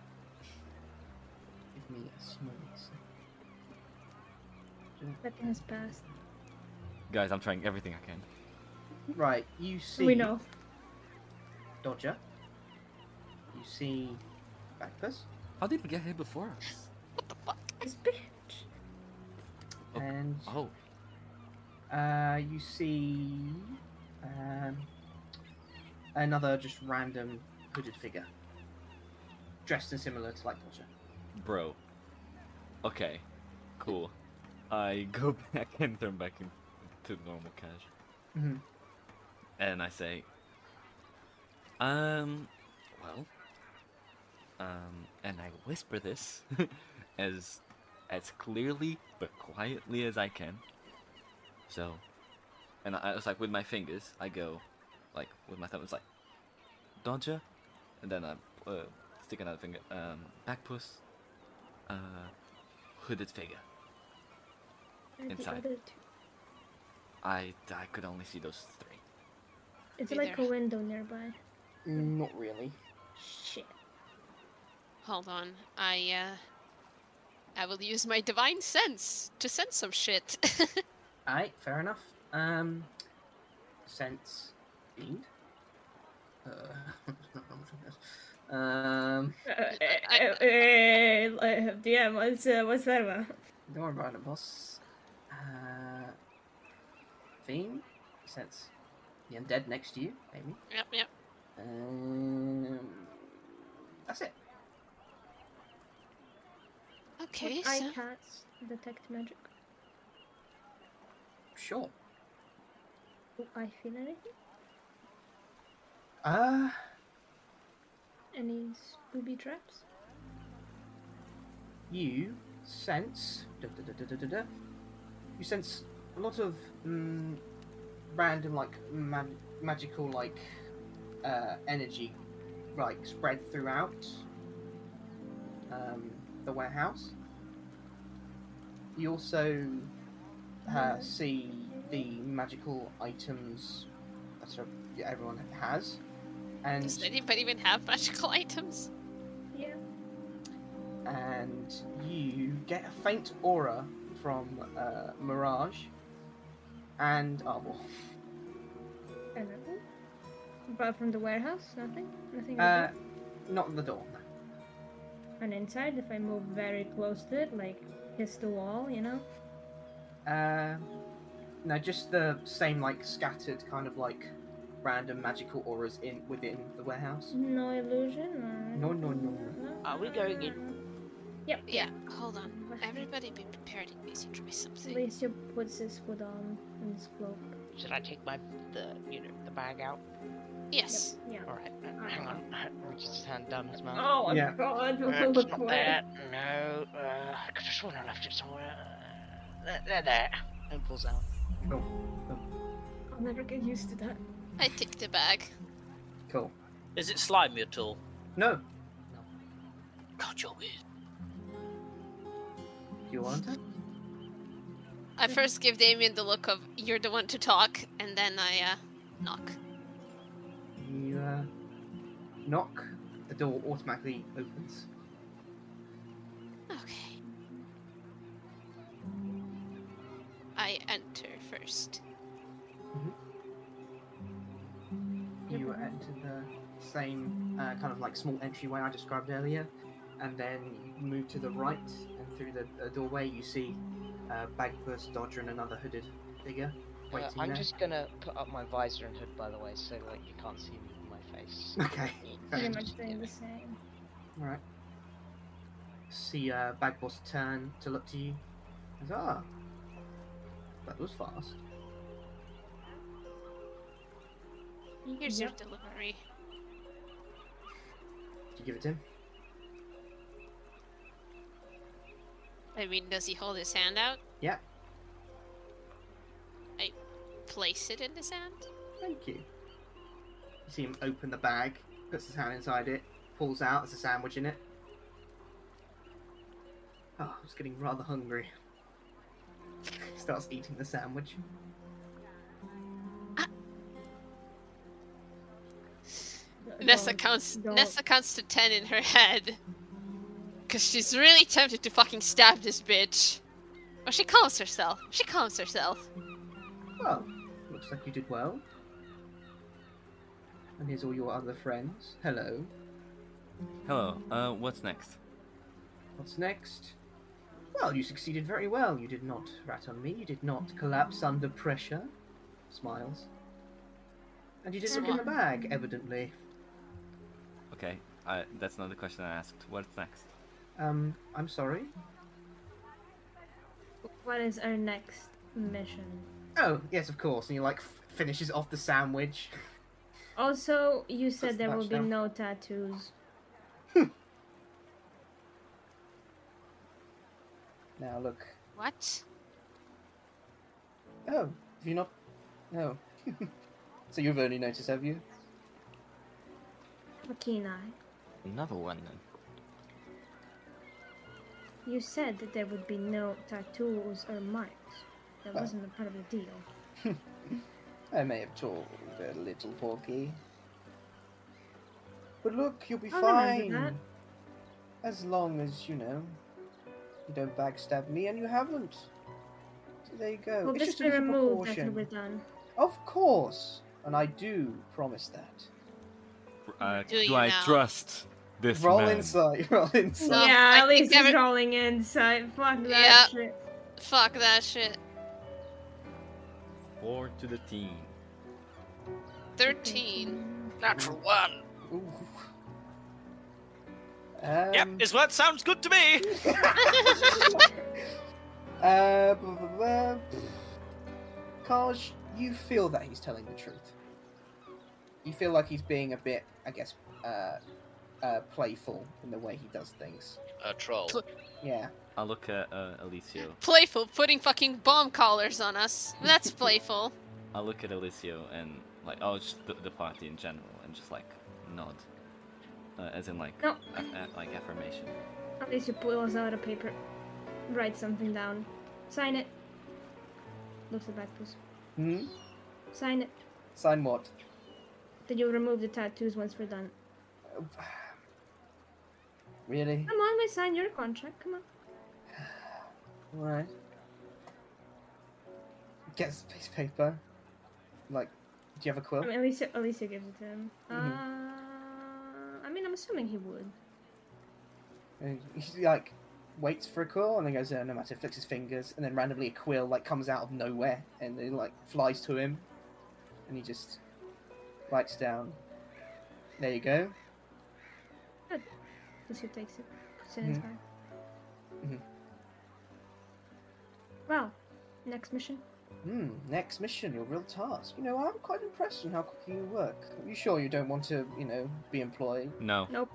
give me a small second.
Nothing has passed.
Guys, I'm trying everything I can.
Right, you see.
We know.
Dodger. You see Backpus.
How did we get here before us?
What the fuck?
This bitch.
Oh.
And
Oh,
uh, you see um, another just random hooded figure. Dressed and similar to like Dodger.
bro. Okay, cool. I *laughs* go back and turn back into normal cash.
Mhm.
And I say, um, well, um, and I whisper this *laughs* as as clearly but quietly as I can. So, and I I was like with my fingers, I go, like with my thumb, it's like, Dodger, and then I uh, stick another finger, um, back puss, uh, hooded figure.
Where are
Inside.
The other two?
I I could only see those three.
It's
Be
like
there.
a window nearby.
Not really.
Shit.
Hold on. I uh I will use my divine sense to sense some shit. *laughs*
Alright, fair enough. Um, sense fiend. Uh, *laughs* um,
Uh, DM, what's, uh, what's that about?
don't worry about it, boss. Uh, fiend sense the undead next to you, maybe.
yep, yep.
Um, that's it.
Okay,
I
so
cast detect magic.
Sure.
Do Oh, I feel anything?
Uh,
Any booby traps?
you sense da, da, da, da, da, da, da. you sense a lot of mm, random like mag- magical like uh, energy like spread throughout um, the warehouse you also uh, see the magical items that are, yeah, everyone has and
does anybody even have magical *laughs* items?
Yeah.
and you get a faint aura from uh, Mirage and Arbor.
And nothing? Apart from the warehouse, nothing? Nothing?
Uh,
over
not the door. no.
there? and inside, if I move very close to it, like kiss the wall, you know?
Uh, no, just the same like scattered kind of like random magical auras in within the warehouse.
No illusion? Or
No, no,
anything?
no.
No?
Are we going
Yep.
Yeah, hold on.
What?
Everybody be prepared in case you try something.
Alicia puts his hood on and his cloak.
Should I take my the you know the bag out?
Yes.
Yep.
All right, hang on. We just hand down his
Yeah.
mouth.
Oh,
my Yeah.
God.
Uh, it's not there. No. Uh, I could have sworn I left it somewhere. Uh, There, there, there. And pulls out.
I'll never get used to that.
I take the bag.
Cool.
Is it slimy at all?
No,
God, you're weird.
you want it?
I first give Damien the look of you're the one to talk, and then I uh knock.
You uh, knock. The door automatically opens.
Okay. I enter first.
You enter the same uh, kind of like small entryway I described earlier, and then you move to the right, and through the uh, doorway you see uh, Bagpuss, Dodger, and another hooded figure waiting
Uh, I'm
there.
just gonna put up my visor and hood, by the way, so like you can't see my face.
Okay.
Pretty much doing the same.
All right. See uh, Bagpuss turn to look to you. He says, Ah, that was fast.
Here's
Yep.
your delivery.
Did you give it to him?
I mean, does he hold his hand out?
Yeah.
I place it in his hand.
Thank you. You see him open the bag, puts his hand inside it, pulls out. There's a sandwich in it. Oh, I was getting rather hungry. *laughs* Starts eating the sandwich.
Nessa
Don't-
counts.
don't-
Nessa counts to ten in her head, cause she's really tempted to fucking stab this bitch. Well, she calms herself. She calms herself.
Well, looks like you did well. And here's all your other friends. Hello.
Hello. Uh, what's next?
What's next? Well, you succeeded very well. You did not rat on me. You did not collapse under pressure. Smiles. And you did look in the bag, evidently.
Okay. Uh, that's not the question I asked. What's next?
Um, I'm sorry.
What is our next mission?
Oh, yes, of course. And he like f- finishes off the sandwich.
Also, you said
Just
there will
watch
be
them.
no tattoos.
Now look.
What?
Oh, have you not? No. *laughs* so you've only noticed, have you?
A keen eye.
Another one then.
You said that there would be no tattoos or marks. That
Well.
wasn't a part of the deal.
I may have told a little porky. But look, you'll be
I remember that.
fine. As long as, you know, you don't backstab me, and you haven't. So there you go.
Will
Oh, it's
this
just a
be
little
removed after
precaution.
we're done?
Of course! And I do promise that.
Uh,
Do you
I
now?
trust this
roll
man?
insight, *laughs* roll insight.
No,
yeah,
I
at least
think
he's
every-
rolling inside. Fuck that
Yeah.
shit.
Fuck that shit.
Four to the team.
Thirteen.
Natural one.
Ooh. Um,
yep,
*laughs*
his word sounds good to me.
Uh, blah, blah, blah. Kaj, you feel that he's telling the truth. You feel like he's being a bit, I guess, uh, uh, playful in the way he does things.
A troll.
Yeah.
I'll look at uh, Alicio.
Playful, putting fucking bomb collars on us.
*laughs*
That's playful.
I'll look at Alicio and like, oh, just the, the party in general, and just like nod, uh, as in like,
No.
a- a- like affirmation.
At least you pulls out a paper, write something down, sign it. Looks at Backpus.
Hmm?
Sign it.
Sign what?
Then you'll remove the tattoos once we're done.
Really?
Come on, we signed your contract. Come on.
Alright. Gets the piece of paper. Like, do you have a
I
quilt?
mean, Alicia, Alicia gives it to him.
Mhm.
Uh, I mean, I'm assuming he would.
And He, like, waits for a quill and then goes, oh, no matter, flicks his fingers, and then randomly a quill, like, comes out of nowhere and then, like, flies to him. And he just writes down, there you go.
Alicia takes it, puts it in his
Mhm.
bag.
Mhm.
Well, next mission.
Hmm, next mission, your real task. You know, I'm quite impressed on how quickly you work. Are you sure you don't want to, you know, be employed?
No.
No.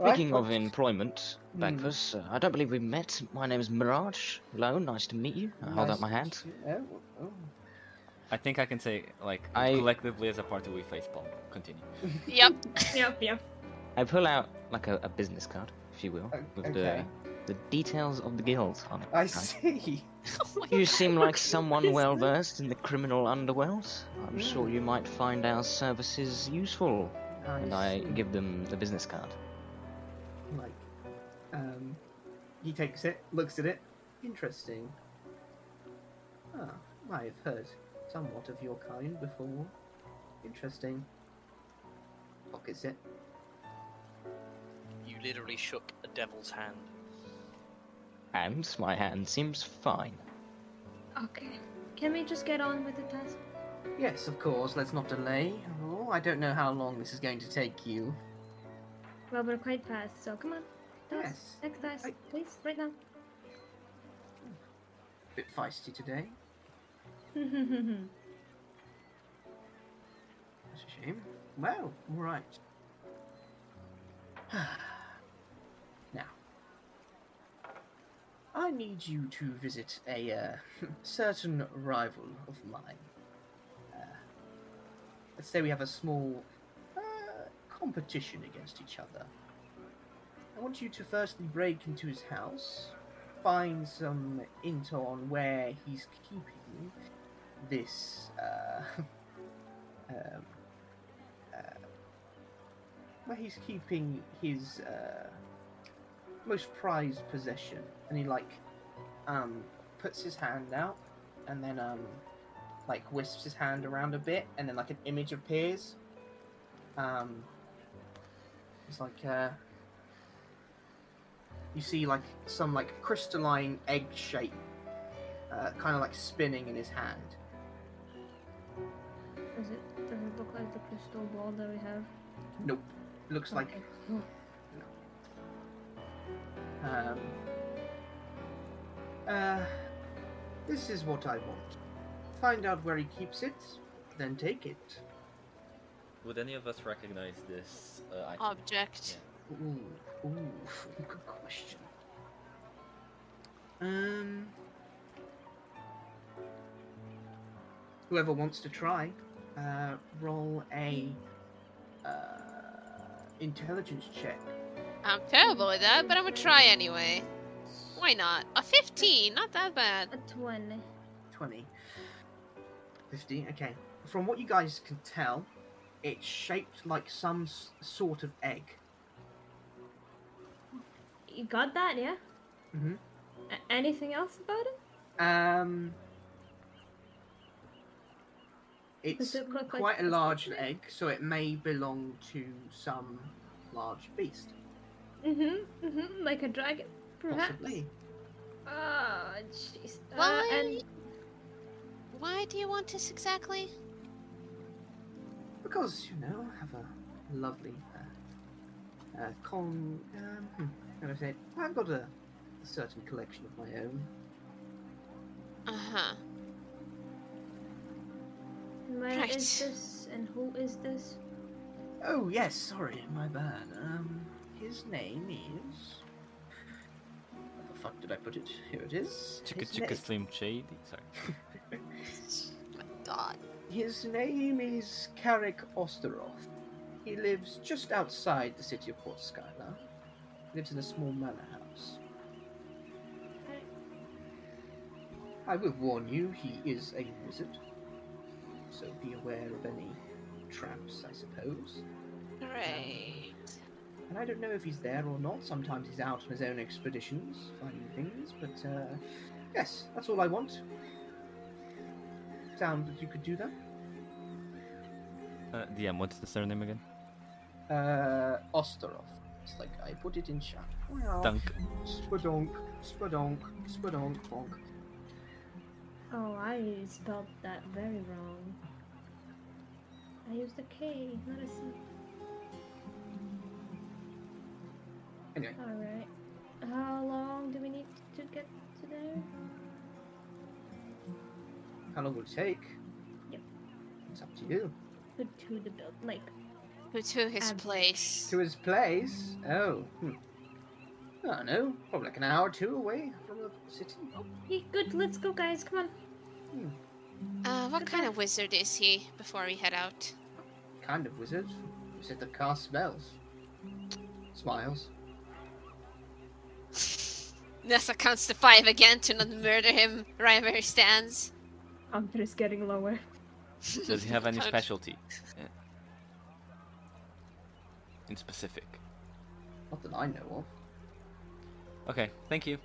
Right,
Speaking of
well,
employment,
Hmm.
Bagpus, uh, I don't believe we've met. My name is Mirage. Hello, nice to meet you. I hold
nice
out my
to
hand.
see you. Oh, oh.
I think I can say like
I-
collectively as a party we face palm. Continue.
Yep.
Yep, yep.
I pull out like a, a business card, if you will,
O-
with
Oh, okay.
the, the details of the guild on it.
I
Uh,
see.
*laughs*
*laughs*
You seem like someone well versed in the criminal underworld.
Hmm.
I'm sure you might find our services useful. And I
see.
give them the business card.
like um he takes it looks at it interesting ah i have heard somewhat of your kind before interesting pockets it
You literally shook a devil's hand.
And my hand seems fine.
Okay. Can we just get on with the task?
yes of course let's not delay oh, i don't know how long this is going to take you
Well, we're quite fast, so come on. Tell us.
yes
Next task,
I-
please, right now.
a bit feisty today
*laughs*
that's a shame well all right *sighs* now I need you to visit a uh, *laughs* certain rival of mine. Uh, let's say we have a small uh, competition against each other. I want you to firstly break into his house, find some intel on where he's keeping this uh, *laughs* um, uh, where he's keeping his uh, most prized possession, and he like um, puts his hand out, and then um, like wisps his hand around a bit, and then like an image appears. Um, it's like uh, you see like some like crystalline egg shape, uh, kind of like spinning in his hand.
Does it, does it look like the crystal ball that we have?
Nope, looks like
Okay, cool.
Um, uh, this is what I want. Find out where he keeps it, then take it.
Would any of us recognize this uh, item?
Object.
Ooh, ooh, *laughs* good question. Um, whoever wants to try, uh, roll a uh, intelligence check.
I'm terrible at that, but I'm gonna try anyway. Why not? A 15, not that bad.
A 20.
20. 15, okay. From what you guys can tell, it's shaped like some s- sort of egg.
You got that, yeah?
Mhm.
A- anything else about it?
Um, it's
Does it look like
quite a
a
large
snake?
egg, so it may belong to some large beast.
Mm-hmm, mm-hmm, like a dragon, perhaps?
Possibly.
Oh, jeez. Uh,
Why?
and
Why do you want this exactly?
Because, you know, I have a lovely uh, uh, con. Um, hmm, how do I say it? I've got a, a certain collection of my own.
Uh huh.
where
Right.
is this, and who is this?
Oh yes, sorry, my bad. Um, his name is. Where the fuck did I put it? Here it is.
Chicka
His
chicka
na-
slim shady. Sorry. *laughs*
My God.
His name is Carrick Osteroth. He lives just outside the city of Port Skylar. Lives in a small manor house. I will warn you, he is a wizard, so be aware of any traps, I suppose.
Right.
And I don't know if he's there or not. Sometimes he's out on his own expeditions, finding things. But uh, yes, that's all I want. Sound that you could do that.
Uh, DM, what's the surname again?
Uh, Osterov. It's like I put it in chat. Well,
*laughs*
Dunk.
Spadonk, spadonk, spadonk, bonk.
Oh, I spelled that very wrong. I used a K, not a C.
Anyway.
Alright. How long do we need to get to there?
How long will it take?
Yep.
It's up to you.
To, to the build, like,
Who to his
Um,
place?
To his place. Oh. Hmm. I don't know. Probably like an hour or two away from the city.
hey, good, let's go, guys, come on.
Uh, what kind of wizard is he? Before we head out. *laughs*
Kind of wizard. He said the car smells. Smiles.
Nessa counts to five again to not murder him right where he stands.
Hunter is getting lower.
Does he have any
Touch.
specialty? Uh, In specific.
Not that I know of.
Okay, thank you.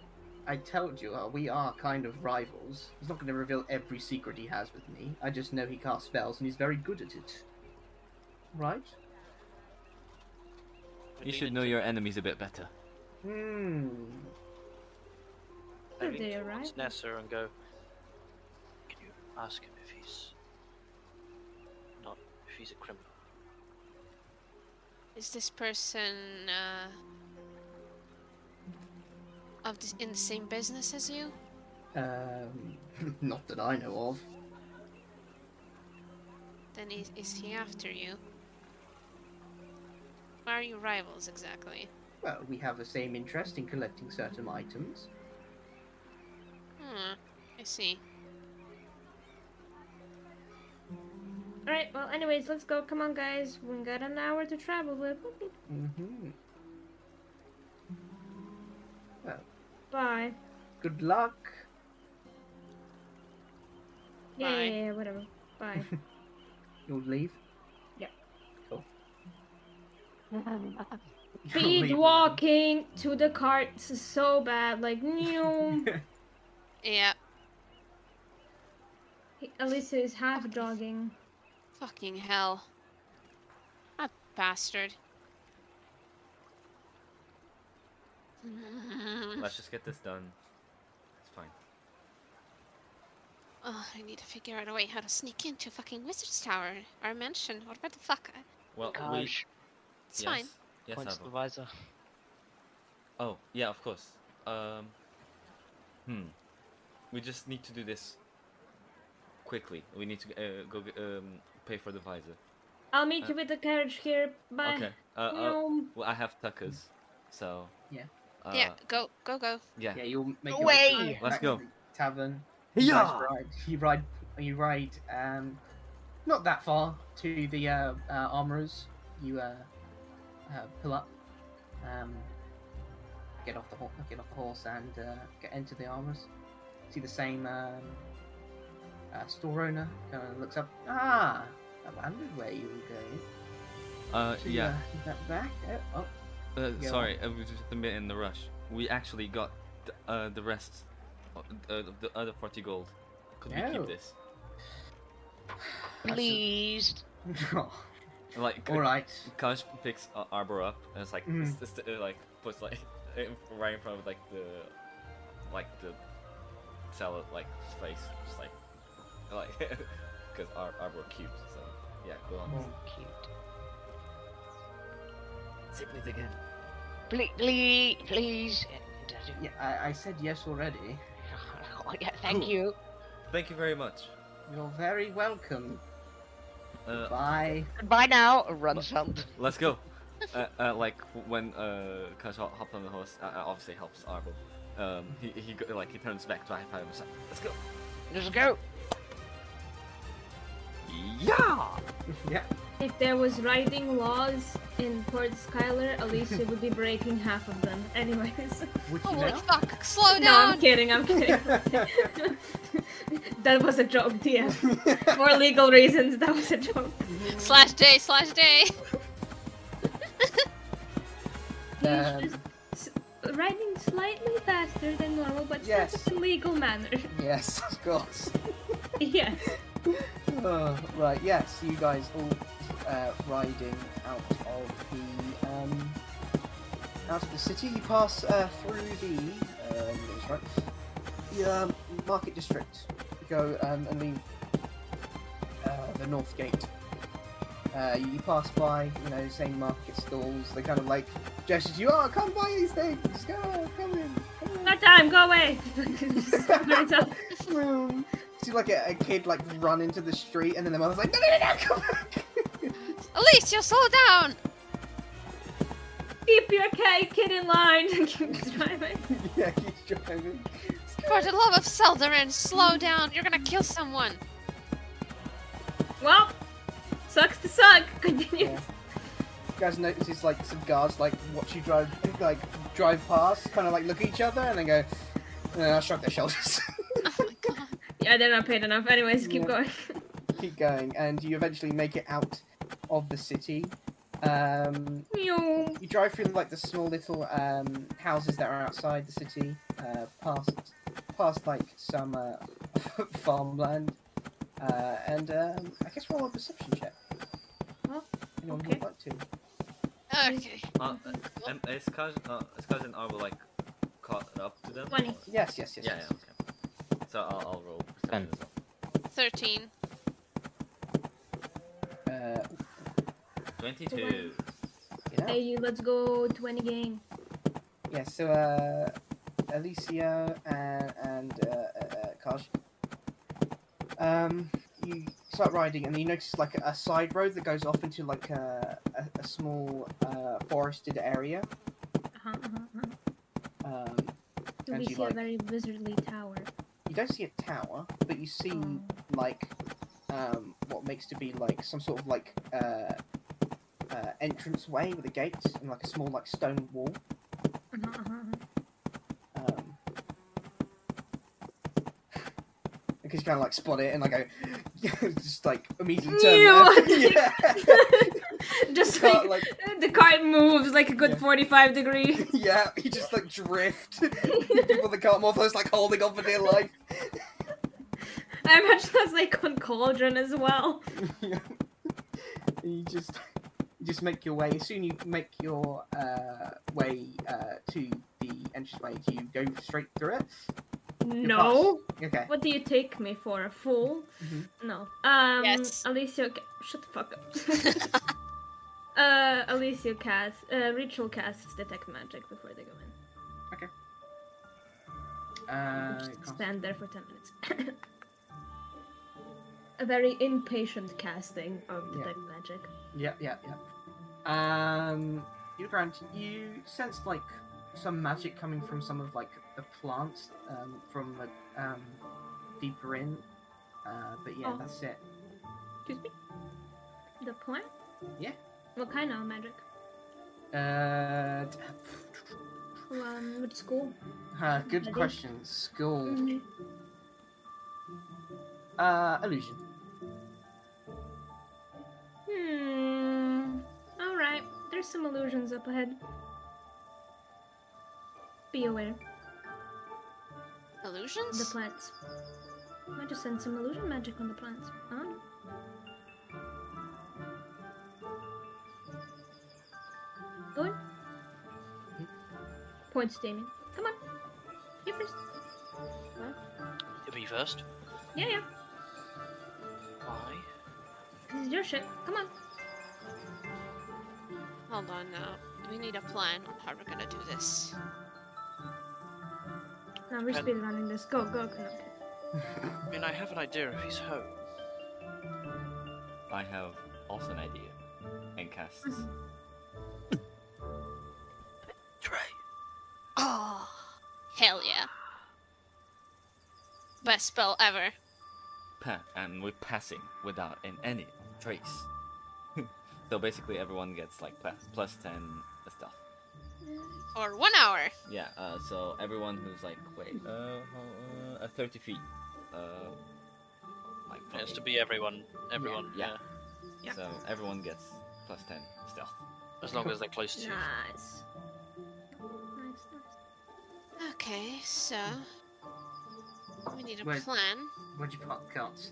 I told you, uh, we are kind of rivals. He's not going to reveal every secret he has with me. I just know he casts spells and he's very good at it. Right?
You should know your enemies a bit better.
Hmm.
Did they arrive?
Nessa and go. Can you ask him if he's not if he's a criminal?
Is this person uh, of the, in the same business as you?
Um, *laughs* not that I know of.
Then is, is he after you? Why are you rivals exactly?
Well, we have the same interest in collecting certain items.
Hmm, I see.
Alright, well, anyways, let's go, come on, guys. We got an hour to travel with.
Mm-hmm.
Bye.
Good luck.
Yeah,
Bye.
yeah, yeah, whatever. Bye.
You'll leave. You'll
Speed
leave.
walking to the cart is so bad. Like, no.
Yeah,
Alyssa is half jogging.
fucking hell. That bastard. *laughs*
Let's just get this done. It's fine.
Oh, I need to figure out a way how to sneak into fucking Wizard's Tower, our mansion, or where the fuck. I-
Well, we.
Gosh,
It's
yes.
fine.
Yes,
points
Avo.
the visor.
Oh, yeah, of course. Um, hmm. We just need to do this quickly. We need to uh, go g- um, pay for the visor.
I'll meet
Uh,
you with the carriage here. Bye.
Okay. Uh, uh,
No.
well, I have Tuckers, so.
Yeah.
Uh,
yeah, go, go, go.
Yeah.
Yeah, you'll make
No
your way to-
way!
back
Let's
to
go.
the Tavern. You guys
Yeah.
ride. You ride. You ride. Um, not that far to the uh, uh, armorers. You uh, uh, pull up. Um, get off the horse. Get off the horse and uh, get into the armorers. See the same um, uh, store owner. Kind of looks up. Ah, I wondered where you were going.
Uh,
Should you,
yeah.
uh, give that back. Oh, *laughs* oh,
Uh,
Yeah.
sorry, I was just a bit in the rush. We actually got the, uh, the rest of uh, of the other 40 gold. Could we
No.
keep this?
Please.
Like,
all right.
Kash picks uh, Arbor up and it's like,
Mm.
it's- it's, uh, like puts like *laughs* in- right in front of like the like the salad like face, just like *laughs* like *laughs* because Ar- Arbor cute. So yeah, go on.
Oh,
Cute.
Zip it again.
Please, please, please.
Yeah, I, I said yes already.
*laughs* Yeah, thank
Cool.
you.
Thank you very much.
You're very welcome.
Uh,
Bye.
Goodbye now. Runs up.
let's go. uh, uh, like when uh, Kash ho- hopped on the horse, uh, uh, obviously helps Arbor. Um, he he go, like he turns back to high five himself. Let's go.
Let's go.
Yeah.
yeah.
If there was writing laws in Port Skylar, Alicia would be breaking half of them. *laughs* Anyways.
Would you
Holy
know?
fuck, slow
No,
down!
I'm kidding. I'm *laughs* kidding. that was a
*laughs*
joke, DM. For legal reasons, that was a joke.
slash day, slash day!
Um,
Writing slightly faster than normal, but still
Yes.
in legal *laughs* manner.
yes, of course.
yes.
Uh, right, yes, you guys all uh, riding out of the um, out of the city. You pass uh, through the um, that's right, the um, market district. You go um, and leave uh, the north gate. Uh, you you pass by, you know, same market stalls. They kind of like gesture to you, "Oh, come buy these things! Go, come in, come in."
Not time. Go away. *laughs* Turns out-
Vroom. See like a, a kid like run into the street and then the mother's like, no, no, no, no come back! *laughs*
Alicia, slow down!
Keep your cat kid in line. *laughs* Keep driving.
*laughs* yeah, he's driving. It's
For
good.
the love of Seldarin, slow down! You're gonna kill someone!
Well, sucks to suck. *laughs* Continue.
Yeah. You guys notice like some guards like watch you drive, like drive past, kind of like look at each other and then go, and then I shrug their shoulders. *laughs*
Oh my god.
Yeah, they're not paid enough. Anyways, keep
Yeah.
going. *laughs*
Keep going, and you eventually make it out of the city. Um,
Meow.
you drive through like the small little um, houses that are outside the city, uh, past past like some uh, *laughs* farmland, uh, and um, I guess roll a perception check.
Oh,
Anyone
okay.
would like to?
Okay.
Uh, and is Kash, uh, is Kash and Arbor like caught up to them?
Twenty.
or-
Yes, yes, yes.
Yeah,
yes.
yeah, okay. So I'll, I'll roll perception
Ten.
as well.
13.
Uh,
22.
yeah.
Hey, let's go twenty game.
yeah. So uh, Alicia and and uh, uh, uh, Kaj, um, you start riding, and you notice like a side road that goes off into like a a, a small uh, forested area.
Uh-huh, uh-huh, uh-huh.
Um,
Do
And
we
she,
see
like-
a very wizardly tower?
you don't see a tower, but you see
Oh.
like um, what makes to be like some sort of like uh, uh, entrance way with a gate and like a small like stone wall.
*laughs* Uh-huh, uh-huh, uh-huh.
Um, because you kind of like spot it and like go, *laughs* just like immediately turn
*laughs*
left. yeah.
Just
Car,
like, the cart moves like a good 45 degree. *laughs*
yeah, you just like drift. *laughs* People in the cart Morpho's like holding on for dear life. *laughs*
I imagine that's like on Cauldron as well.
Yeah. you just you just make your way. As soon you make your uh, way uh, to the entranceway, do you go straight through it? You
No.
pass. Okay.
What do you take me for? A fool?
Mhm.
No. Um,
Yes.
Alicia, Ca- shut the fuck *laughs* up. uh, Alicia casts, uh, ritual casts detect magic before they go in.
Uh,
just
cast-
stand there for 10 minutes. *coughs* a very impatient casting of
Yeah.
detect magic.
Yep, yep, yep. Um, you look around. You sense like some magic coming from some of like the plants um, from the, um, deeper in. Uh, but yeah,
Oh.
that's it.
Excuse me? The plant?
Yeah.
What kind of magic?
Uh, d-
Um, which school?
uh, good
Ready?
question. School.
Mm.
Uh, illusion.
Hmm. Alright, there's some illusions up ahead. Be aware. The
Illusions?
plants. I just send some illusion magic on the plants. I don't know. Go in. Points, Damien. Come on. You first.
To be first.
Yeah, yeah.
Why?
This is your ship. Come on.
Hold on now. We need a plan on how we're gonna do this.
Now we're
And-
speedrunning this. Go, go, go. No, okay.
I mean, I have an idea if he's home.
I have also an idea. And casts.
Trey.
Oh, hell yeah. Best spell ever.
Pa- and we're passing without an, any trace. *laughs* so basically, everyone gets like plus, plus 10 stuff.
For one hour.
Yeah, uh, so everyone who's like, wait, uh, how- uh, uh 30 feet. Uh, like,
It has
from
to
me.
be everyone. Everyone. Yeah.
Yeah. So everyone gets plus 10 stealth.
As long as they're close to. you.
Nice. Nice, nice.
Okay, so. We need a
Wait.
plan.
Where'd you park the carts?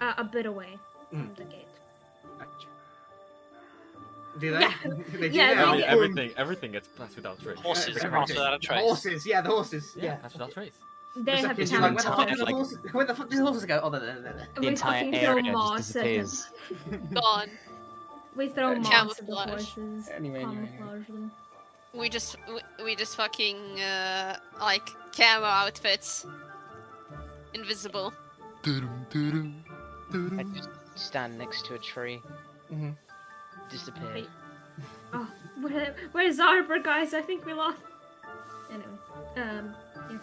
Uh, a bit away
Mm.
from the gate.
Do *laughs* they?
Yeah.
they do
Yeah,
now?
Every-
they do.
everything, everything gets plus without trace.
Horses
Yeah,
are
right.
also without a trace.
Horses, yeah, the horses.
Yeah,
Yeah.
plus without trace.
They
Just
have
like,
talent.
like, where, the fuck did
talent.
the
Like-
horses, where the fuck did the horses go? Oh, there, there, there, there.
we fucking throw moss at him.
Gone.
We throw
Uh,
moss at the
camouflage.
horses.
Anyway, anyway,
Camouflage them.
We just we, we just fucking uh like camo outfits. Invisible.
Mm-hmm.
I just stand next to a tree.
Mhm.
Disappear.
Oh, where, where's Arbor, guys? I think we lost. Anyway, um, yeah.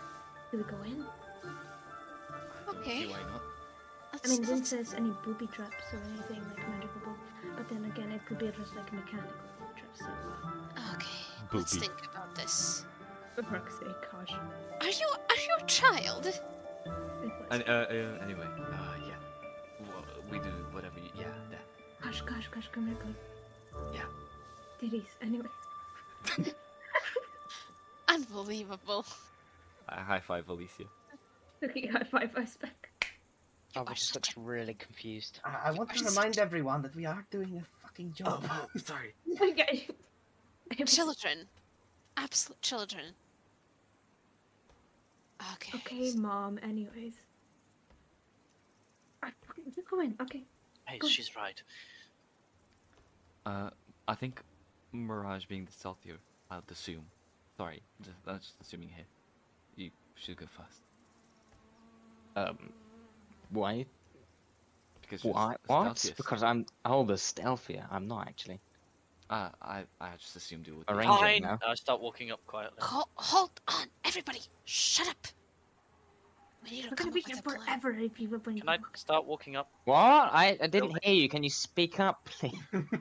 do we go in?
Okay.
See why not?
I
Let's,
mean, it didn't
let's-
say there's any booby traps or anything like magical boob, but then again, it could be just like mechanical booby traps. So,
okay. Let's
Boopy.
think about this.
for fuck's sake, gosh.
Are you are you a child?
It was-
And, uh, uh, anyway, uh, yeah. Wha- We do whatever you. Yeah, that.
Gosh, gosh, gosh, come here, come here.
Yeah.
Titties, anyway. *laughs*
Unbelievable.
I high five Alicia.
Okay, high five us back.
You
Arbor
are
just
such
Oh, looks really confused.
I, I want to
Are you Oh,
remind everyone that we are doing a fucking job.
*laughs*
sorry.
Okay.
Children. Absolute children. Okay.
Okay, mom, anyways. Alright, okay, let's go in, okay.
Hey,
Go.
she's right.
Uh, I think Mirage being the stealthier, I'd assume. Sorry, just, I'm just assuming here. You should go first. Um,
Why?
because you're
Why?
s-
What?
stealthiest.
Because I'm oh the stealthier. I'm not actually.
Uh, I I just assumed you would.
A
be-
ranger.
Fine.
now.
I start walking up quietly.
Hold, hold on, everybody! Shut up! We need to
We're
come
gonna
up
be
with
here
a plan.
forever if you open
Can I start walking up?
What? I, I didn't hear you. Can you speak up, please?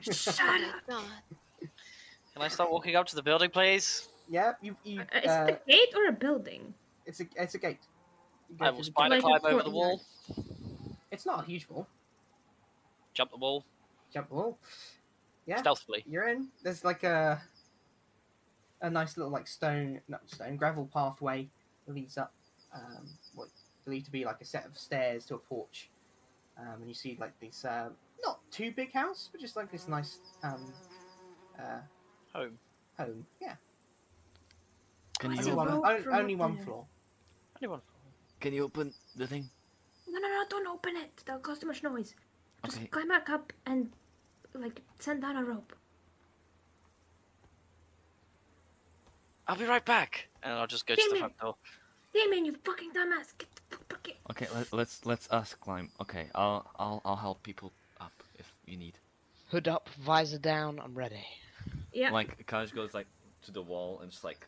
Shut up!
Can I start walking up to the building, please?
yeah, you, you
Is
uh,
it a gate or a building?
it's a it's a gate. go
I
to
will
the
spider
top.
climb over the wall,
It's not a huge wall.
jump the wall,
Jump the wall. Yeah.
stealthily.
You're in. There's like a a nice little like stone, not stone, gravel pathway that leads up um, what believed to be like a set of stairs to a porch, um, and you see like this uh, not too big house, but just like this nice um, uh,
Home.
home. Yeah,
Can
Only
you
one-
open,
rope
on-
from
only
up
one
there?
floor.
Anyone?
can you open the thing?
No, no, no, don't open it. That'll cause too much noise. Just
Okay.
climb back up and, like, send down a rope.
I'll be right back. And I'll just go to the
Damien.
front door.
Damien, you fucking dumbass. Get the fuck back here.
Okay, let, let's let's us climb. Okay, I'll I'll I'll help people up if you need.
Hood up, visor down. I'm ready.
Yeah.
Like Kaj goes like to the wall and just like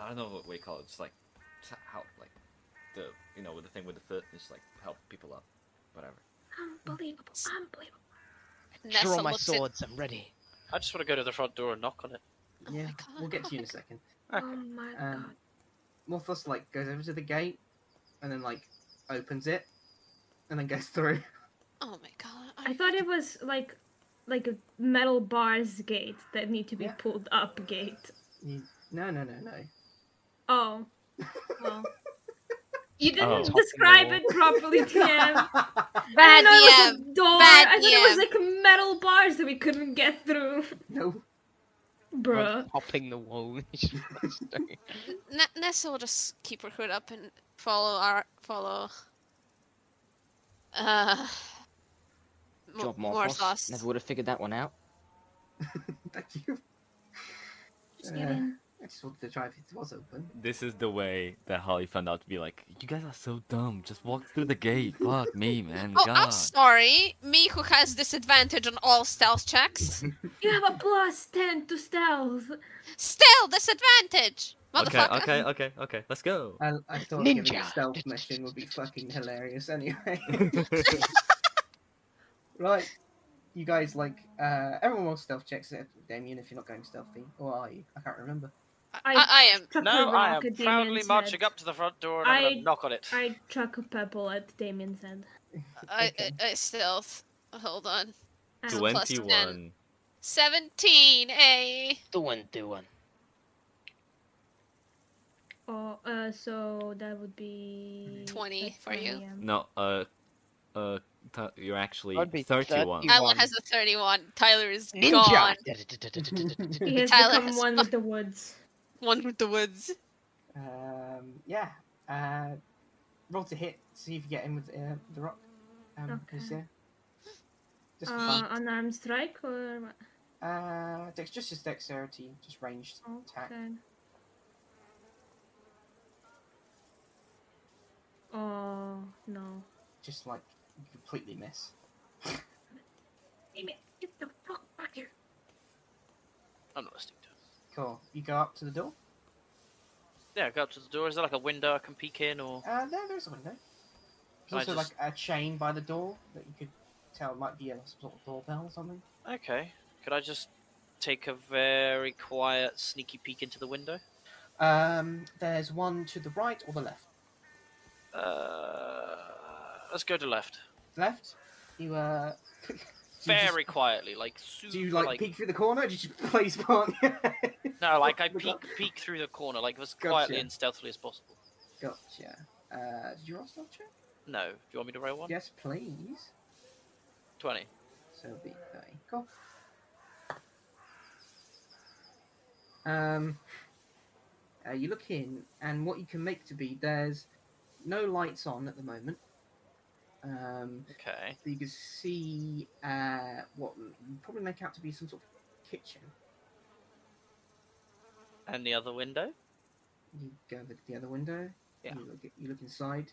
I don't know what we call it. Just like t- help like the you know with the thing with the foot and just like help people up, whatever.
Unbelievable. Unbelievable.
Nessa
Draw my
looks
swords. I'm ready.
I just want to go to the front door and knock on it.
Oh my
yeah,
God.
we'll get to you in a second.
Oh my
Um,
god.
Morphos like goes over to the gate, and then like opens it, and then goes *laughs* through.
At, oh my god!
I thought it was like like a metal bars gate that need to be
Yeah.
pulled up gate.
You... No, no, no, no.
Oh. Well. You didn't
Oh.
describe it properly,
*laughs*
TM.
*laughs* Bad
I thought it
DM.
was a door.
Bad
I thought it was
DM.
like metal bars that we couldn't get through.
no. *laughs*
Bruh.
Hopping the wall.
N- Nessa will just keep her hood up and follow our follow. Uh, Mo-
Job
Morphos.
Morphos. Never would have figured that one out.
Thank you.
Just get
uh,
in.
I just wanted to try if it was open.
This is the way that Holly found out to be like, you guys are so dumb. Just walk through the *laughs* gate. Fuck me, man.
Oh, I'm
God.
sorry. Me who has disadvantage on all stealth checks.
You have a plus 10 to stealth.
Still disadvantage.
Okay,
Motherfucker.
okay, okay, okay. Let's *laughs* go.
I, I thought giving a
Ninja.
stealth mission would be fucking hilarious anyway. *laughs* right. You guys like uh everyone wants stealth checks except Damien if you're not going stealthy. Or are you? I can't remember.
I, I am.
chuck a
No,
rock
I am
at
proudly
Damien's
marching
head.
up to the front door and I'm
I-
gonna knock on it.
I chuck a pebble at Damien's head.
I,
Okay.
I, I stealth. Hold on.
I
Do
don't-
it. plus 10.
21.
17, eh?
do one, do one.
Oh, uh, so that would be
20
a
for you.
20, um,
No, uh, uh, th- you're actually
I'd be
31.
31.
Alan has a 31. Tyler is
Ninja.
gone.
He has
Tyler
become
has
one with the woods.
One with the woods.
*laughs* Um yeah. Uh roll to hit, see if you get in with uh, the rock. Um
Okay.
Lucia. Just for
Uh, unarmed strike or what?
fun. Uh dex just his dexterity, just ranged attack.
Okay. Oh no.
Just like completely miss.
Damien, get the fuck back here.
I'm not listening to it.
Cool. You go up to the door.
Yeah, go up to the door. Is there like a window I can peek in or
Uh, there, there's a window.
Can I
There's also
just-
like a chain by the door that you could tell might be a sort of doorbell or something.
Okay. Could I just take a very quiet, sneaky peek into the window?
Um, there's one to the right or the left.
Uh, let's go to left.
Left. You uh. *laughs* so you just-
Very quietly, like super.
do you like, peek through the corner? Or do you *laughs* just place one?
no, like I
Look
peek
up.
peek through the corner, like as
Gotcha.
quietly and stealthily as possible.
Gotcha. Uh, did you roll stealth check?
No, do you want me to roll one?
Yes, please.
Twenty.
So it'll be thirty. Cool. Um, uh, you look in, and what you can make to be there's no lights on at the moment. Um,
Okay.
so you can see uh, what you probably make out to be some sort of kitchen.
And the other window.
You go over to the other window.
Yeah.
You look, you look inside.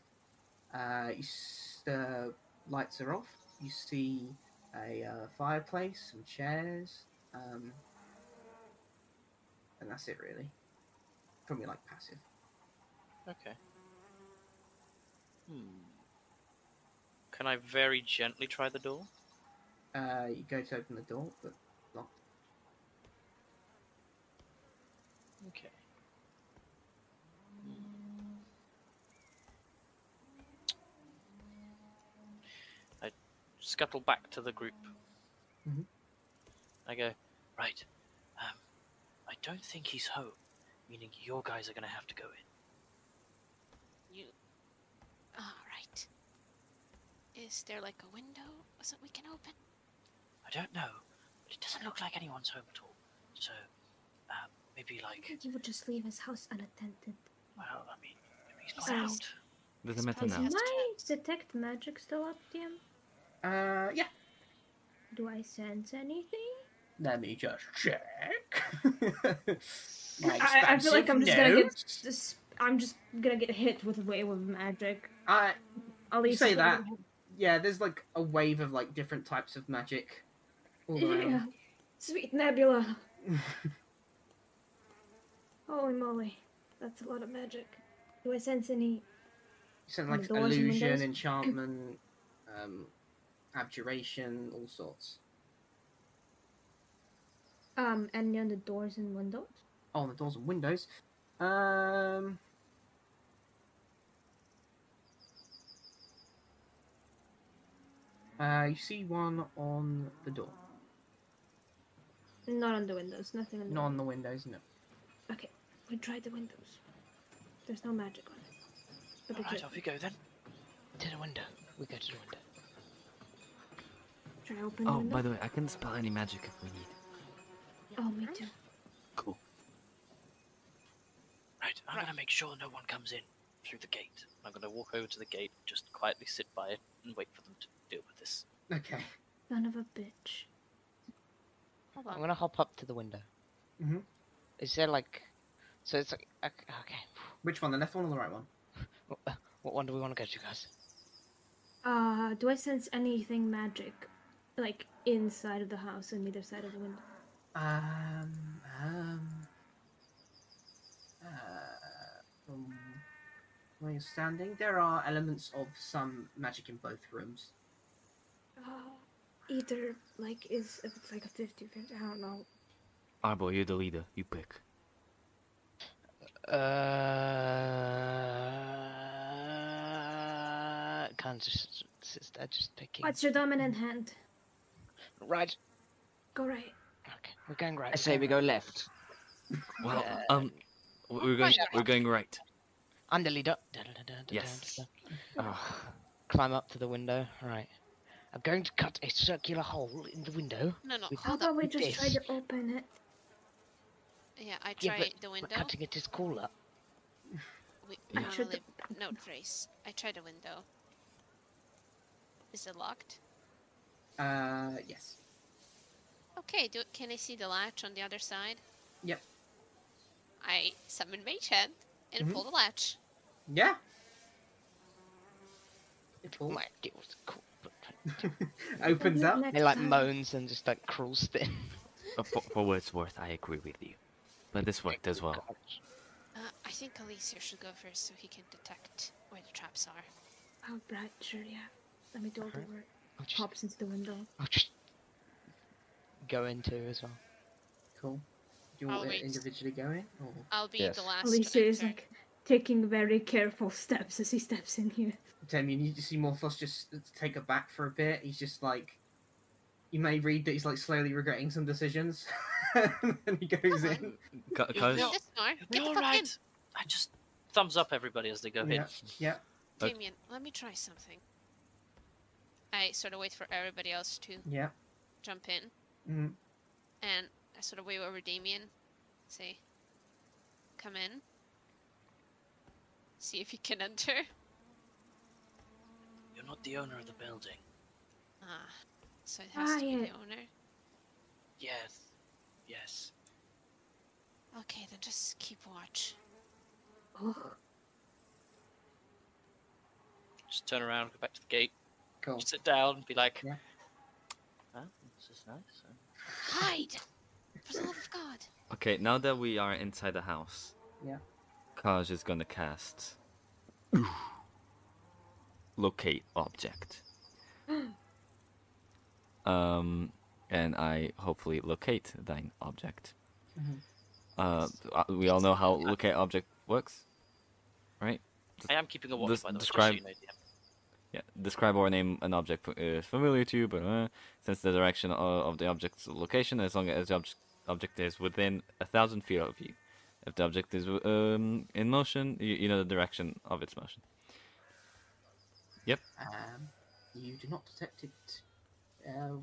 Uh, you s- the lights are off. You see a uh, fireplace, some chairs, um, and that's it really. From your like passive.
Okay. Hmm. Can I very gently try the door?
Uh, you go to open the door, but locked.
Okay. scuttle back to the group.
Mhm.
I go, right. Um, I don't think he's home, meaning your guys are going to have to go in.
You. Alright. Is there like a window or something we can open?
I don't know, but it doesn't look like anyone's home at all. So um, maybe like,
He would just leave his house unattended.
well, I mean, maybe he's
So-
not out.
There's
This
a meta
place
now.
has-
My detect magic still up, DM?
Uh, yeah.
Do I sense anything?
Let me just *laughs* check.
I, I feel like I'm just gonna get.
Expansive nose.
Just, I'm just gonna get hit with a wave of magic.
I
At least
say that. yeah, there's like a wave of like different types of magic. All
Yeah.
around.
Sweet
*laughs*
Nebula. Holy moly, that's a lot of magic. Do I sense any?
Something like
The doors and windows.
illusion, enchantment, um, abjuration, all sorts.
Um, any on the doors and windows?
Oh, the doors and windows. Um. Uh, you see one on the door,
Not on the windows. Nothing on the.
not on the windows. No.
Okay, we tried the windows. There's no magic on it. But we
All right,
could
off you go then.
To the window. We go to the window.
try open the
Oh,
window.
by the way, I can spell any magic if we need.
Oh, me too.
Cool.
Right, I'm going to make sure no one comes in through the gate. I'm going to walk over to the gate, just quietly sit by it, and wait for them to deal with this.
Okay.
Son of a bitch.
Hold
I'm
on.
gonna hop up to the window.
Mm-hmm.
Mhm.
Is there like, so it's like, ok- okay.
Which one? The left one or the right one?
What- What one do we want to go to, guys?
Uh, do I sense anything magic, like inside of the house on either side of the window?
Um. Um. Uh, from where you're standing, there are elements of some magic in both rooms.
Uh, either like is if it's like a 50-50, I don't know.
Arbor, Ah, you're the leader. You pick.
Uh, can't just, just, I just picking.
What's your dominant hand?
Right.
Go right.
Okay, we're going right.
I say we go left.
Well,
Yeah.
um, w- we're going. We're going right.
I'm the leader. Da- da- da- da- da-
Yes.
da- da.
Oh,
Climb up to the window. Right. I'm going to cut a circular hole in the window.
No, no.
We-
How
Hold on.
about we
with
just try
this.
to open it?
Yeah, I
Yeah,
try the window.
But cutting it is cooler.
We
Yeah.
I
Should
wanna leave- no trace. I tried a window. Is it locked?
Uh, yes.
Okay. Do can I see the latch on the other side?
Yep.
I summon Mage Hand and
Mhm.
pull the latch.
Yeah.
It
Oh
Cool.
might get was cool, but
Opens
Maybe
up.
next
it like
time.
moans and just like crawls thin.
uh, for, for what it's worth, I agree with you. But this worked as
*laughs*
well.
Uh, I think Alicia should go first so he can detect where the traps are.
Oh, right, sure, yeah. Let me do all the work.
I'll just,
Pops into the window.
I'll just go into as well.
Cool. Do you
I'll
want it
wait.
individually going? Or
I'll be the
Yes.
last. to
Alicia is
enter.
like taking very careful steps as he steps in here.
Tim, you need to see Morphos just take a back for a bit. He's just like, you may read that he's like slowly regretting some decisions, *laughs* and he
*laughs*
goes in.
Ca- Cause,
No.
Yes, Nor,
You'll be
Get the
all
fuck
right.
in.
I just thumbs up everybody as they go in.
Yeah, yeah.
Uh,
Damien, let me try something. I sort of wait for everybody else to
yeah.
jump in,
Mm.
Mm-hmm.
and I sort of wave over Damien, say, "Come in. See if you can enter."
You're not the owner of the building.
Ah, so it has to be the
Quiet.
owner.
Yes. Yes.
Okay, then just keep watch.
Oh,
Just turn around, go back to the gate,
Cool.
sit down, and be like,
Yeah.
"Huh? this is nice.
Hide, for the love of God!
okay, now that we are inside the house,
Yeah.
Kaj is gonna cast locate object. um, and I hopefully locate thine object.
Mhm.
Uh, uh, we all know how locate object works, right?
I am keeping a watch,
This-
by the way. just
describe-
so you know, DM.
Yeah, describe or name an object f- uh, familiar to you, but uh, since the direction of, of the object's location, as long as the object, object is within a thousand feet of you. If the object is um, in motion, you, you know the direction of its motion. Yep.
Um, you do not detect it uh,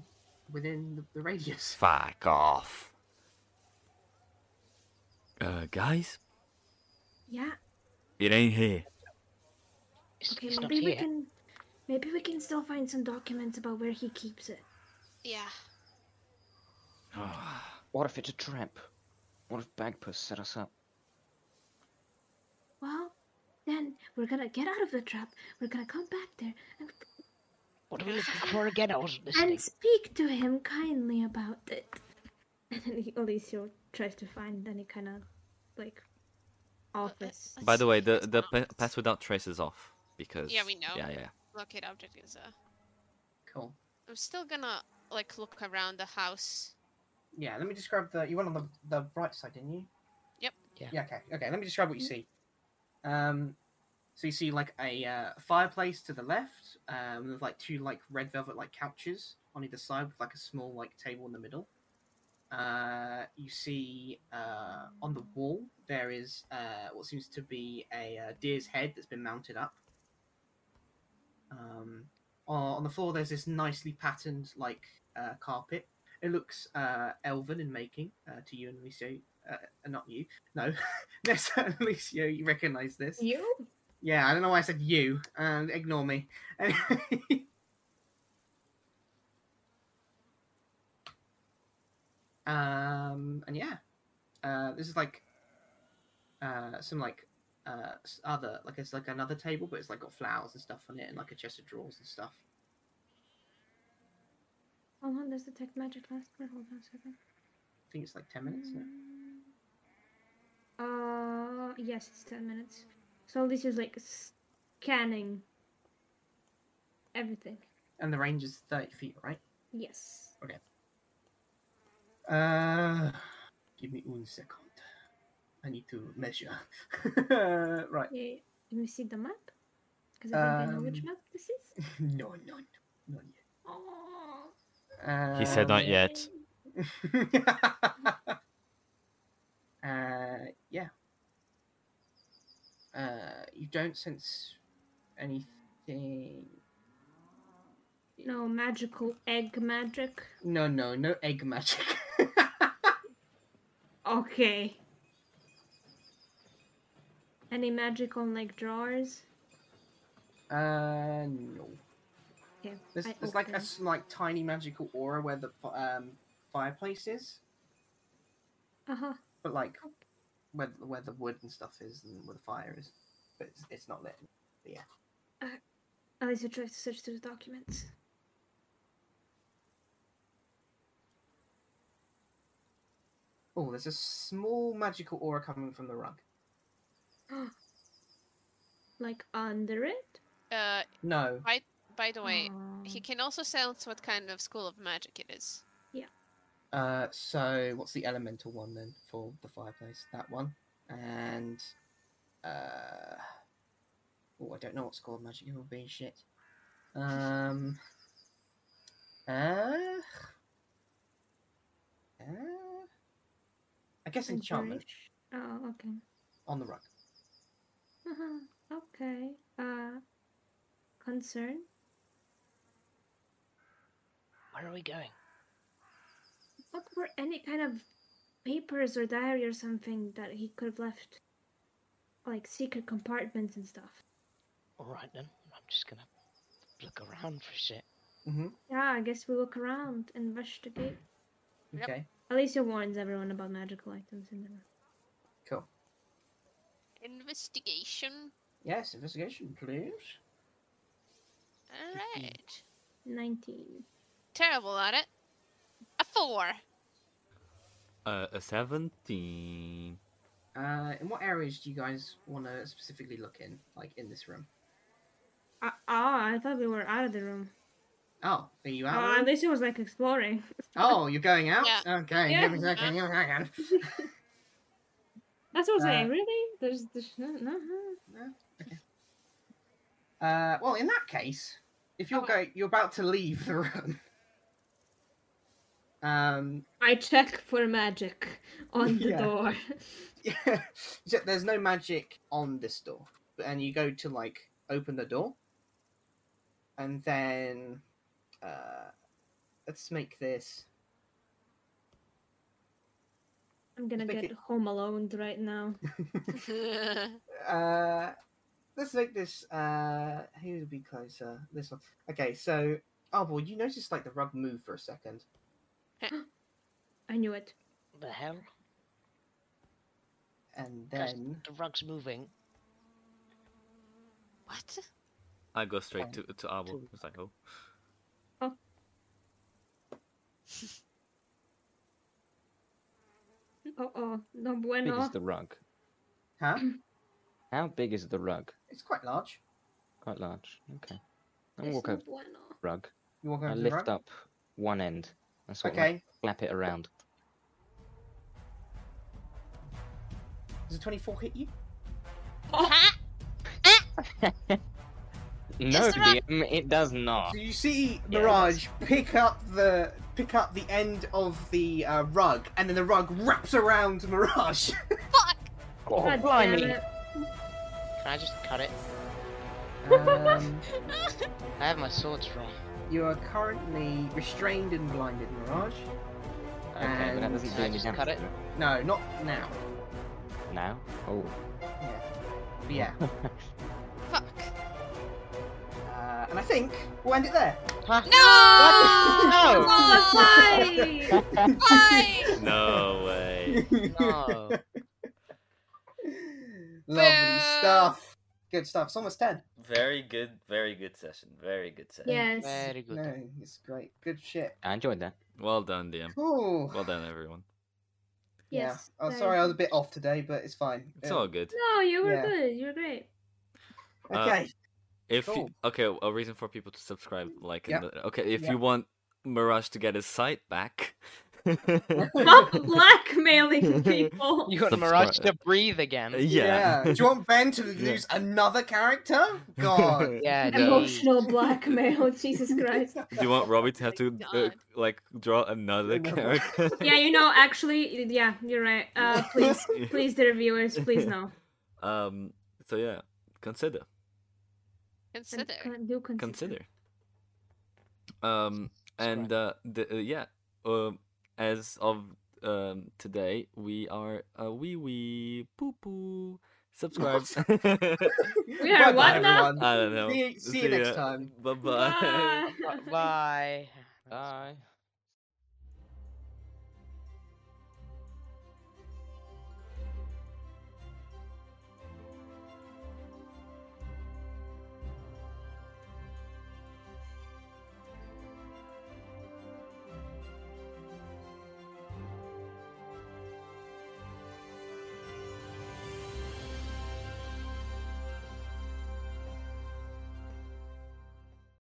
within the, the radius. *laughs*
Fuck off. Uh, guys,
Yeah.
it ain't here.
It's,
Okay,
it's not
maybe we
here.
can maybe we can still find some documents about where he keeps it.
Yeah.
What if it's a trap? What if Bagpuss set us up?
Well, then we're gonna get out of the trap. We're gonna come back there and,
What are we looking for again? I wasn't listening.
and speak to him kindly about it.
And then he, Alicia tries to find any kind of like
Uh,
office.
uh, Let's
By the
see
way,
if
the
it's
the
not-
pa- pass without trace is off because
Yeah, we know.
Yeah, yeah.
locate object is uh
Cool.
I'm still gonna like look around the house.
Yeah, let me describe the. You went on the, the right side, didn't you?
Yep.
Yeah.
Yeah. Okay. Okay. Let me describe what you see. Um, so you see like a uh, fireplace to the left, um, with like two like red velvet like couches on either side, with like a small like table in the middle. Uh, you see uh, on the wall there is uh, what seems to be a uh, deer's head that's been mounted up. Um, on on the floor there's this nicely patterned like uh, carpet. It looks uh, elven in making uh, to you and Alicio. Uh, not you. No. *laughs* Nessa and Alicio, you recognize this.
You?
Yeah, I don't know why I said you. And ignore me. *laughs* um, and yeah, uh, this is like uh, some like uh, s- other like it's like another table, but it's like got flowers and stuff on it, and like a chest of drawers and stuff.
How long does the tech magic last for? Hold on a second.
I think it's like ten minutes.
Mm.
isn't it?
Uh, yes, it's 10 minutes. So Alicia's like scanning everything.
And the range is thirty feet, right?
Yes.
Uh, give me one second. I need to measure. *laughs* right. *laughs*
Yeah. Can we see the map? Because I think I know which
Um,
map this is.
No, no, no, not yet.
Oh,
He said E-
Um, *laughs*
not yet.
uh, yeah. Uh, you don't sense anything.
no magical egg magic.
No, no, no egg magic. *laughs*
Okay. Any magic on like drawers?
uh, no.
Okay.
There's,
I
there's like a
open-
s- like tiny magical aura where the fi- um, fireplace is,
Uh-huh.
but like
Okay.
where the- where the wood and stuff is and where the fire is, but it's, it's not lit.
Alicia tries to search through the documents.
Oh, there's a small magical aura coming from the rug.
Like under it?
Uh
No,
by the way, he
Oh.
can also sense what kind of school of magic it is.
Uh, so what's the elemental one then for the fireplace? That one, and uh, oh, I don't know what score of magic it will be. Shit. Um. Uh, uh, I guess enchantment
Encourage. Oh, okay.
on the rug.
Uh-huh. Okay. Uh concern?
Where are we going?
Look for any kind of papers or diary or something that he could have left, like secret compartments and stuff.
All right then. I'm just gonna look around for shit.
Yeah, I guess we look around, investigate.
Yep.
Okay,
Alicia warns everyone about magical items in the room.
cool.
Investigation.
Yes, investigation, please.
Alright.
19.
*laughs* Terrible at it. A *laughs* four.
Uh, a seventeen.
Uh, in what areas do you guys want to specifically look in, like in this room?
Ah, ah, I thought we were out of the room.
Oh, are you out?
Ah,
already?
Alicia was like exploring.
Oh, you're going out?
Uh, Yeah.
Okay,
Yeah.
give me a second. give me a second.
That's what I was
Uh,
uh-huh. saying. Really? There's, there's no, no, huh?
No? Okay. Uh, well, in that case, if you're going, you're about to leave the room. Um, *laughs*
I check for magic on the
Yeah.
door.
yeah, so there's no magic on this door, and you go to like open the door, and then uh, let's make this.
I'm gonna
Make
get
it-
home alone right now.
Uh, let's make this. Uh, who would be closer? This one. Okay, so Arbor, you noticed like the rug move for a second.
I knew it.
The hell?
and
Guys,
then
The rug's moving.
what?
I go straight to to Arbor. It's like, oh,
Hmm?
Uh oh, no
How big
bueno.
is the rug?
huh
How big is the rug?
it's quite large
Quite large. Okay. I
It's
walk
no
over the
bueno.
rug.
you walk over
I
to the
lift
rug?
up one end and sort of like,
okay
flap it around.
does a 24 hit you
Ha!
No,
the rug-
DM, it does not.
Ah.
so you see
Yeah,
mirage pick up the pick up the end of the uh, rug and then the rug wraps around mirage *laughs*
Fuck!
Oh,
God damn
blimey.
it.
Can I just cut it?
um,
I have my sword strong.
you are currently restrained and blinded mirage
Okay, but that doesn't
And-
do
I
any
just
damage.
cut
does it?
no not now
Now? Oh.
but
*laughs*
yeah
Fuck!
uh, and i think we'll end it there
Huh?
*laughs* No!
Oh,
Why? Why?
no way.
No.
*laughs* lovely
Boo.
stuff good stuff it's almost 10
Very good, very good session. Very good session.
yes.
Very good.
no it's great good shit
I enjoyed that.
Well done, DM.
Ooh.
Well done, everyone.
Yes.
Yeah. Oh,
very
sorry, I was a
good.
bit off today, but it's fine.
It's
Uh,
all good.
No, you were
Yeah.
good. You were
*laughs*
great.
Uh,
Okay.
If you,
Cool.
okay, a reason for people to subscribe, like, in
Yeah.
the, okay, if
Yeah.
you want Mirage to get his sight back,
Stop
*laughs*
blackmailing people.
You got
Subscribe.
Mirage to breathe
Uh,
again.
*laughs* yeah, *laughs*
Do you want Ben to
Yeah.
lose another character?
*laughs*
God.
Yeah,
Yeah.
geez.
Emotional blackmail. *laughs* Jesus Christ.
Do you want Robbie to have
my
to uh,
God.
like draw another
Another one.
character?
*laughs*
Yeah, you know, actually, yeah, you're right. Uh,
*laughs*
please,
*laughs*
please, dear viewers, please no.
Um. So yeah, consider,
Con-
Consider.
con- do
consider. Um. And
Subscribe.
uh, the, uh, yeah. Um. As of um today, we are uh, wee wee poo poo. Subscribe.
We are
Bye-bye,
what now?
everyone.
*laughs* I don't know.
See, see you next
ya.
time.
Ah.
*laughs*
Bye bye.
Bye.
Bye.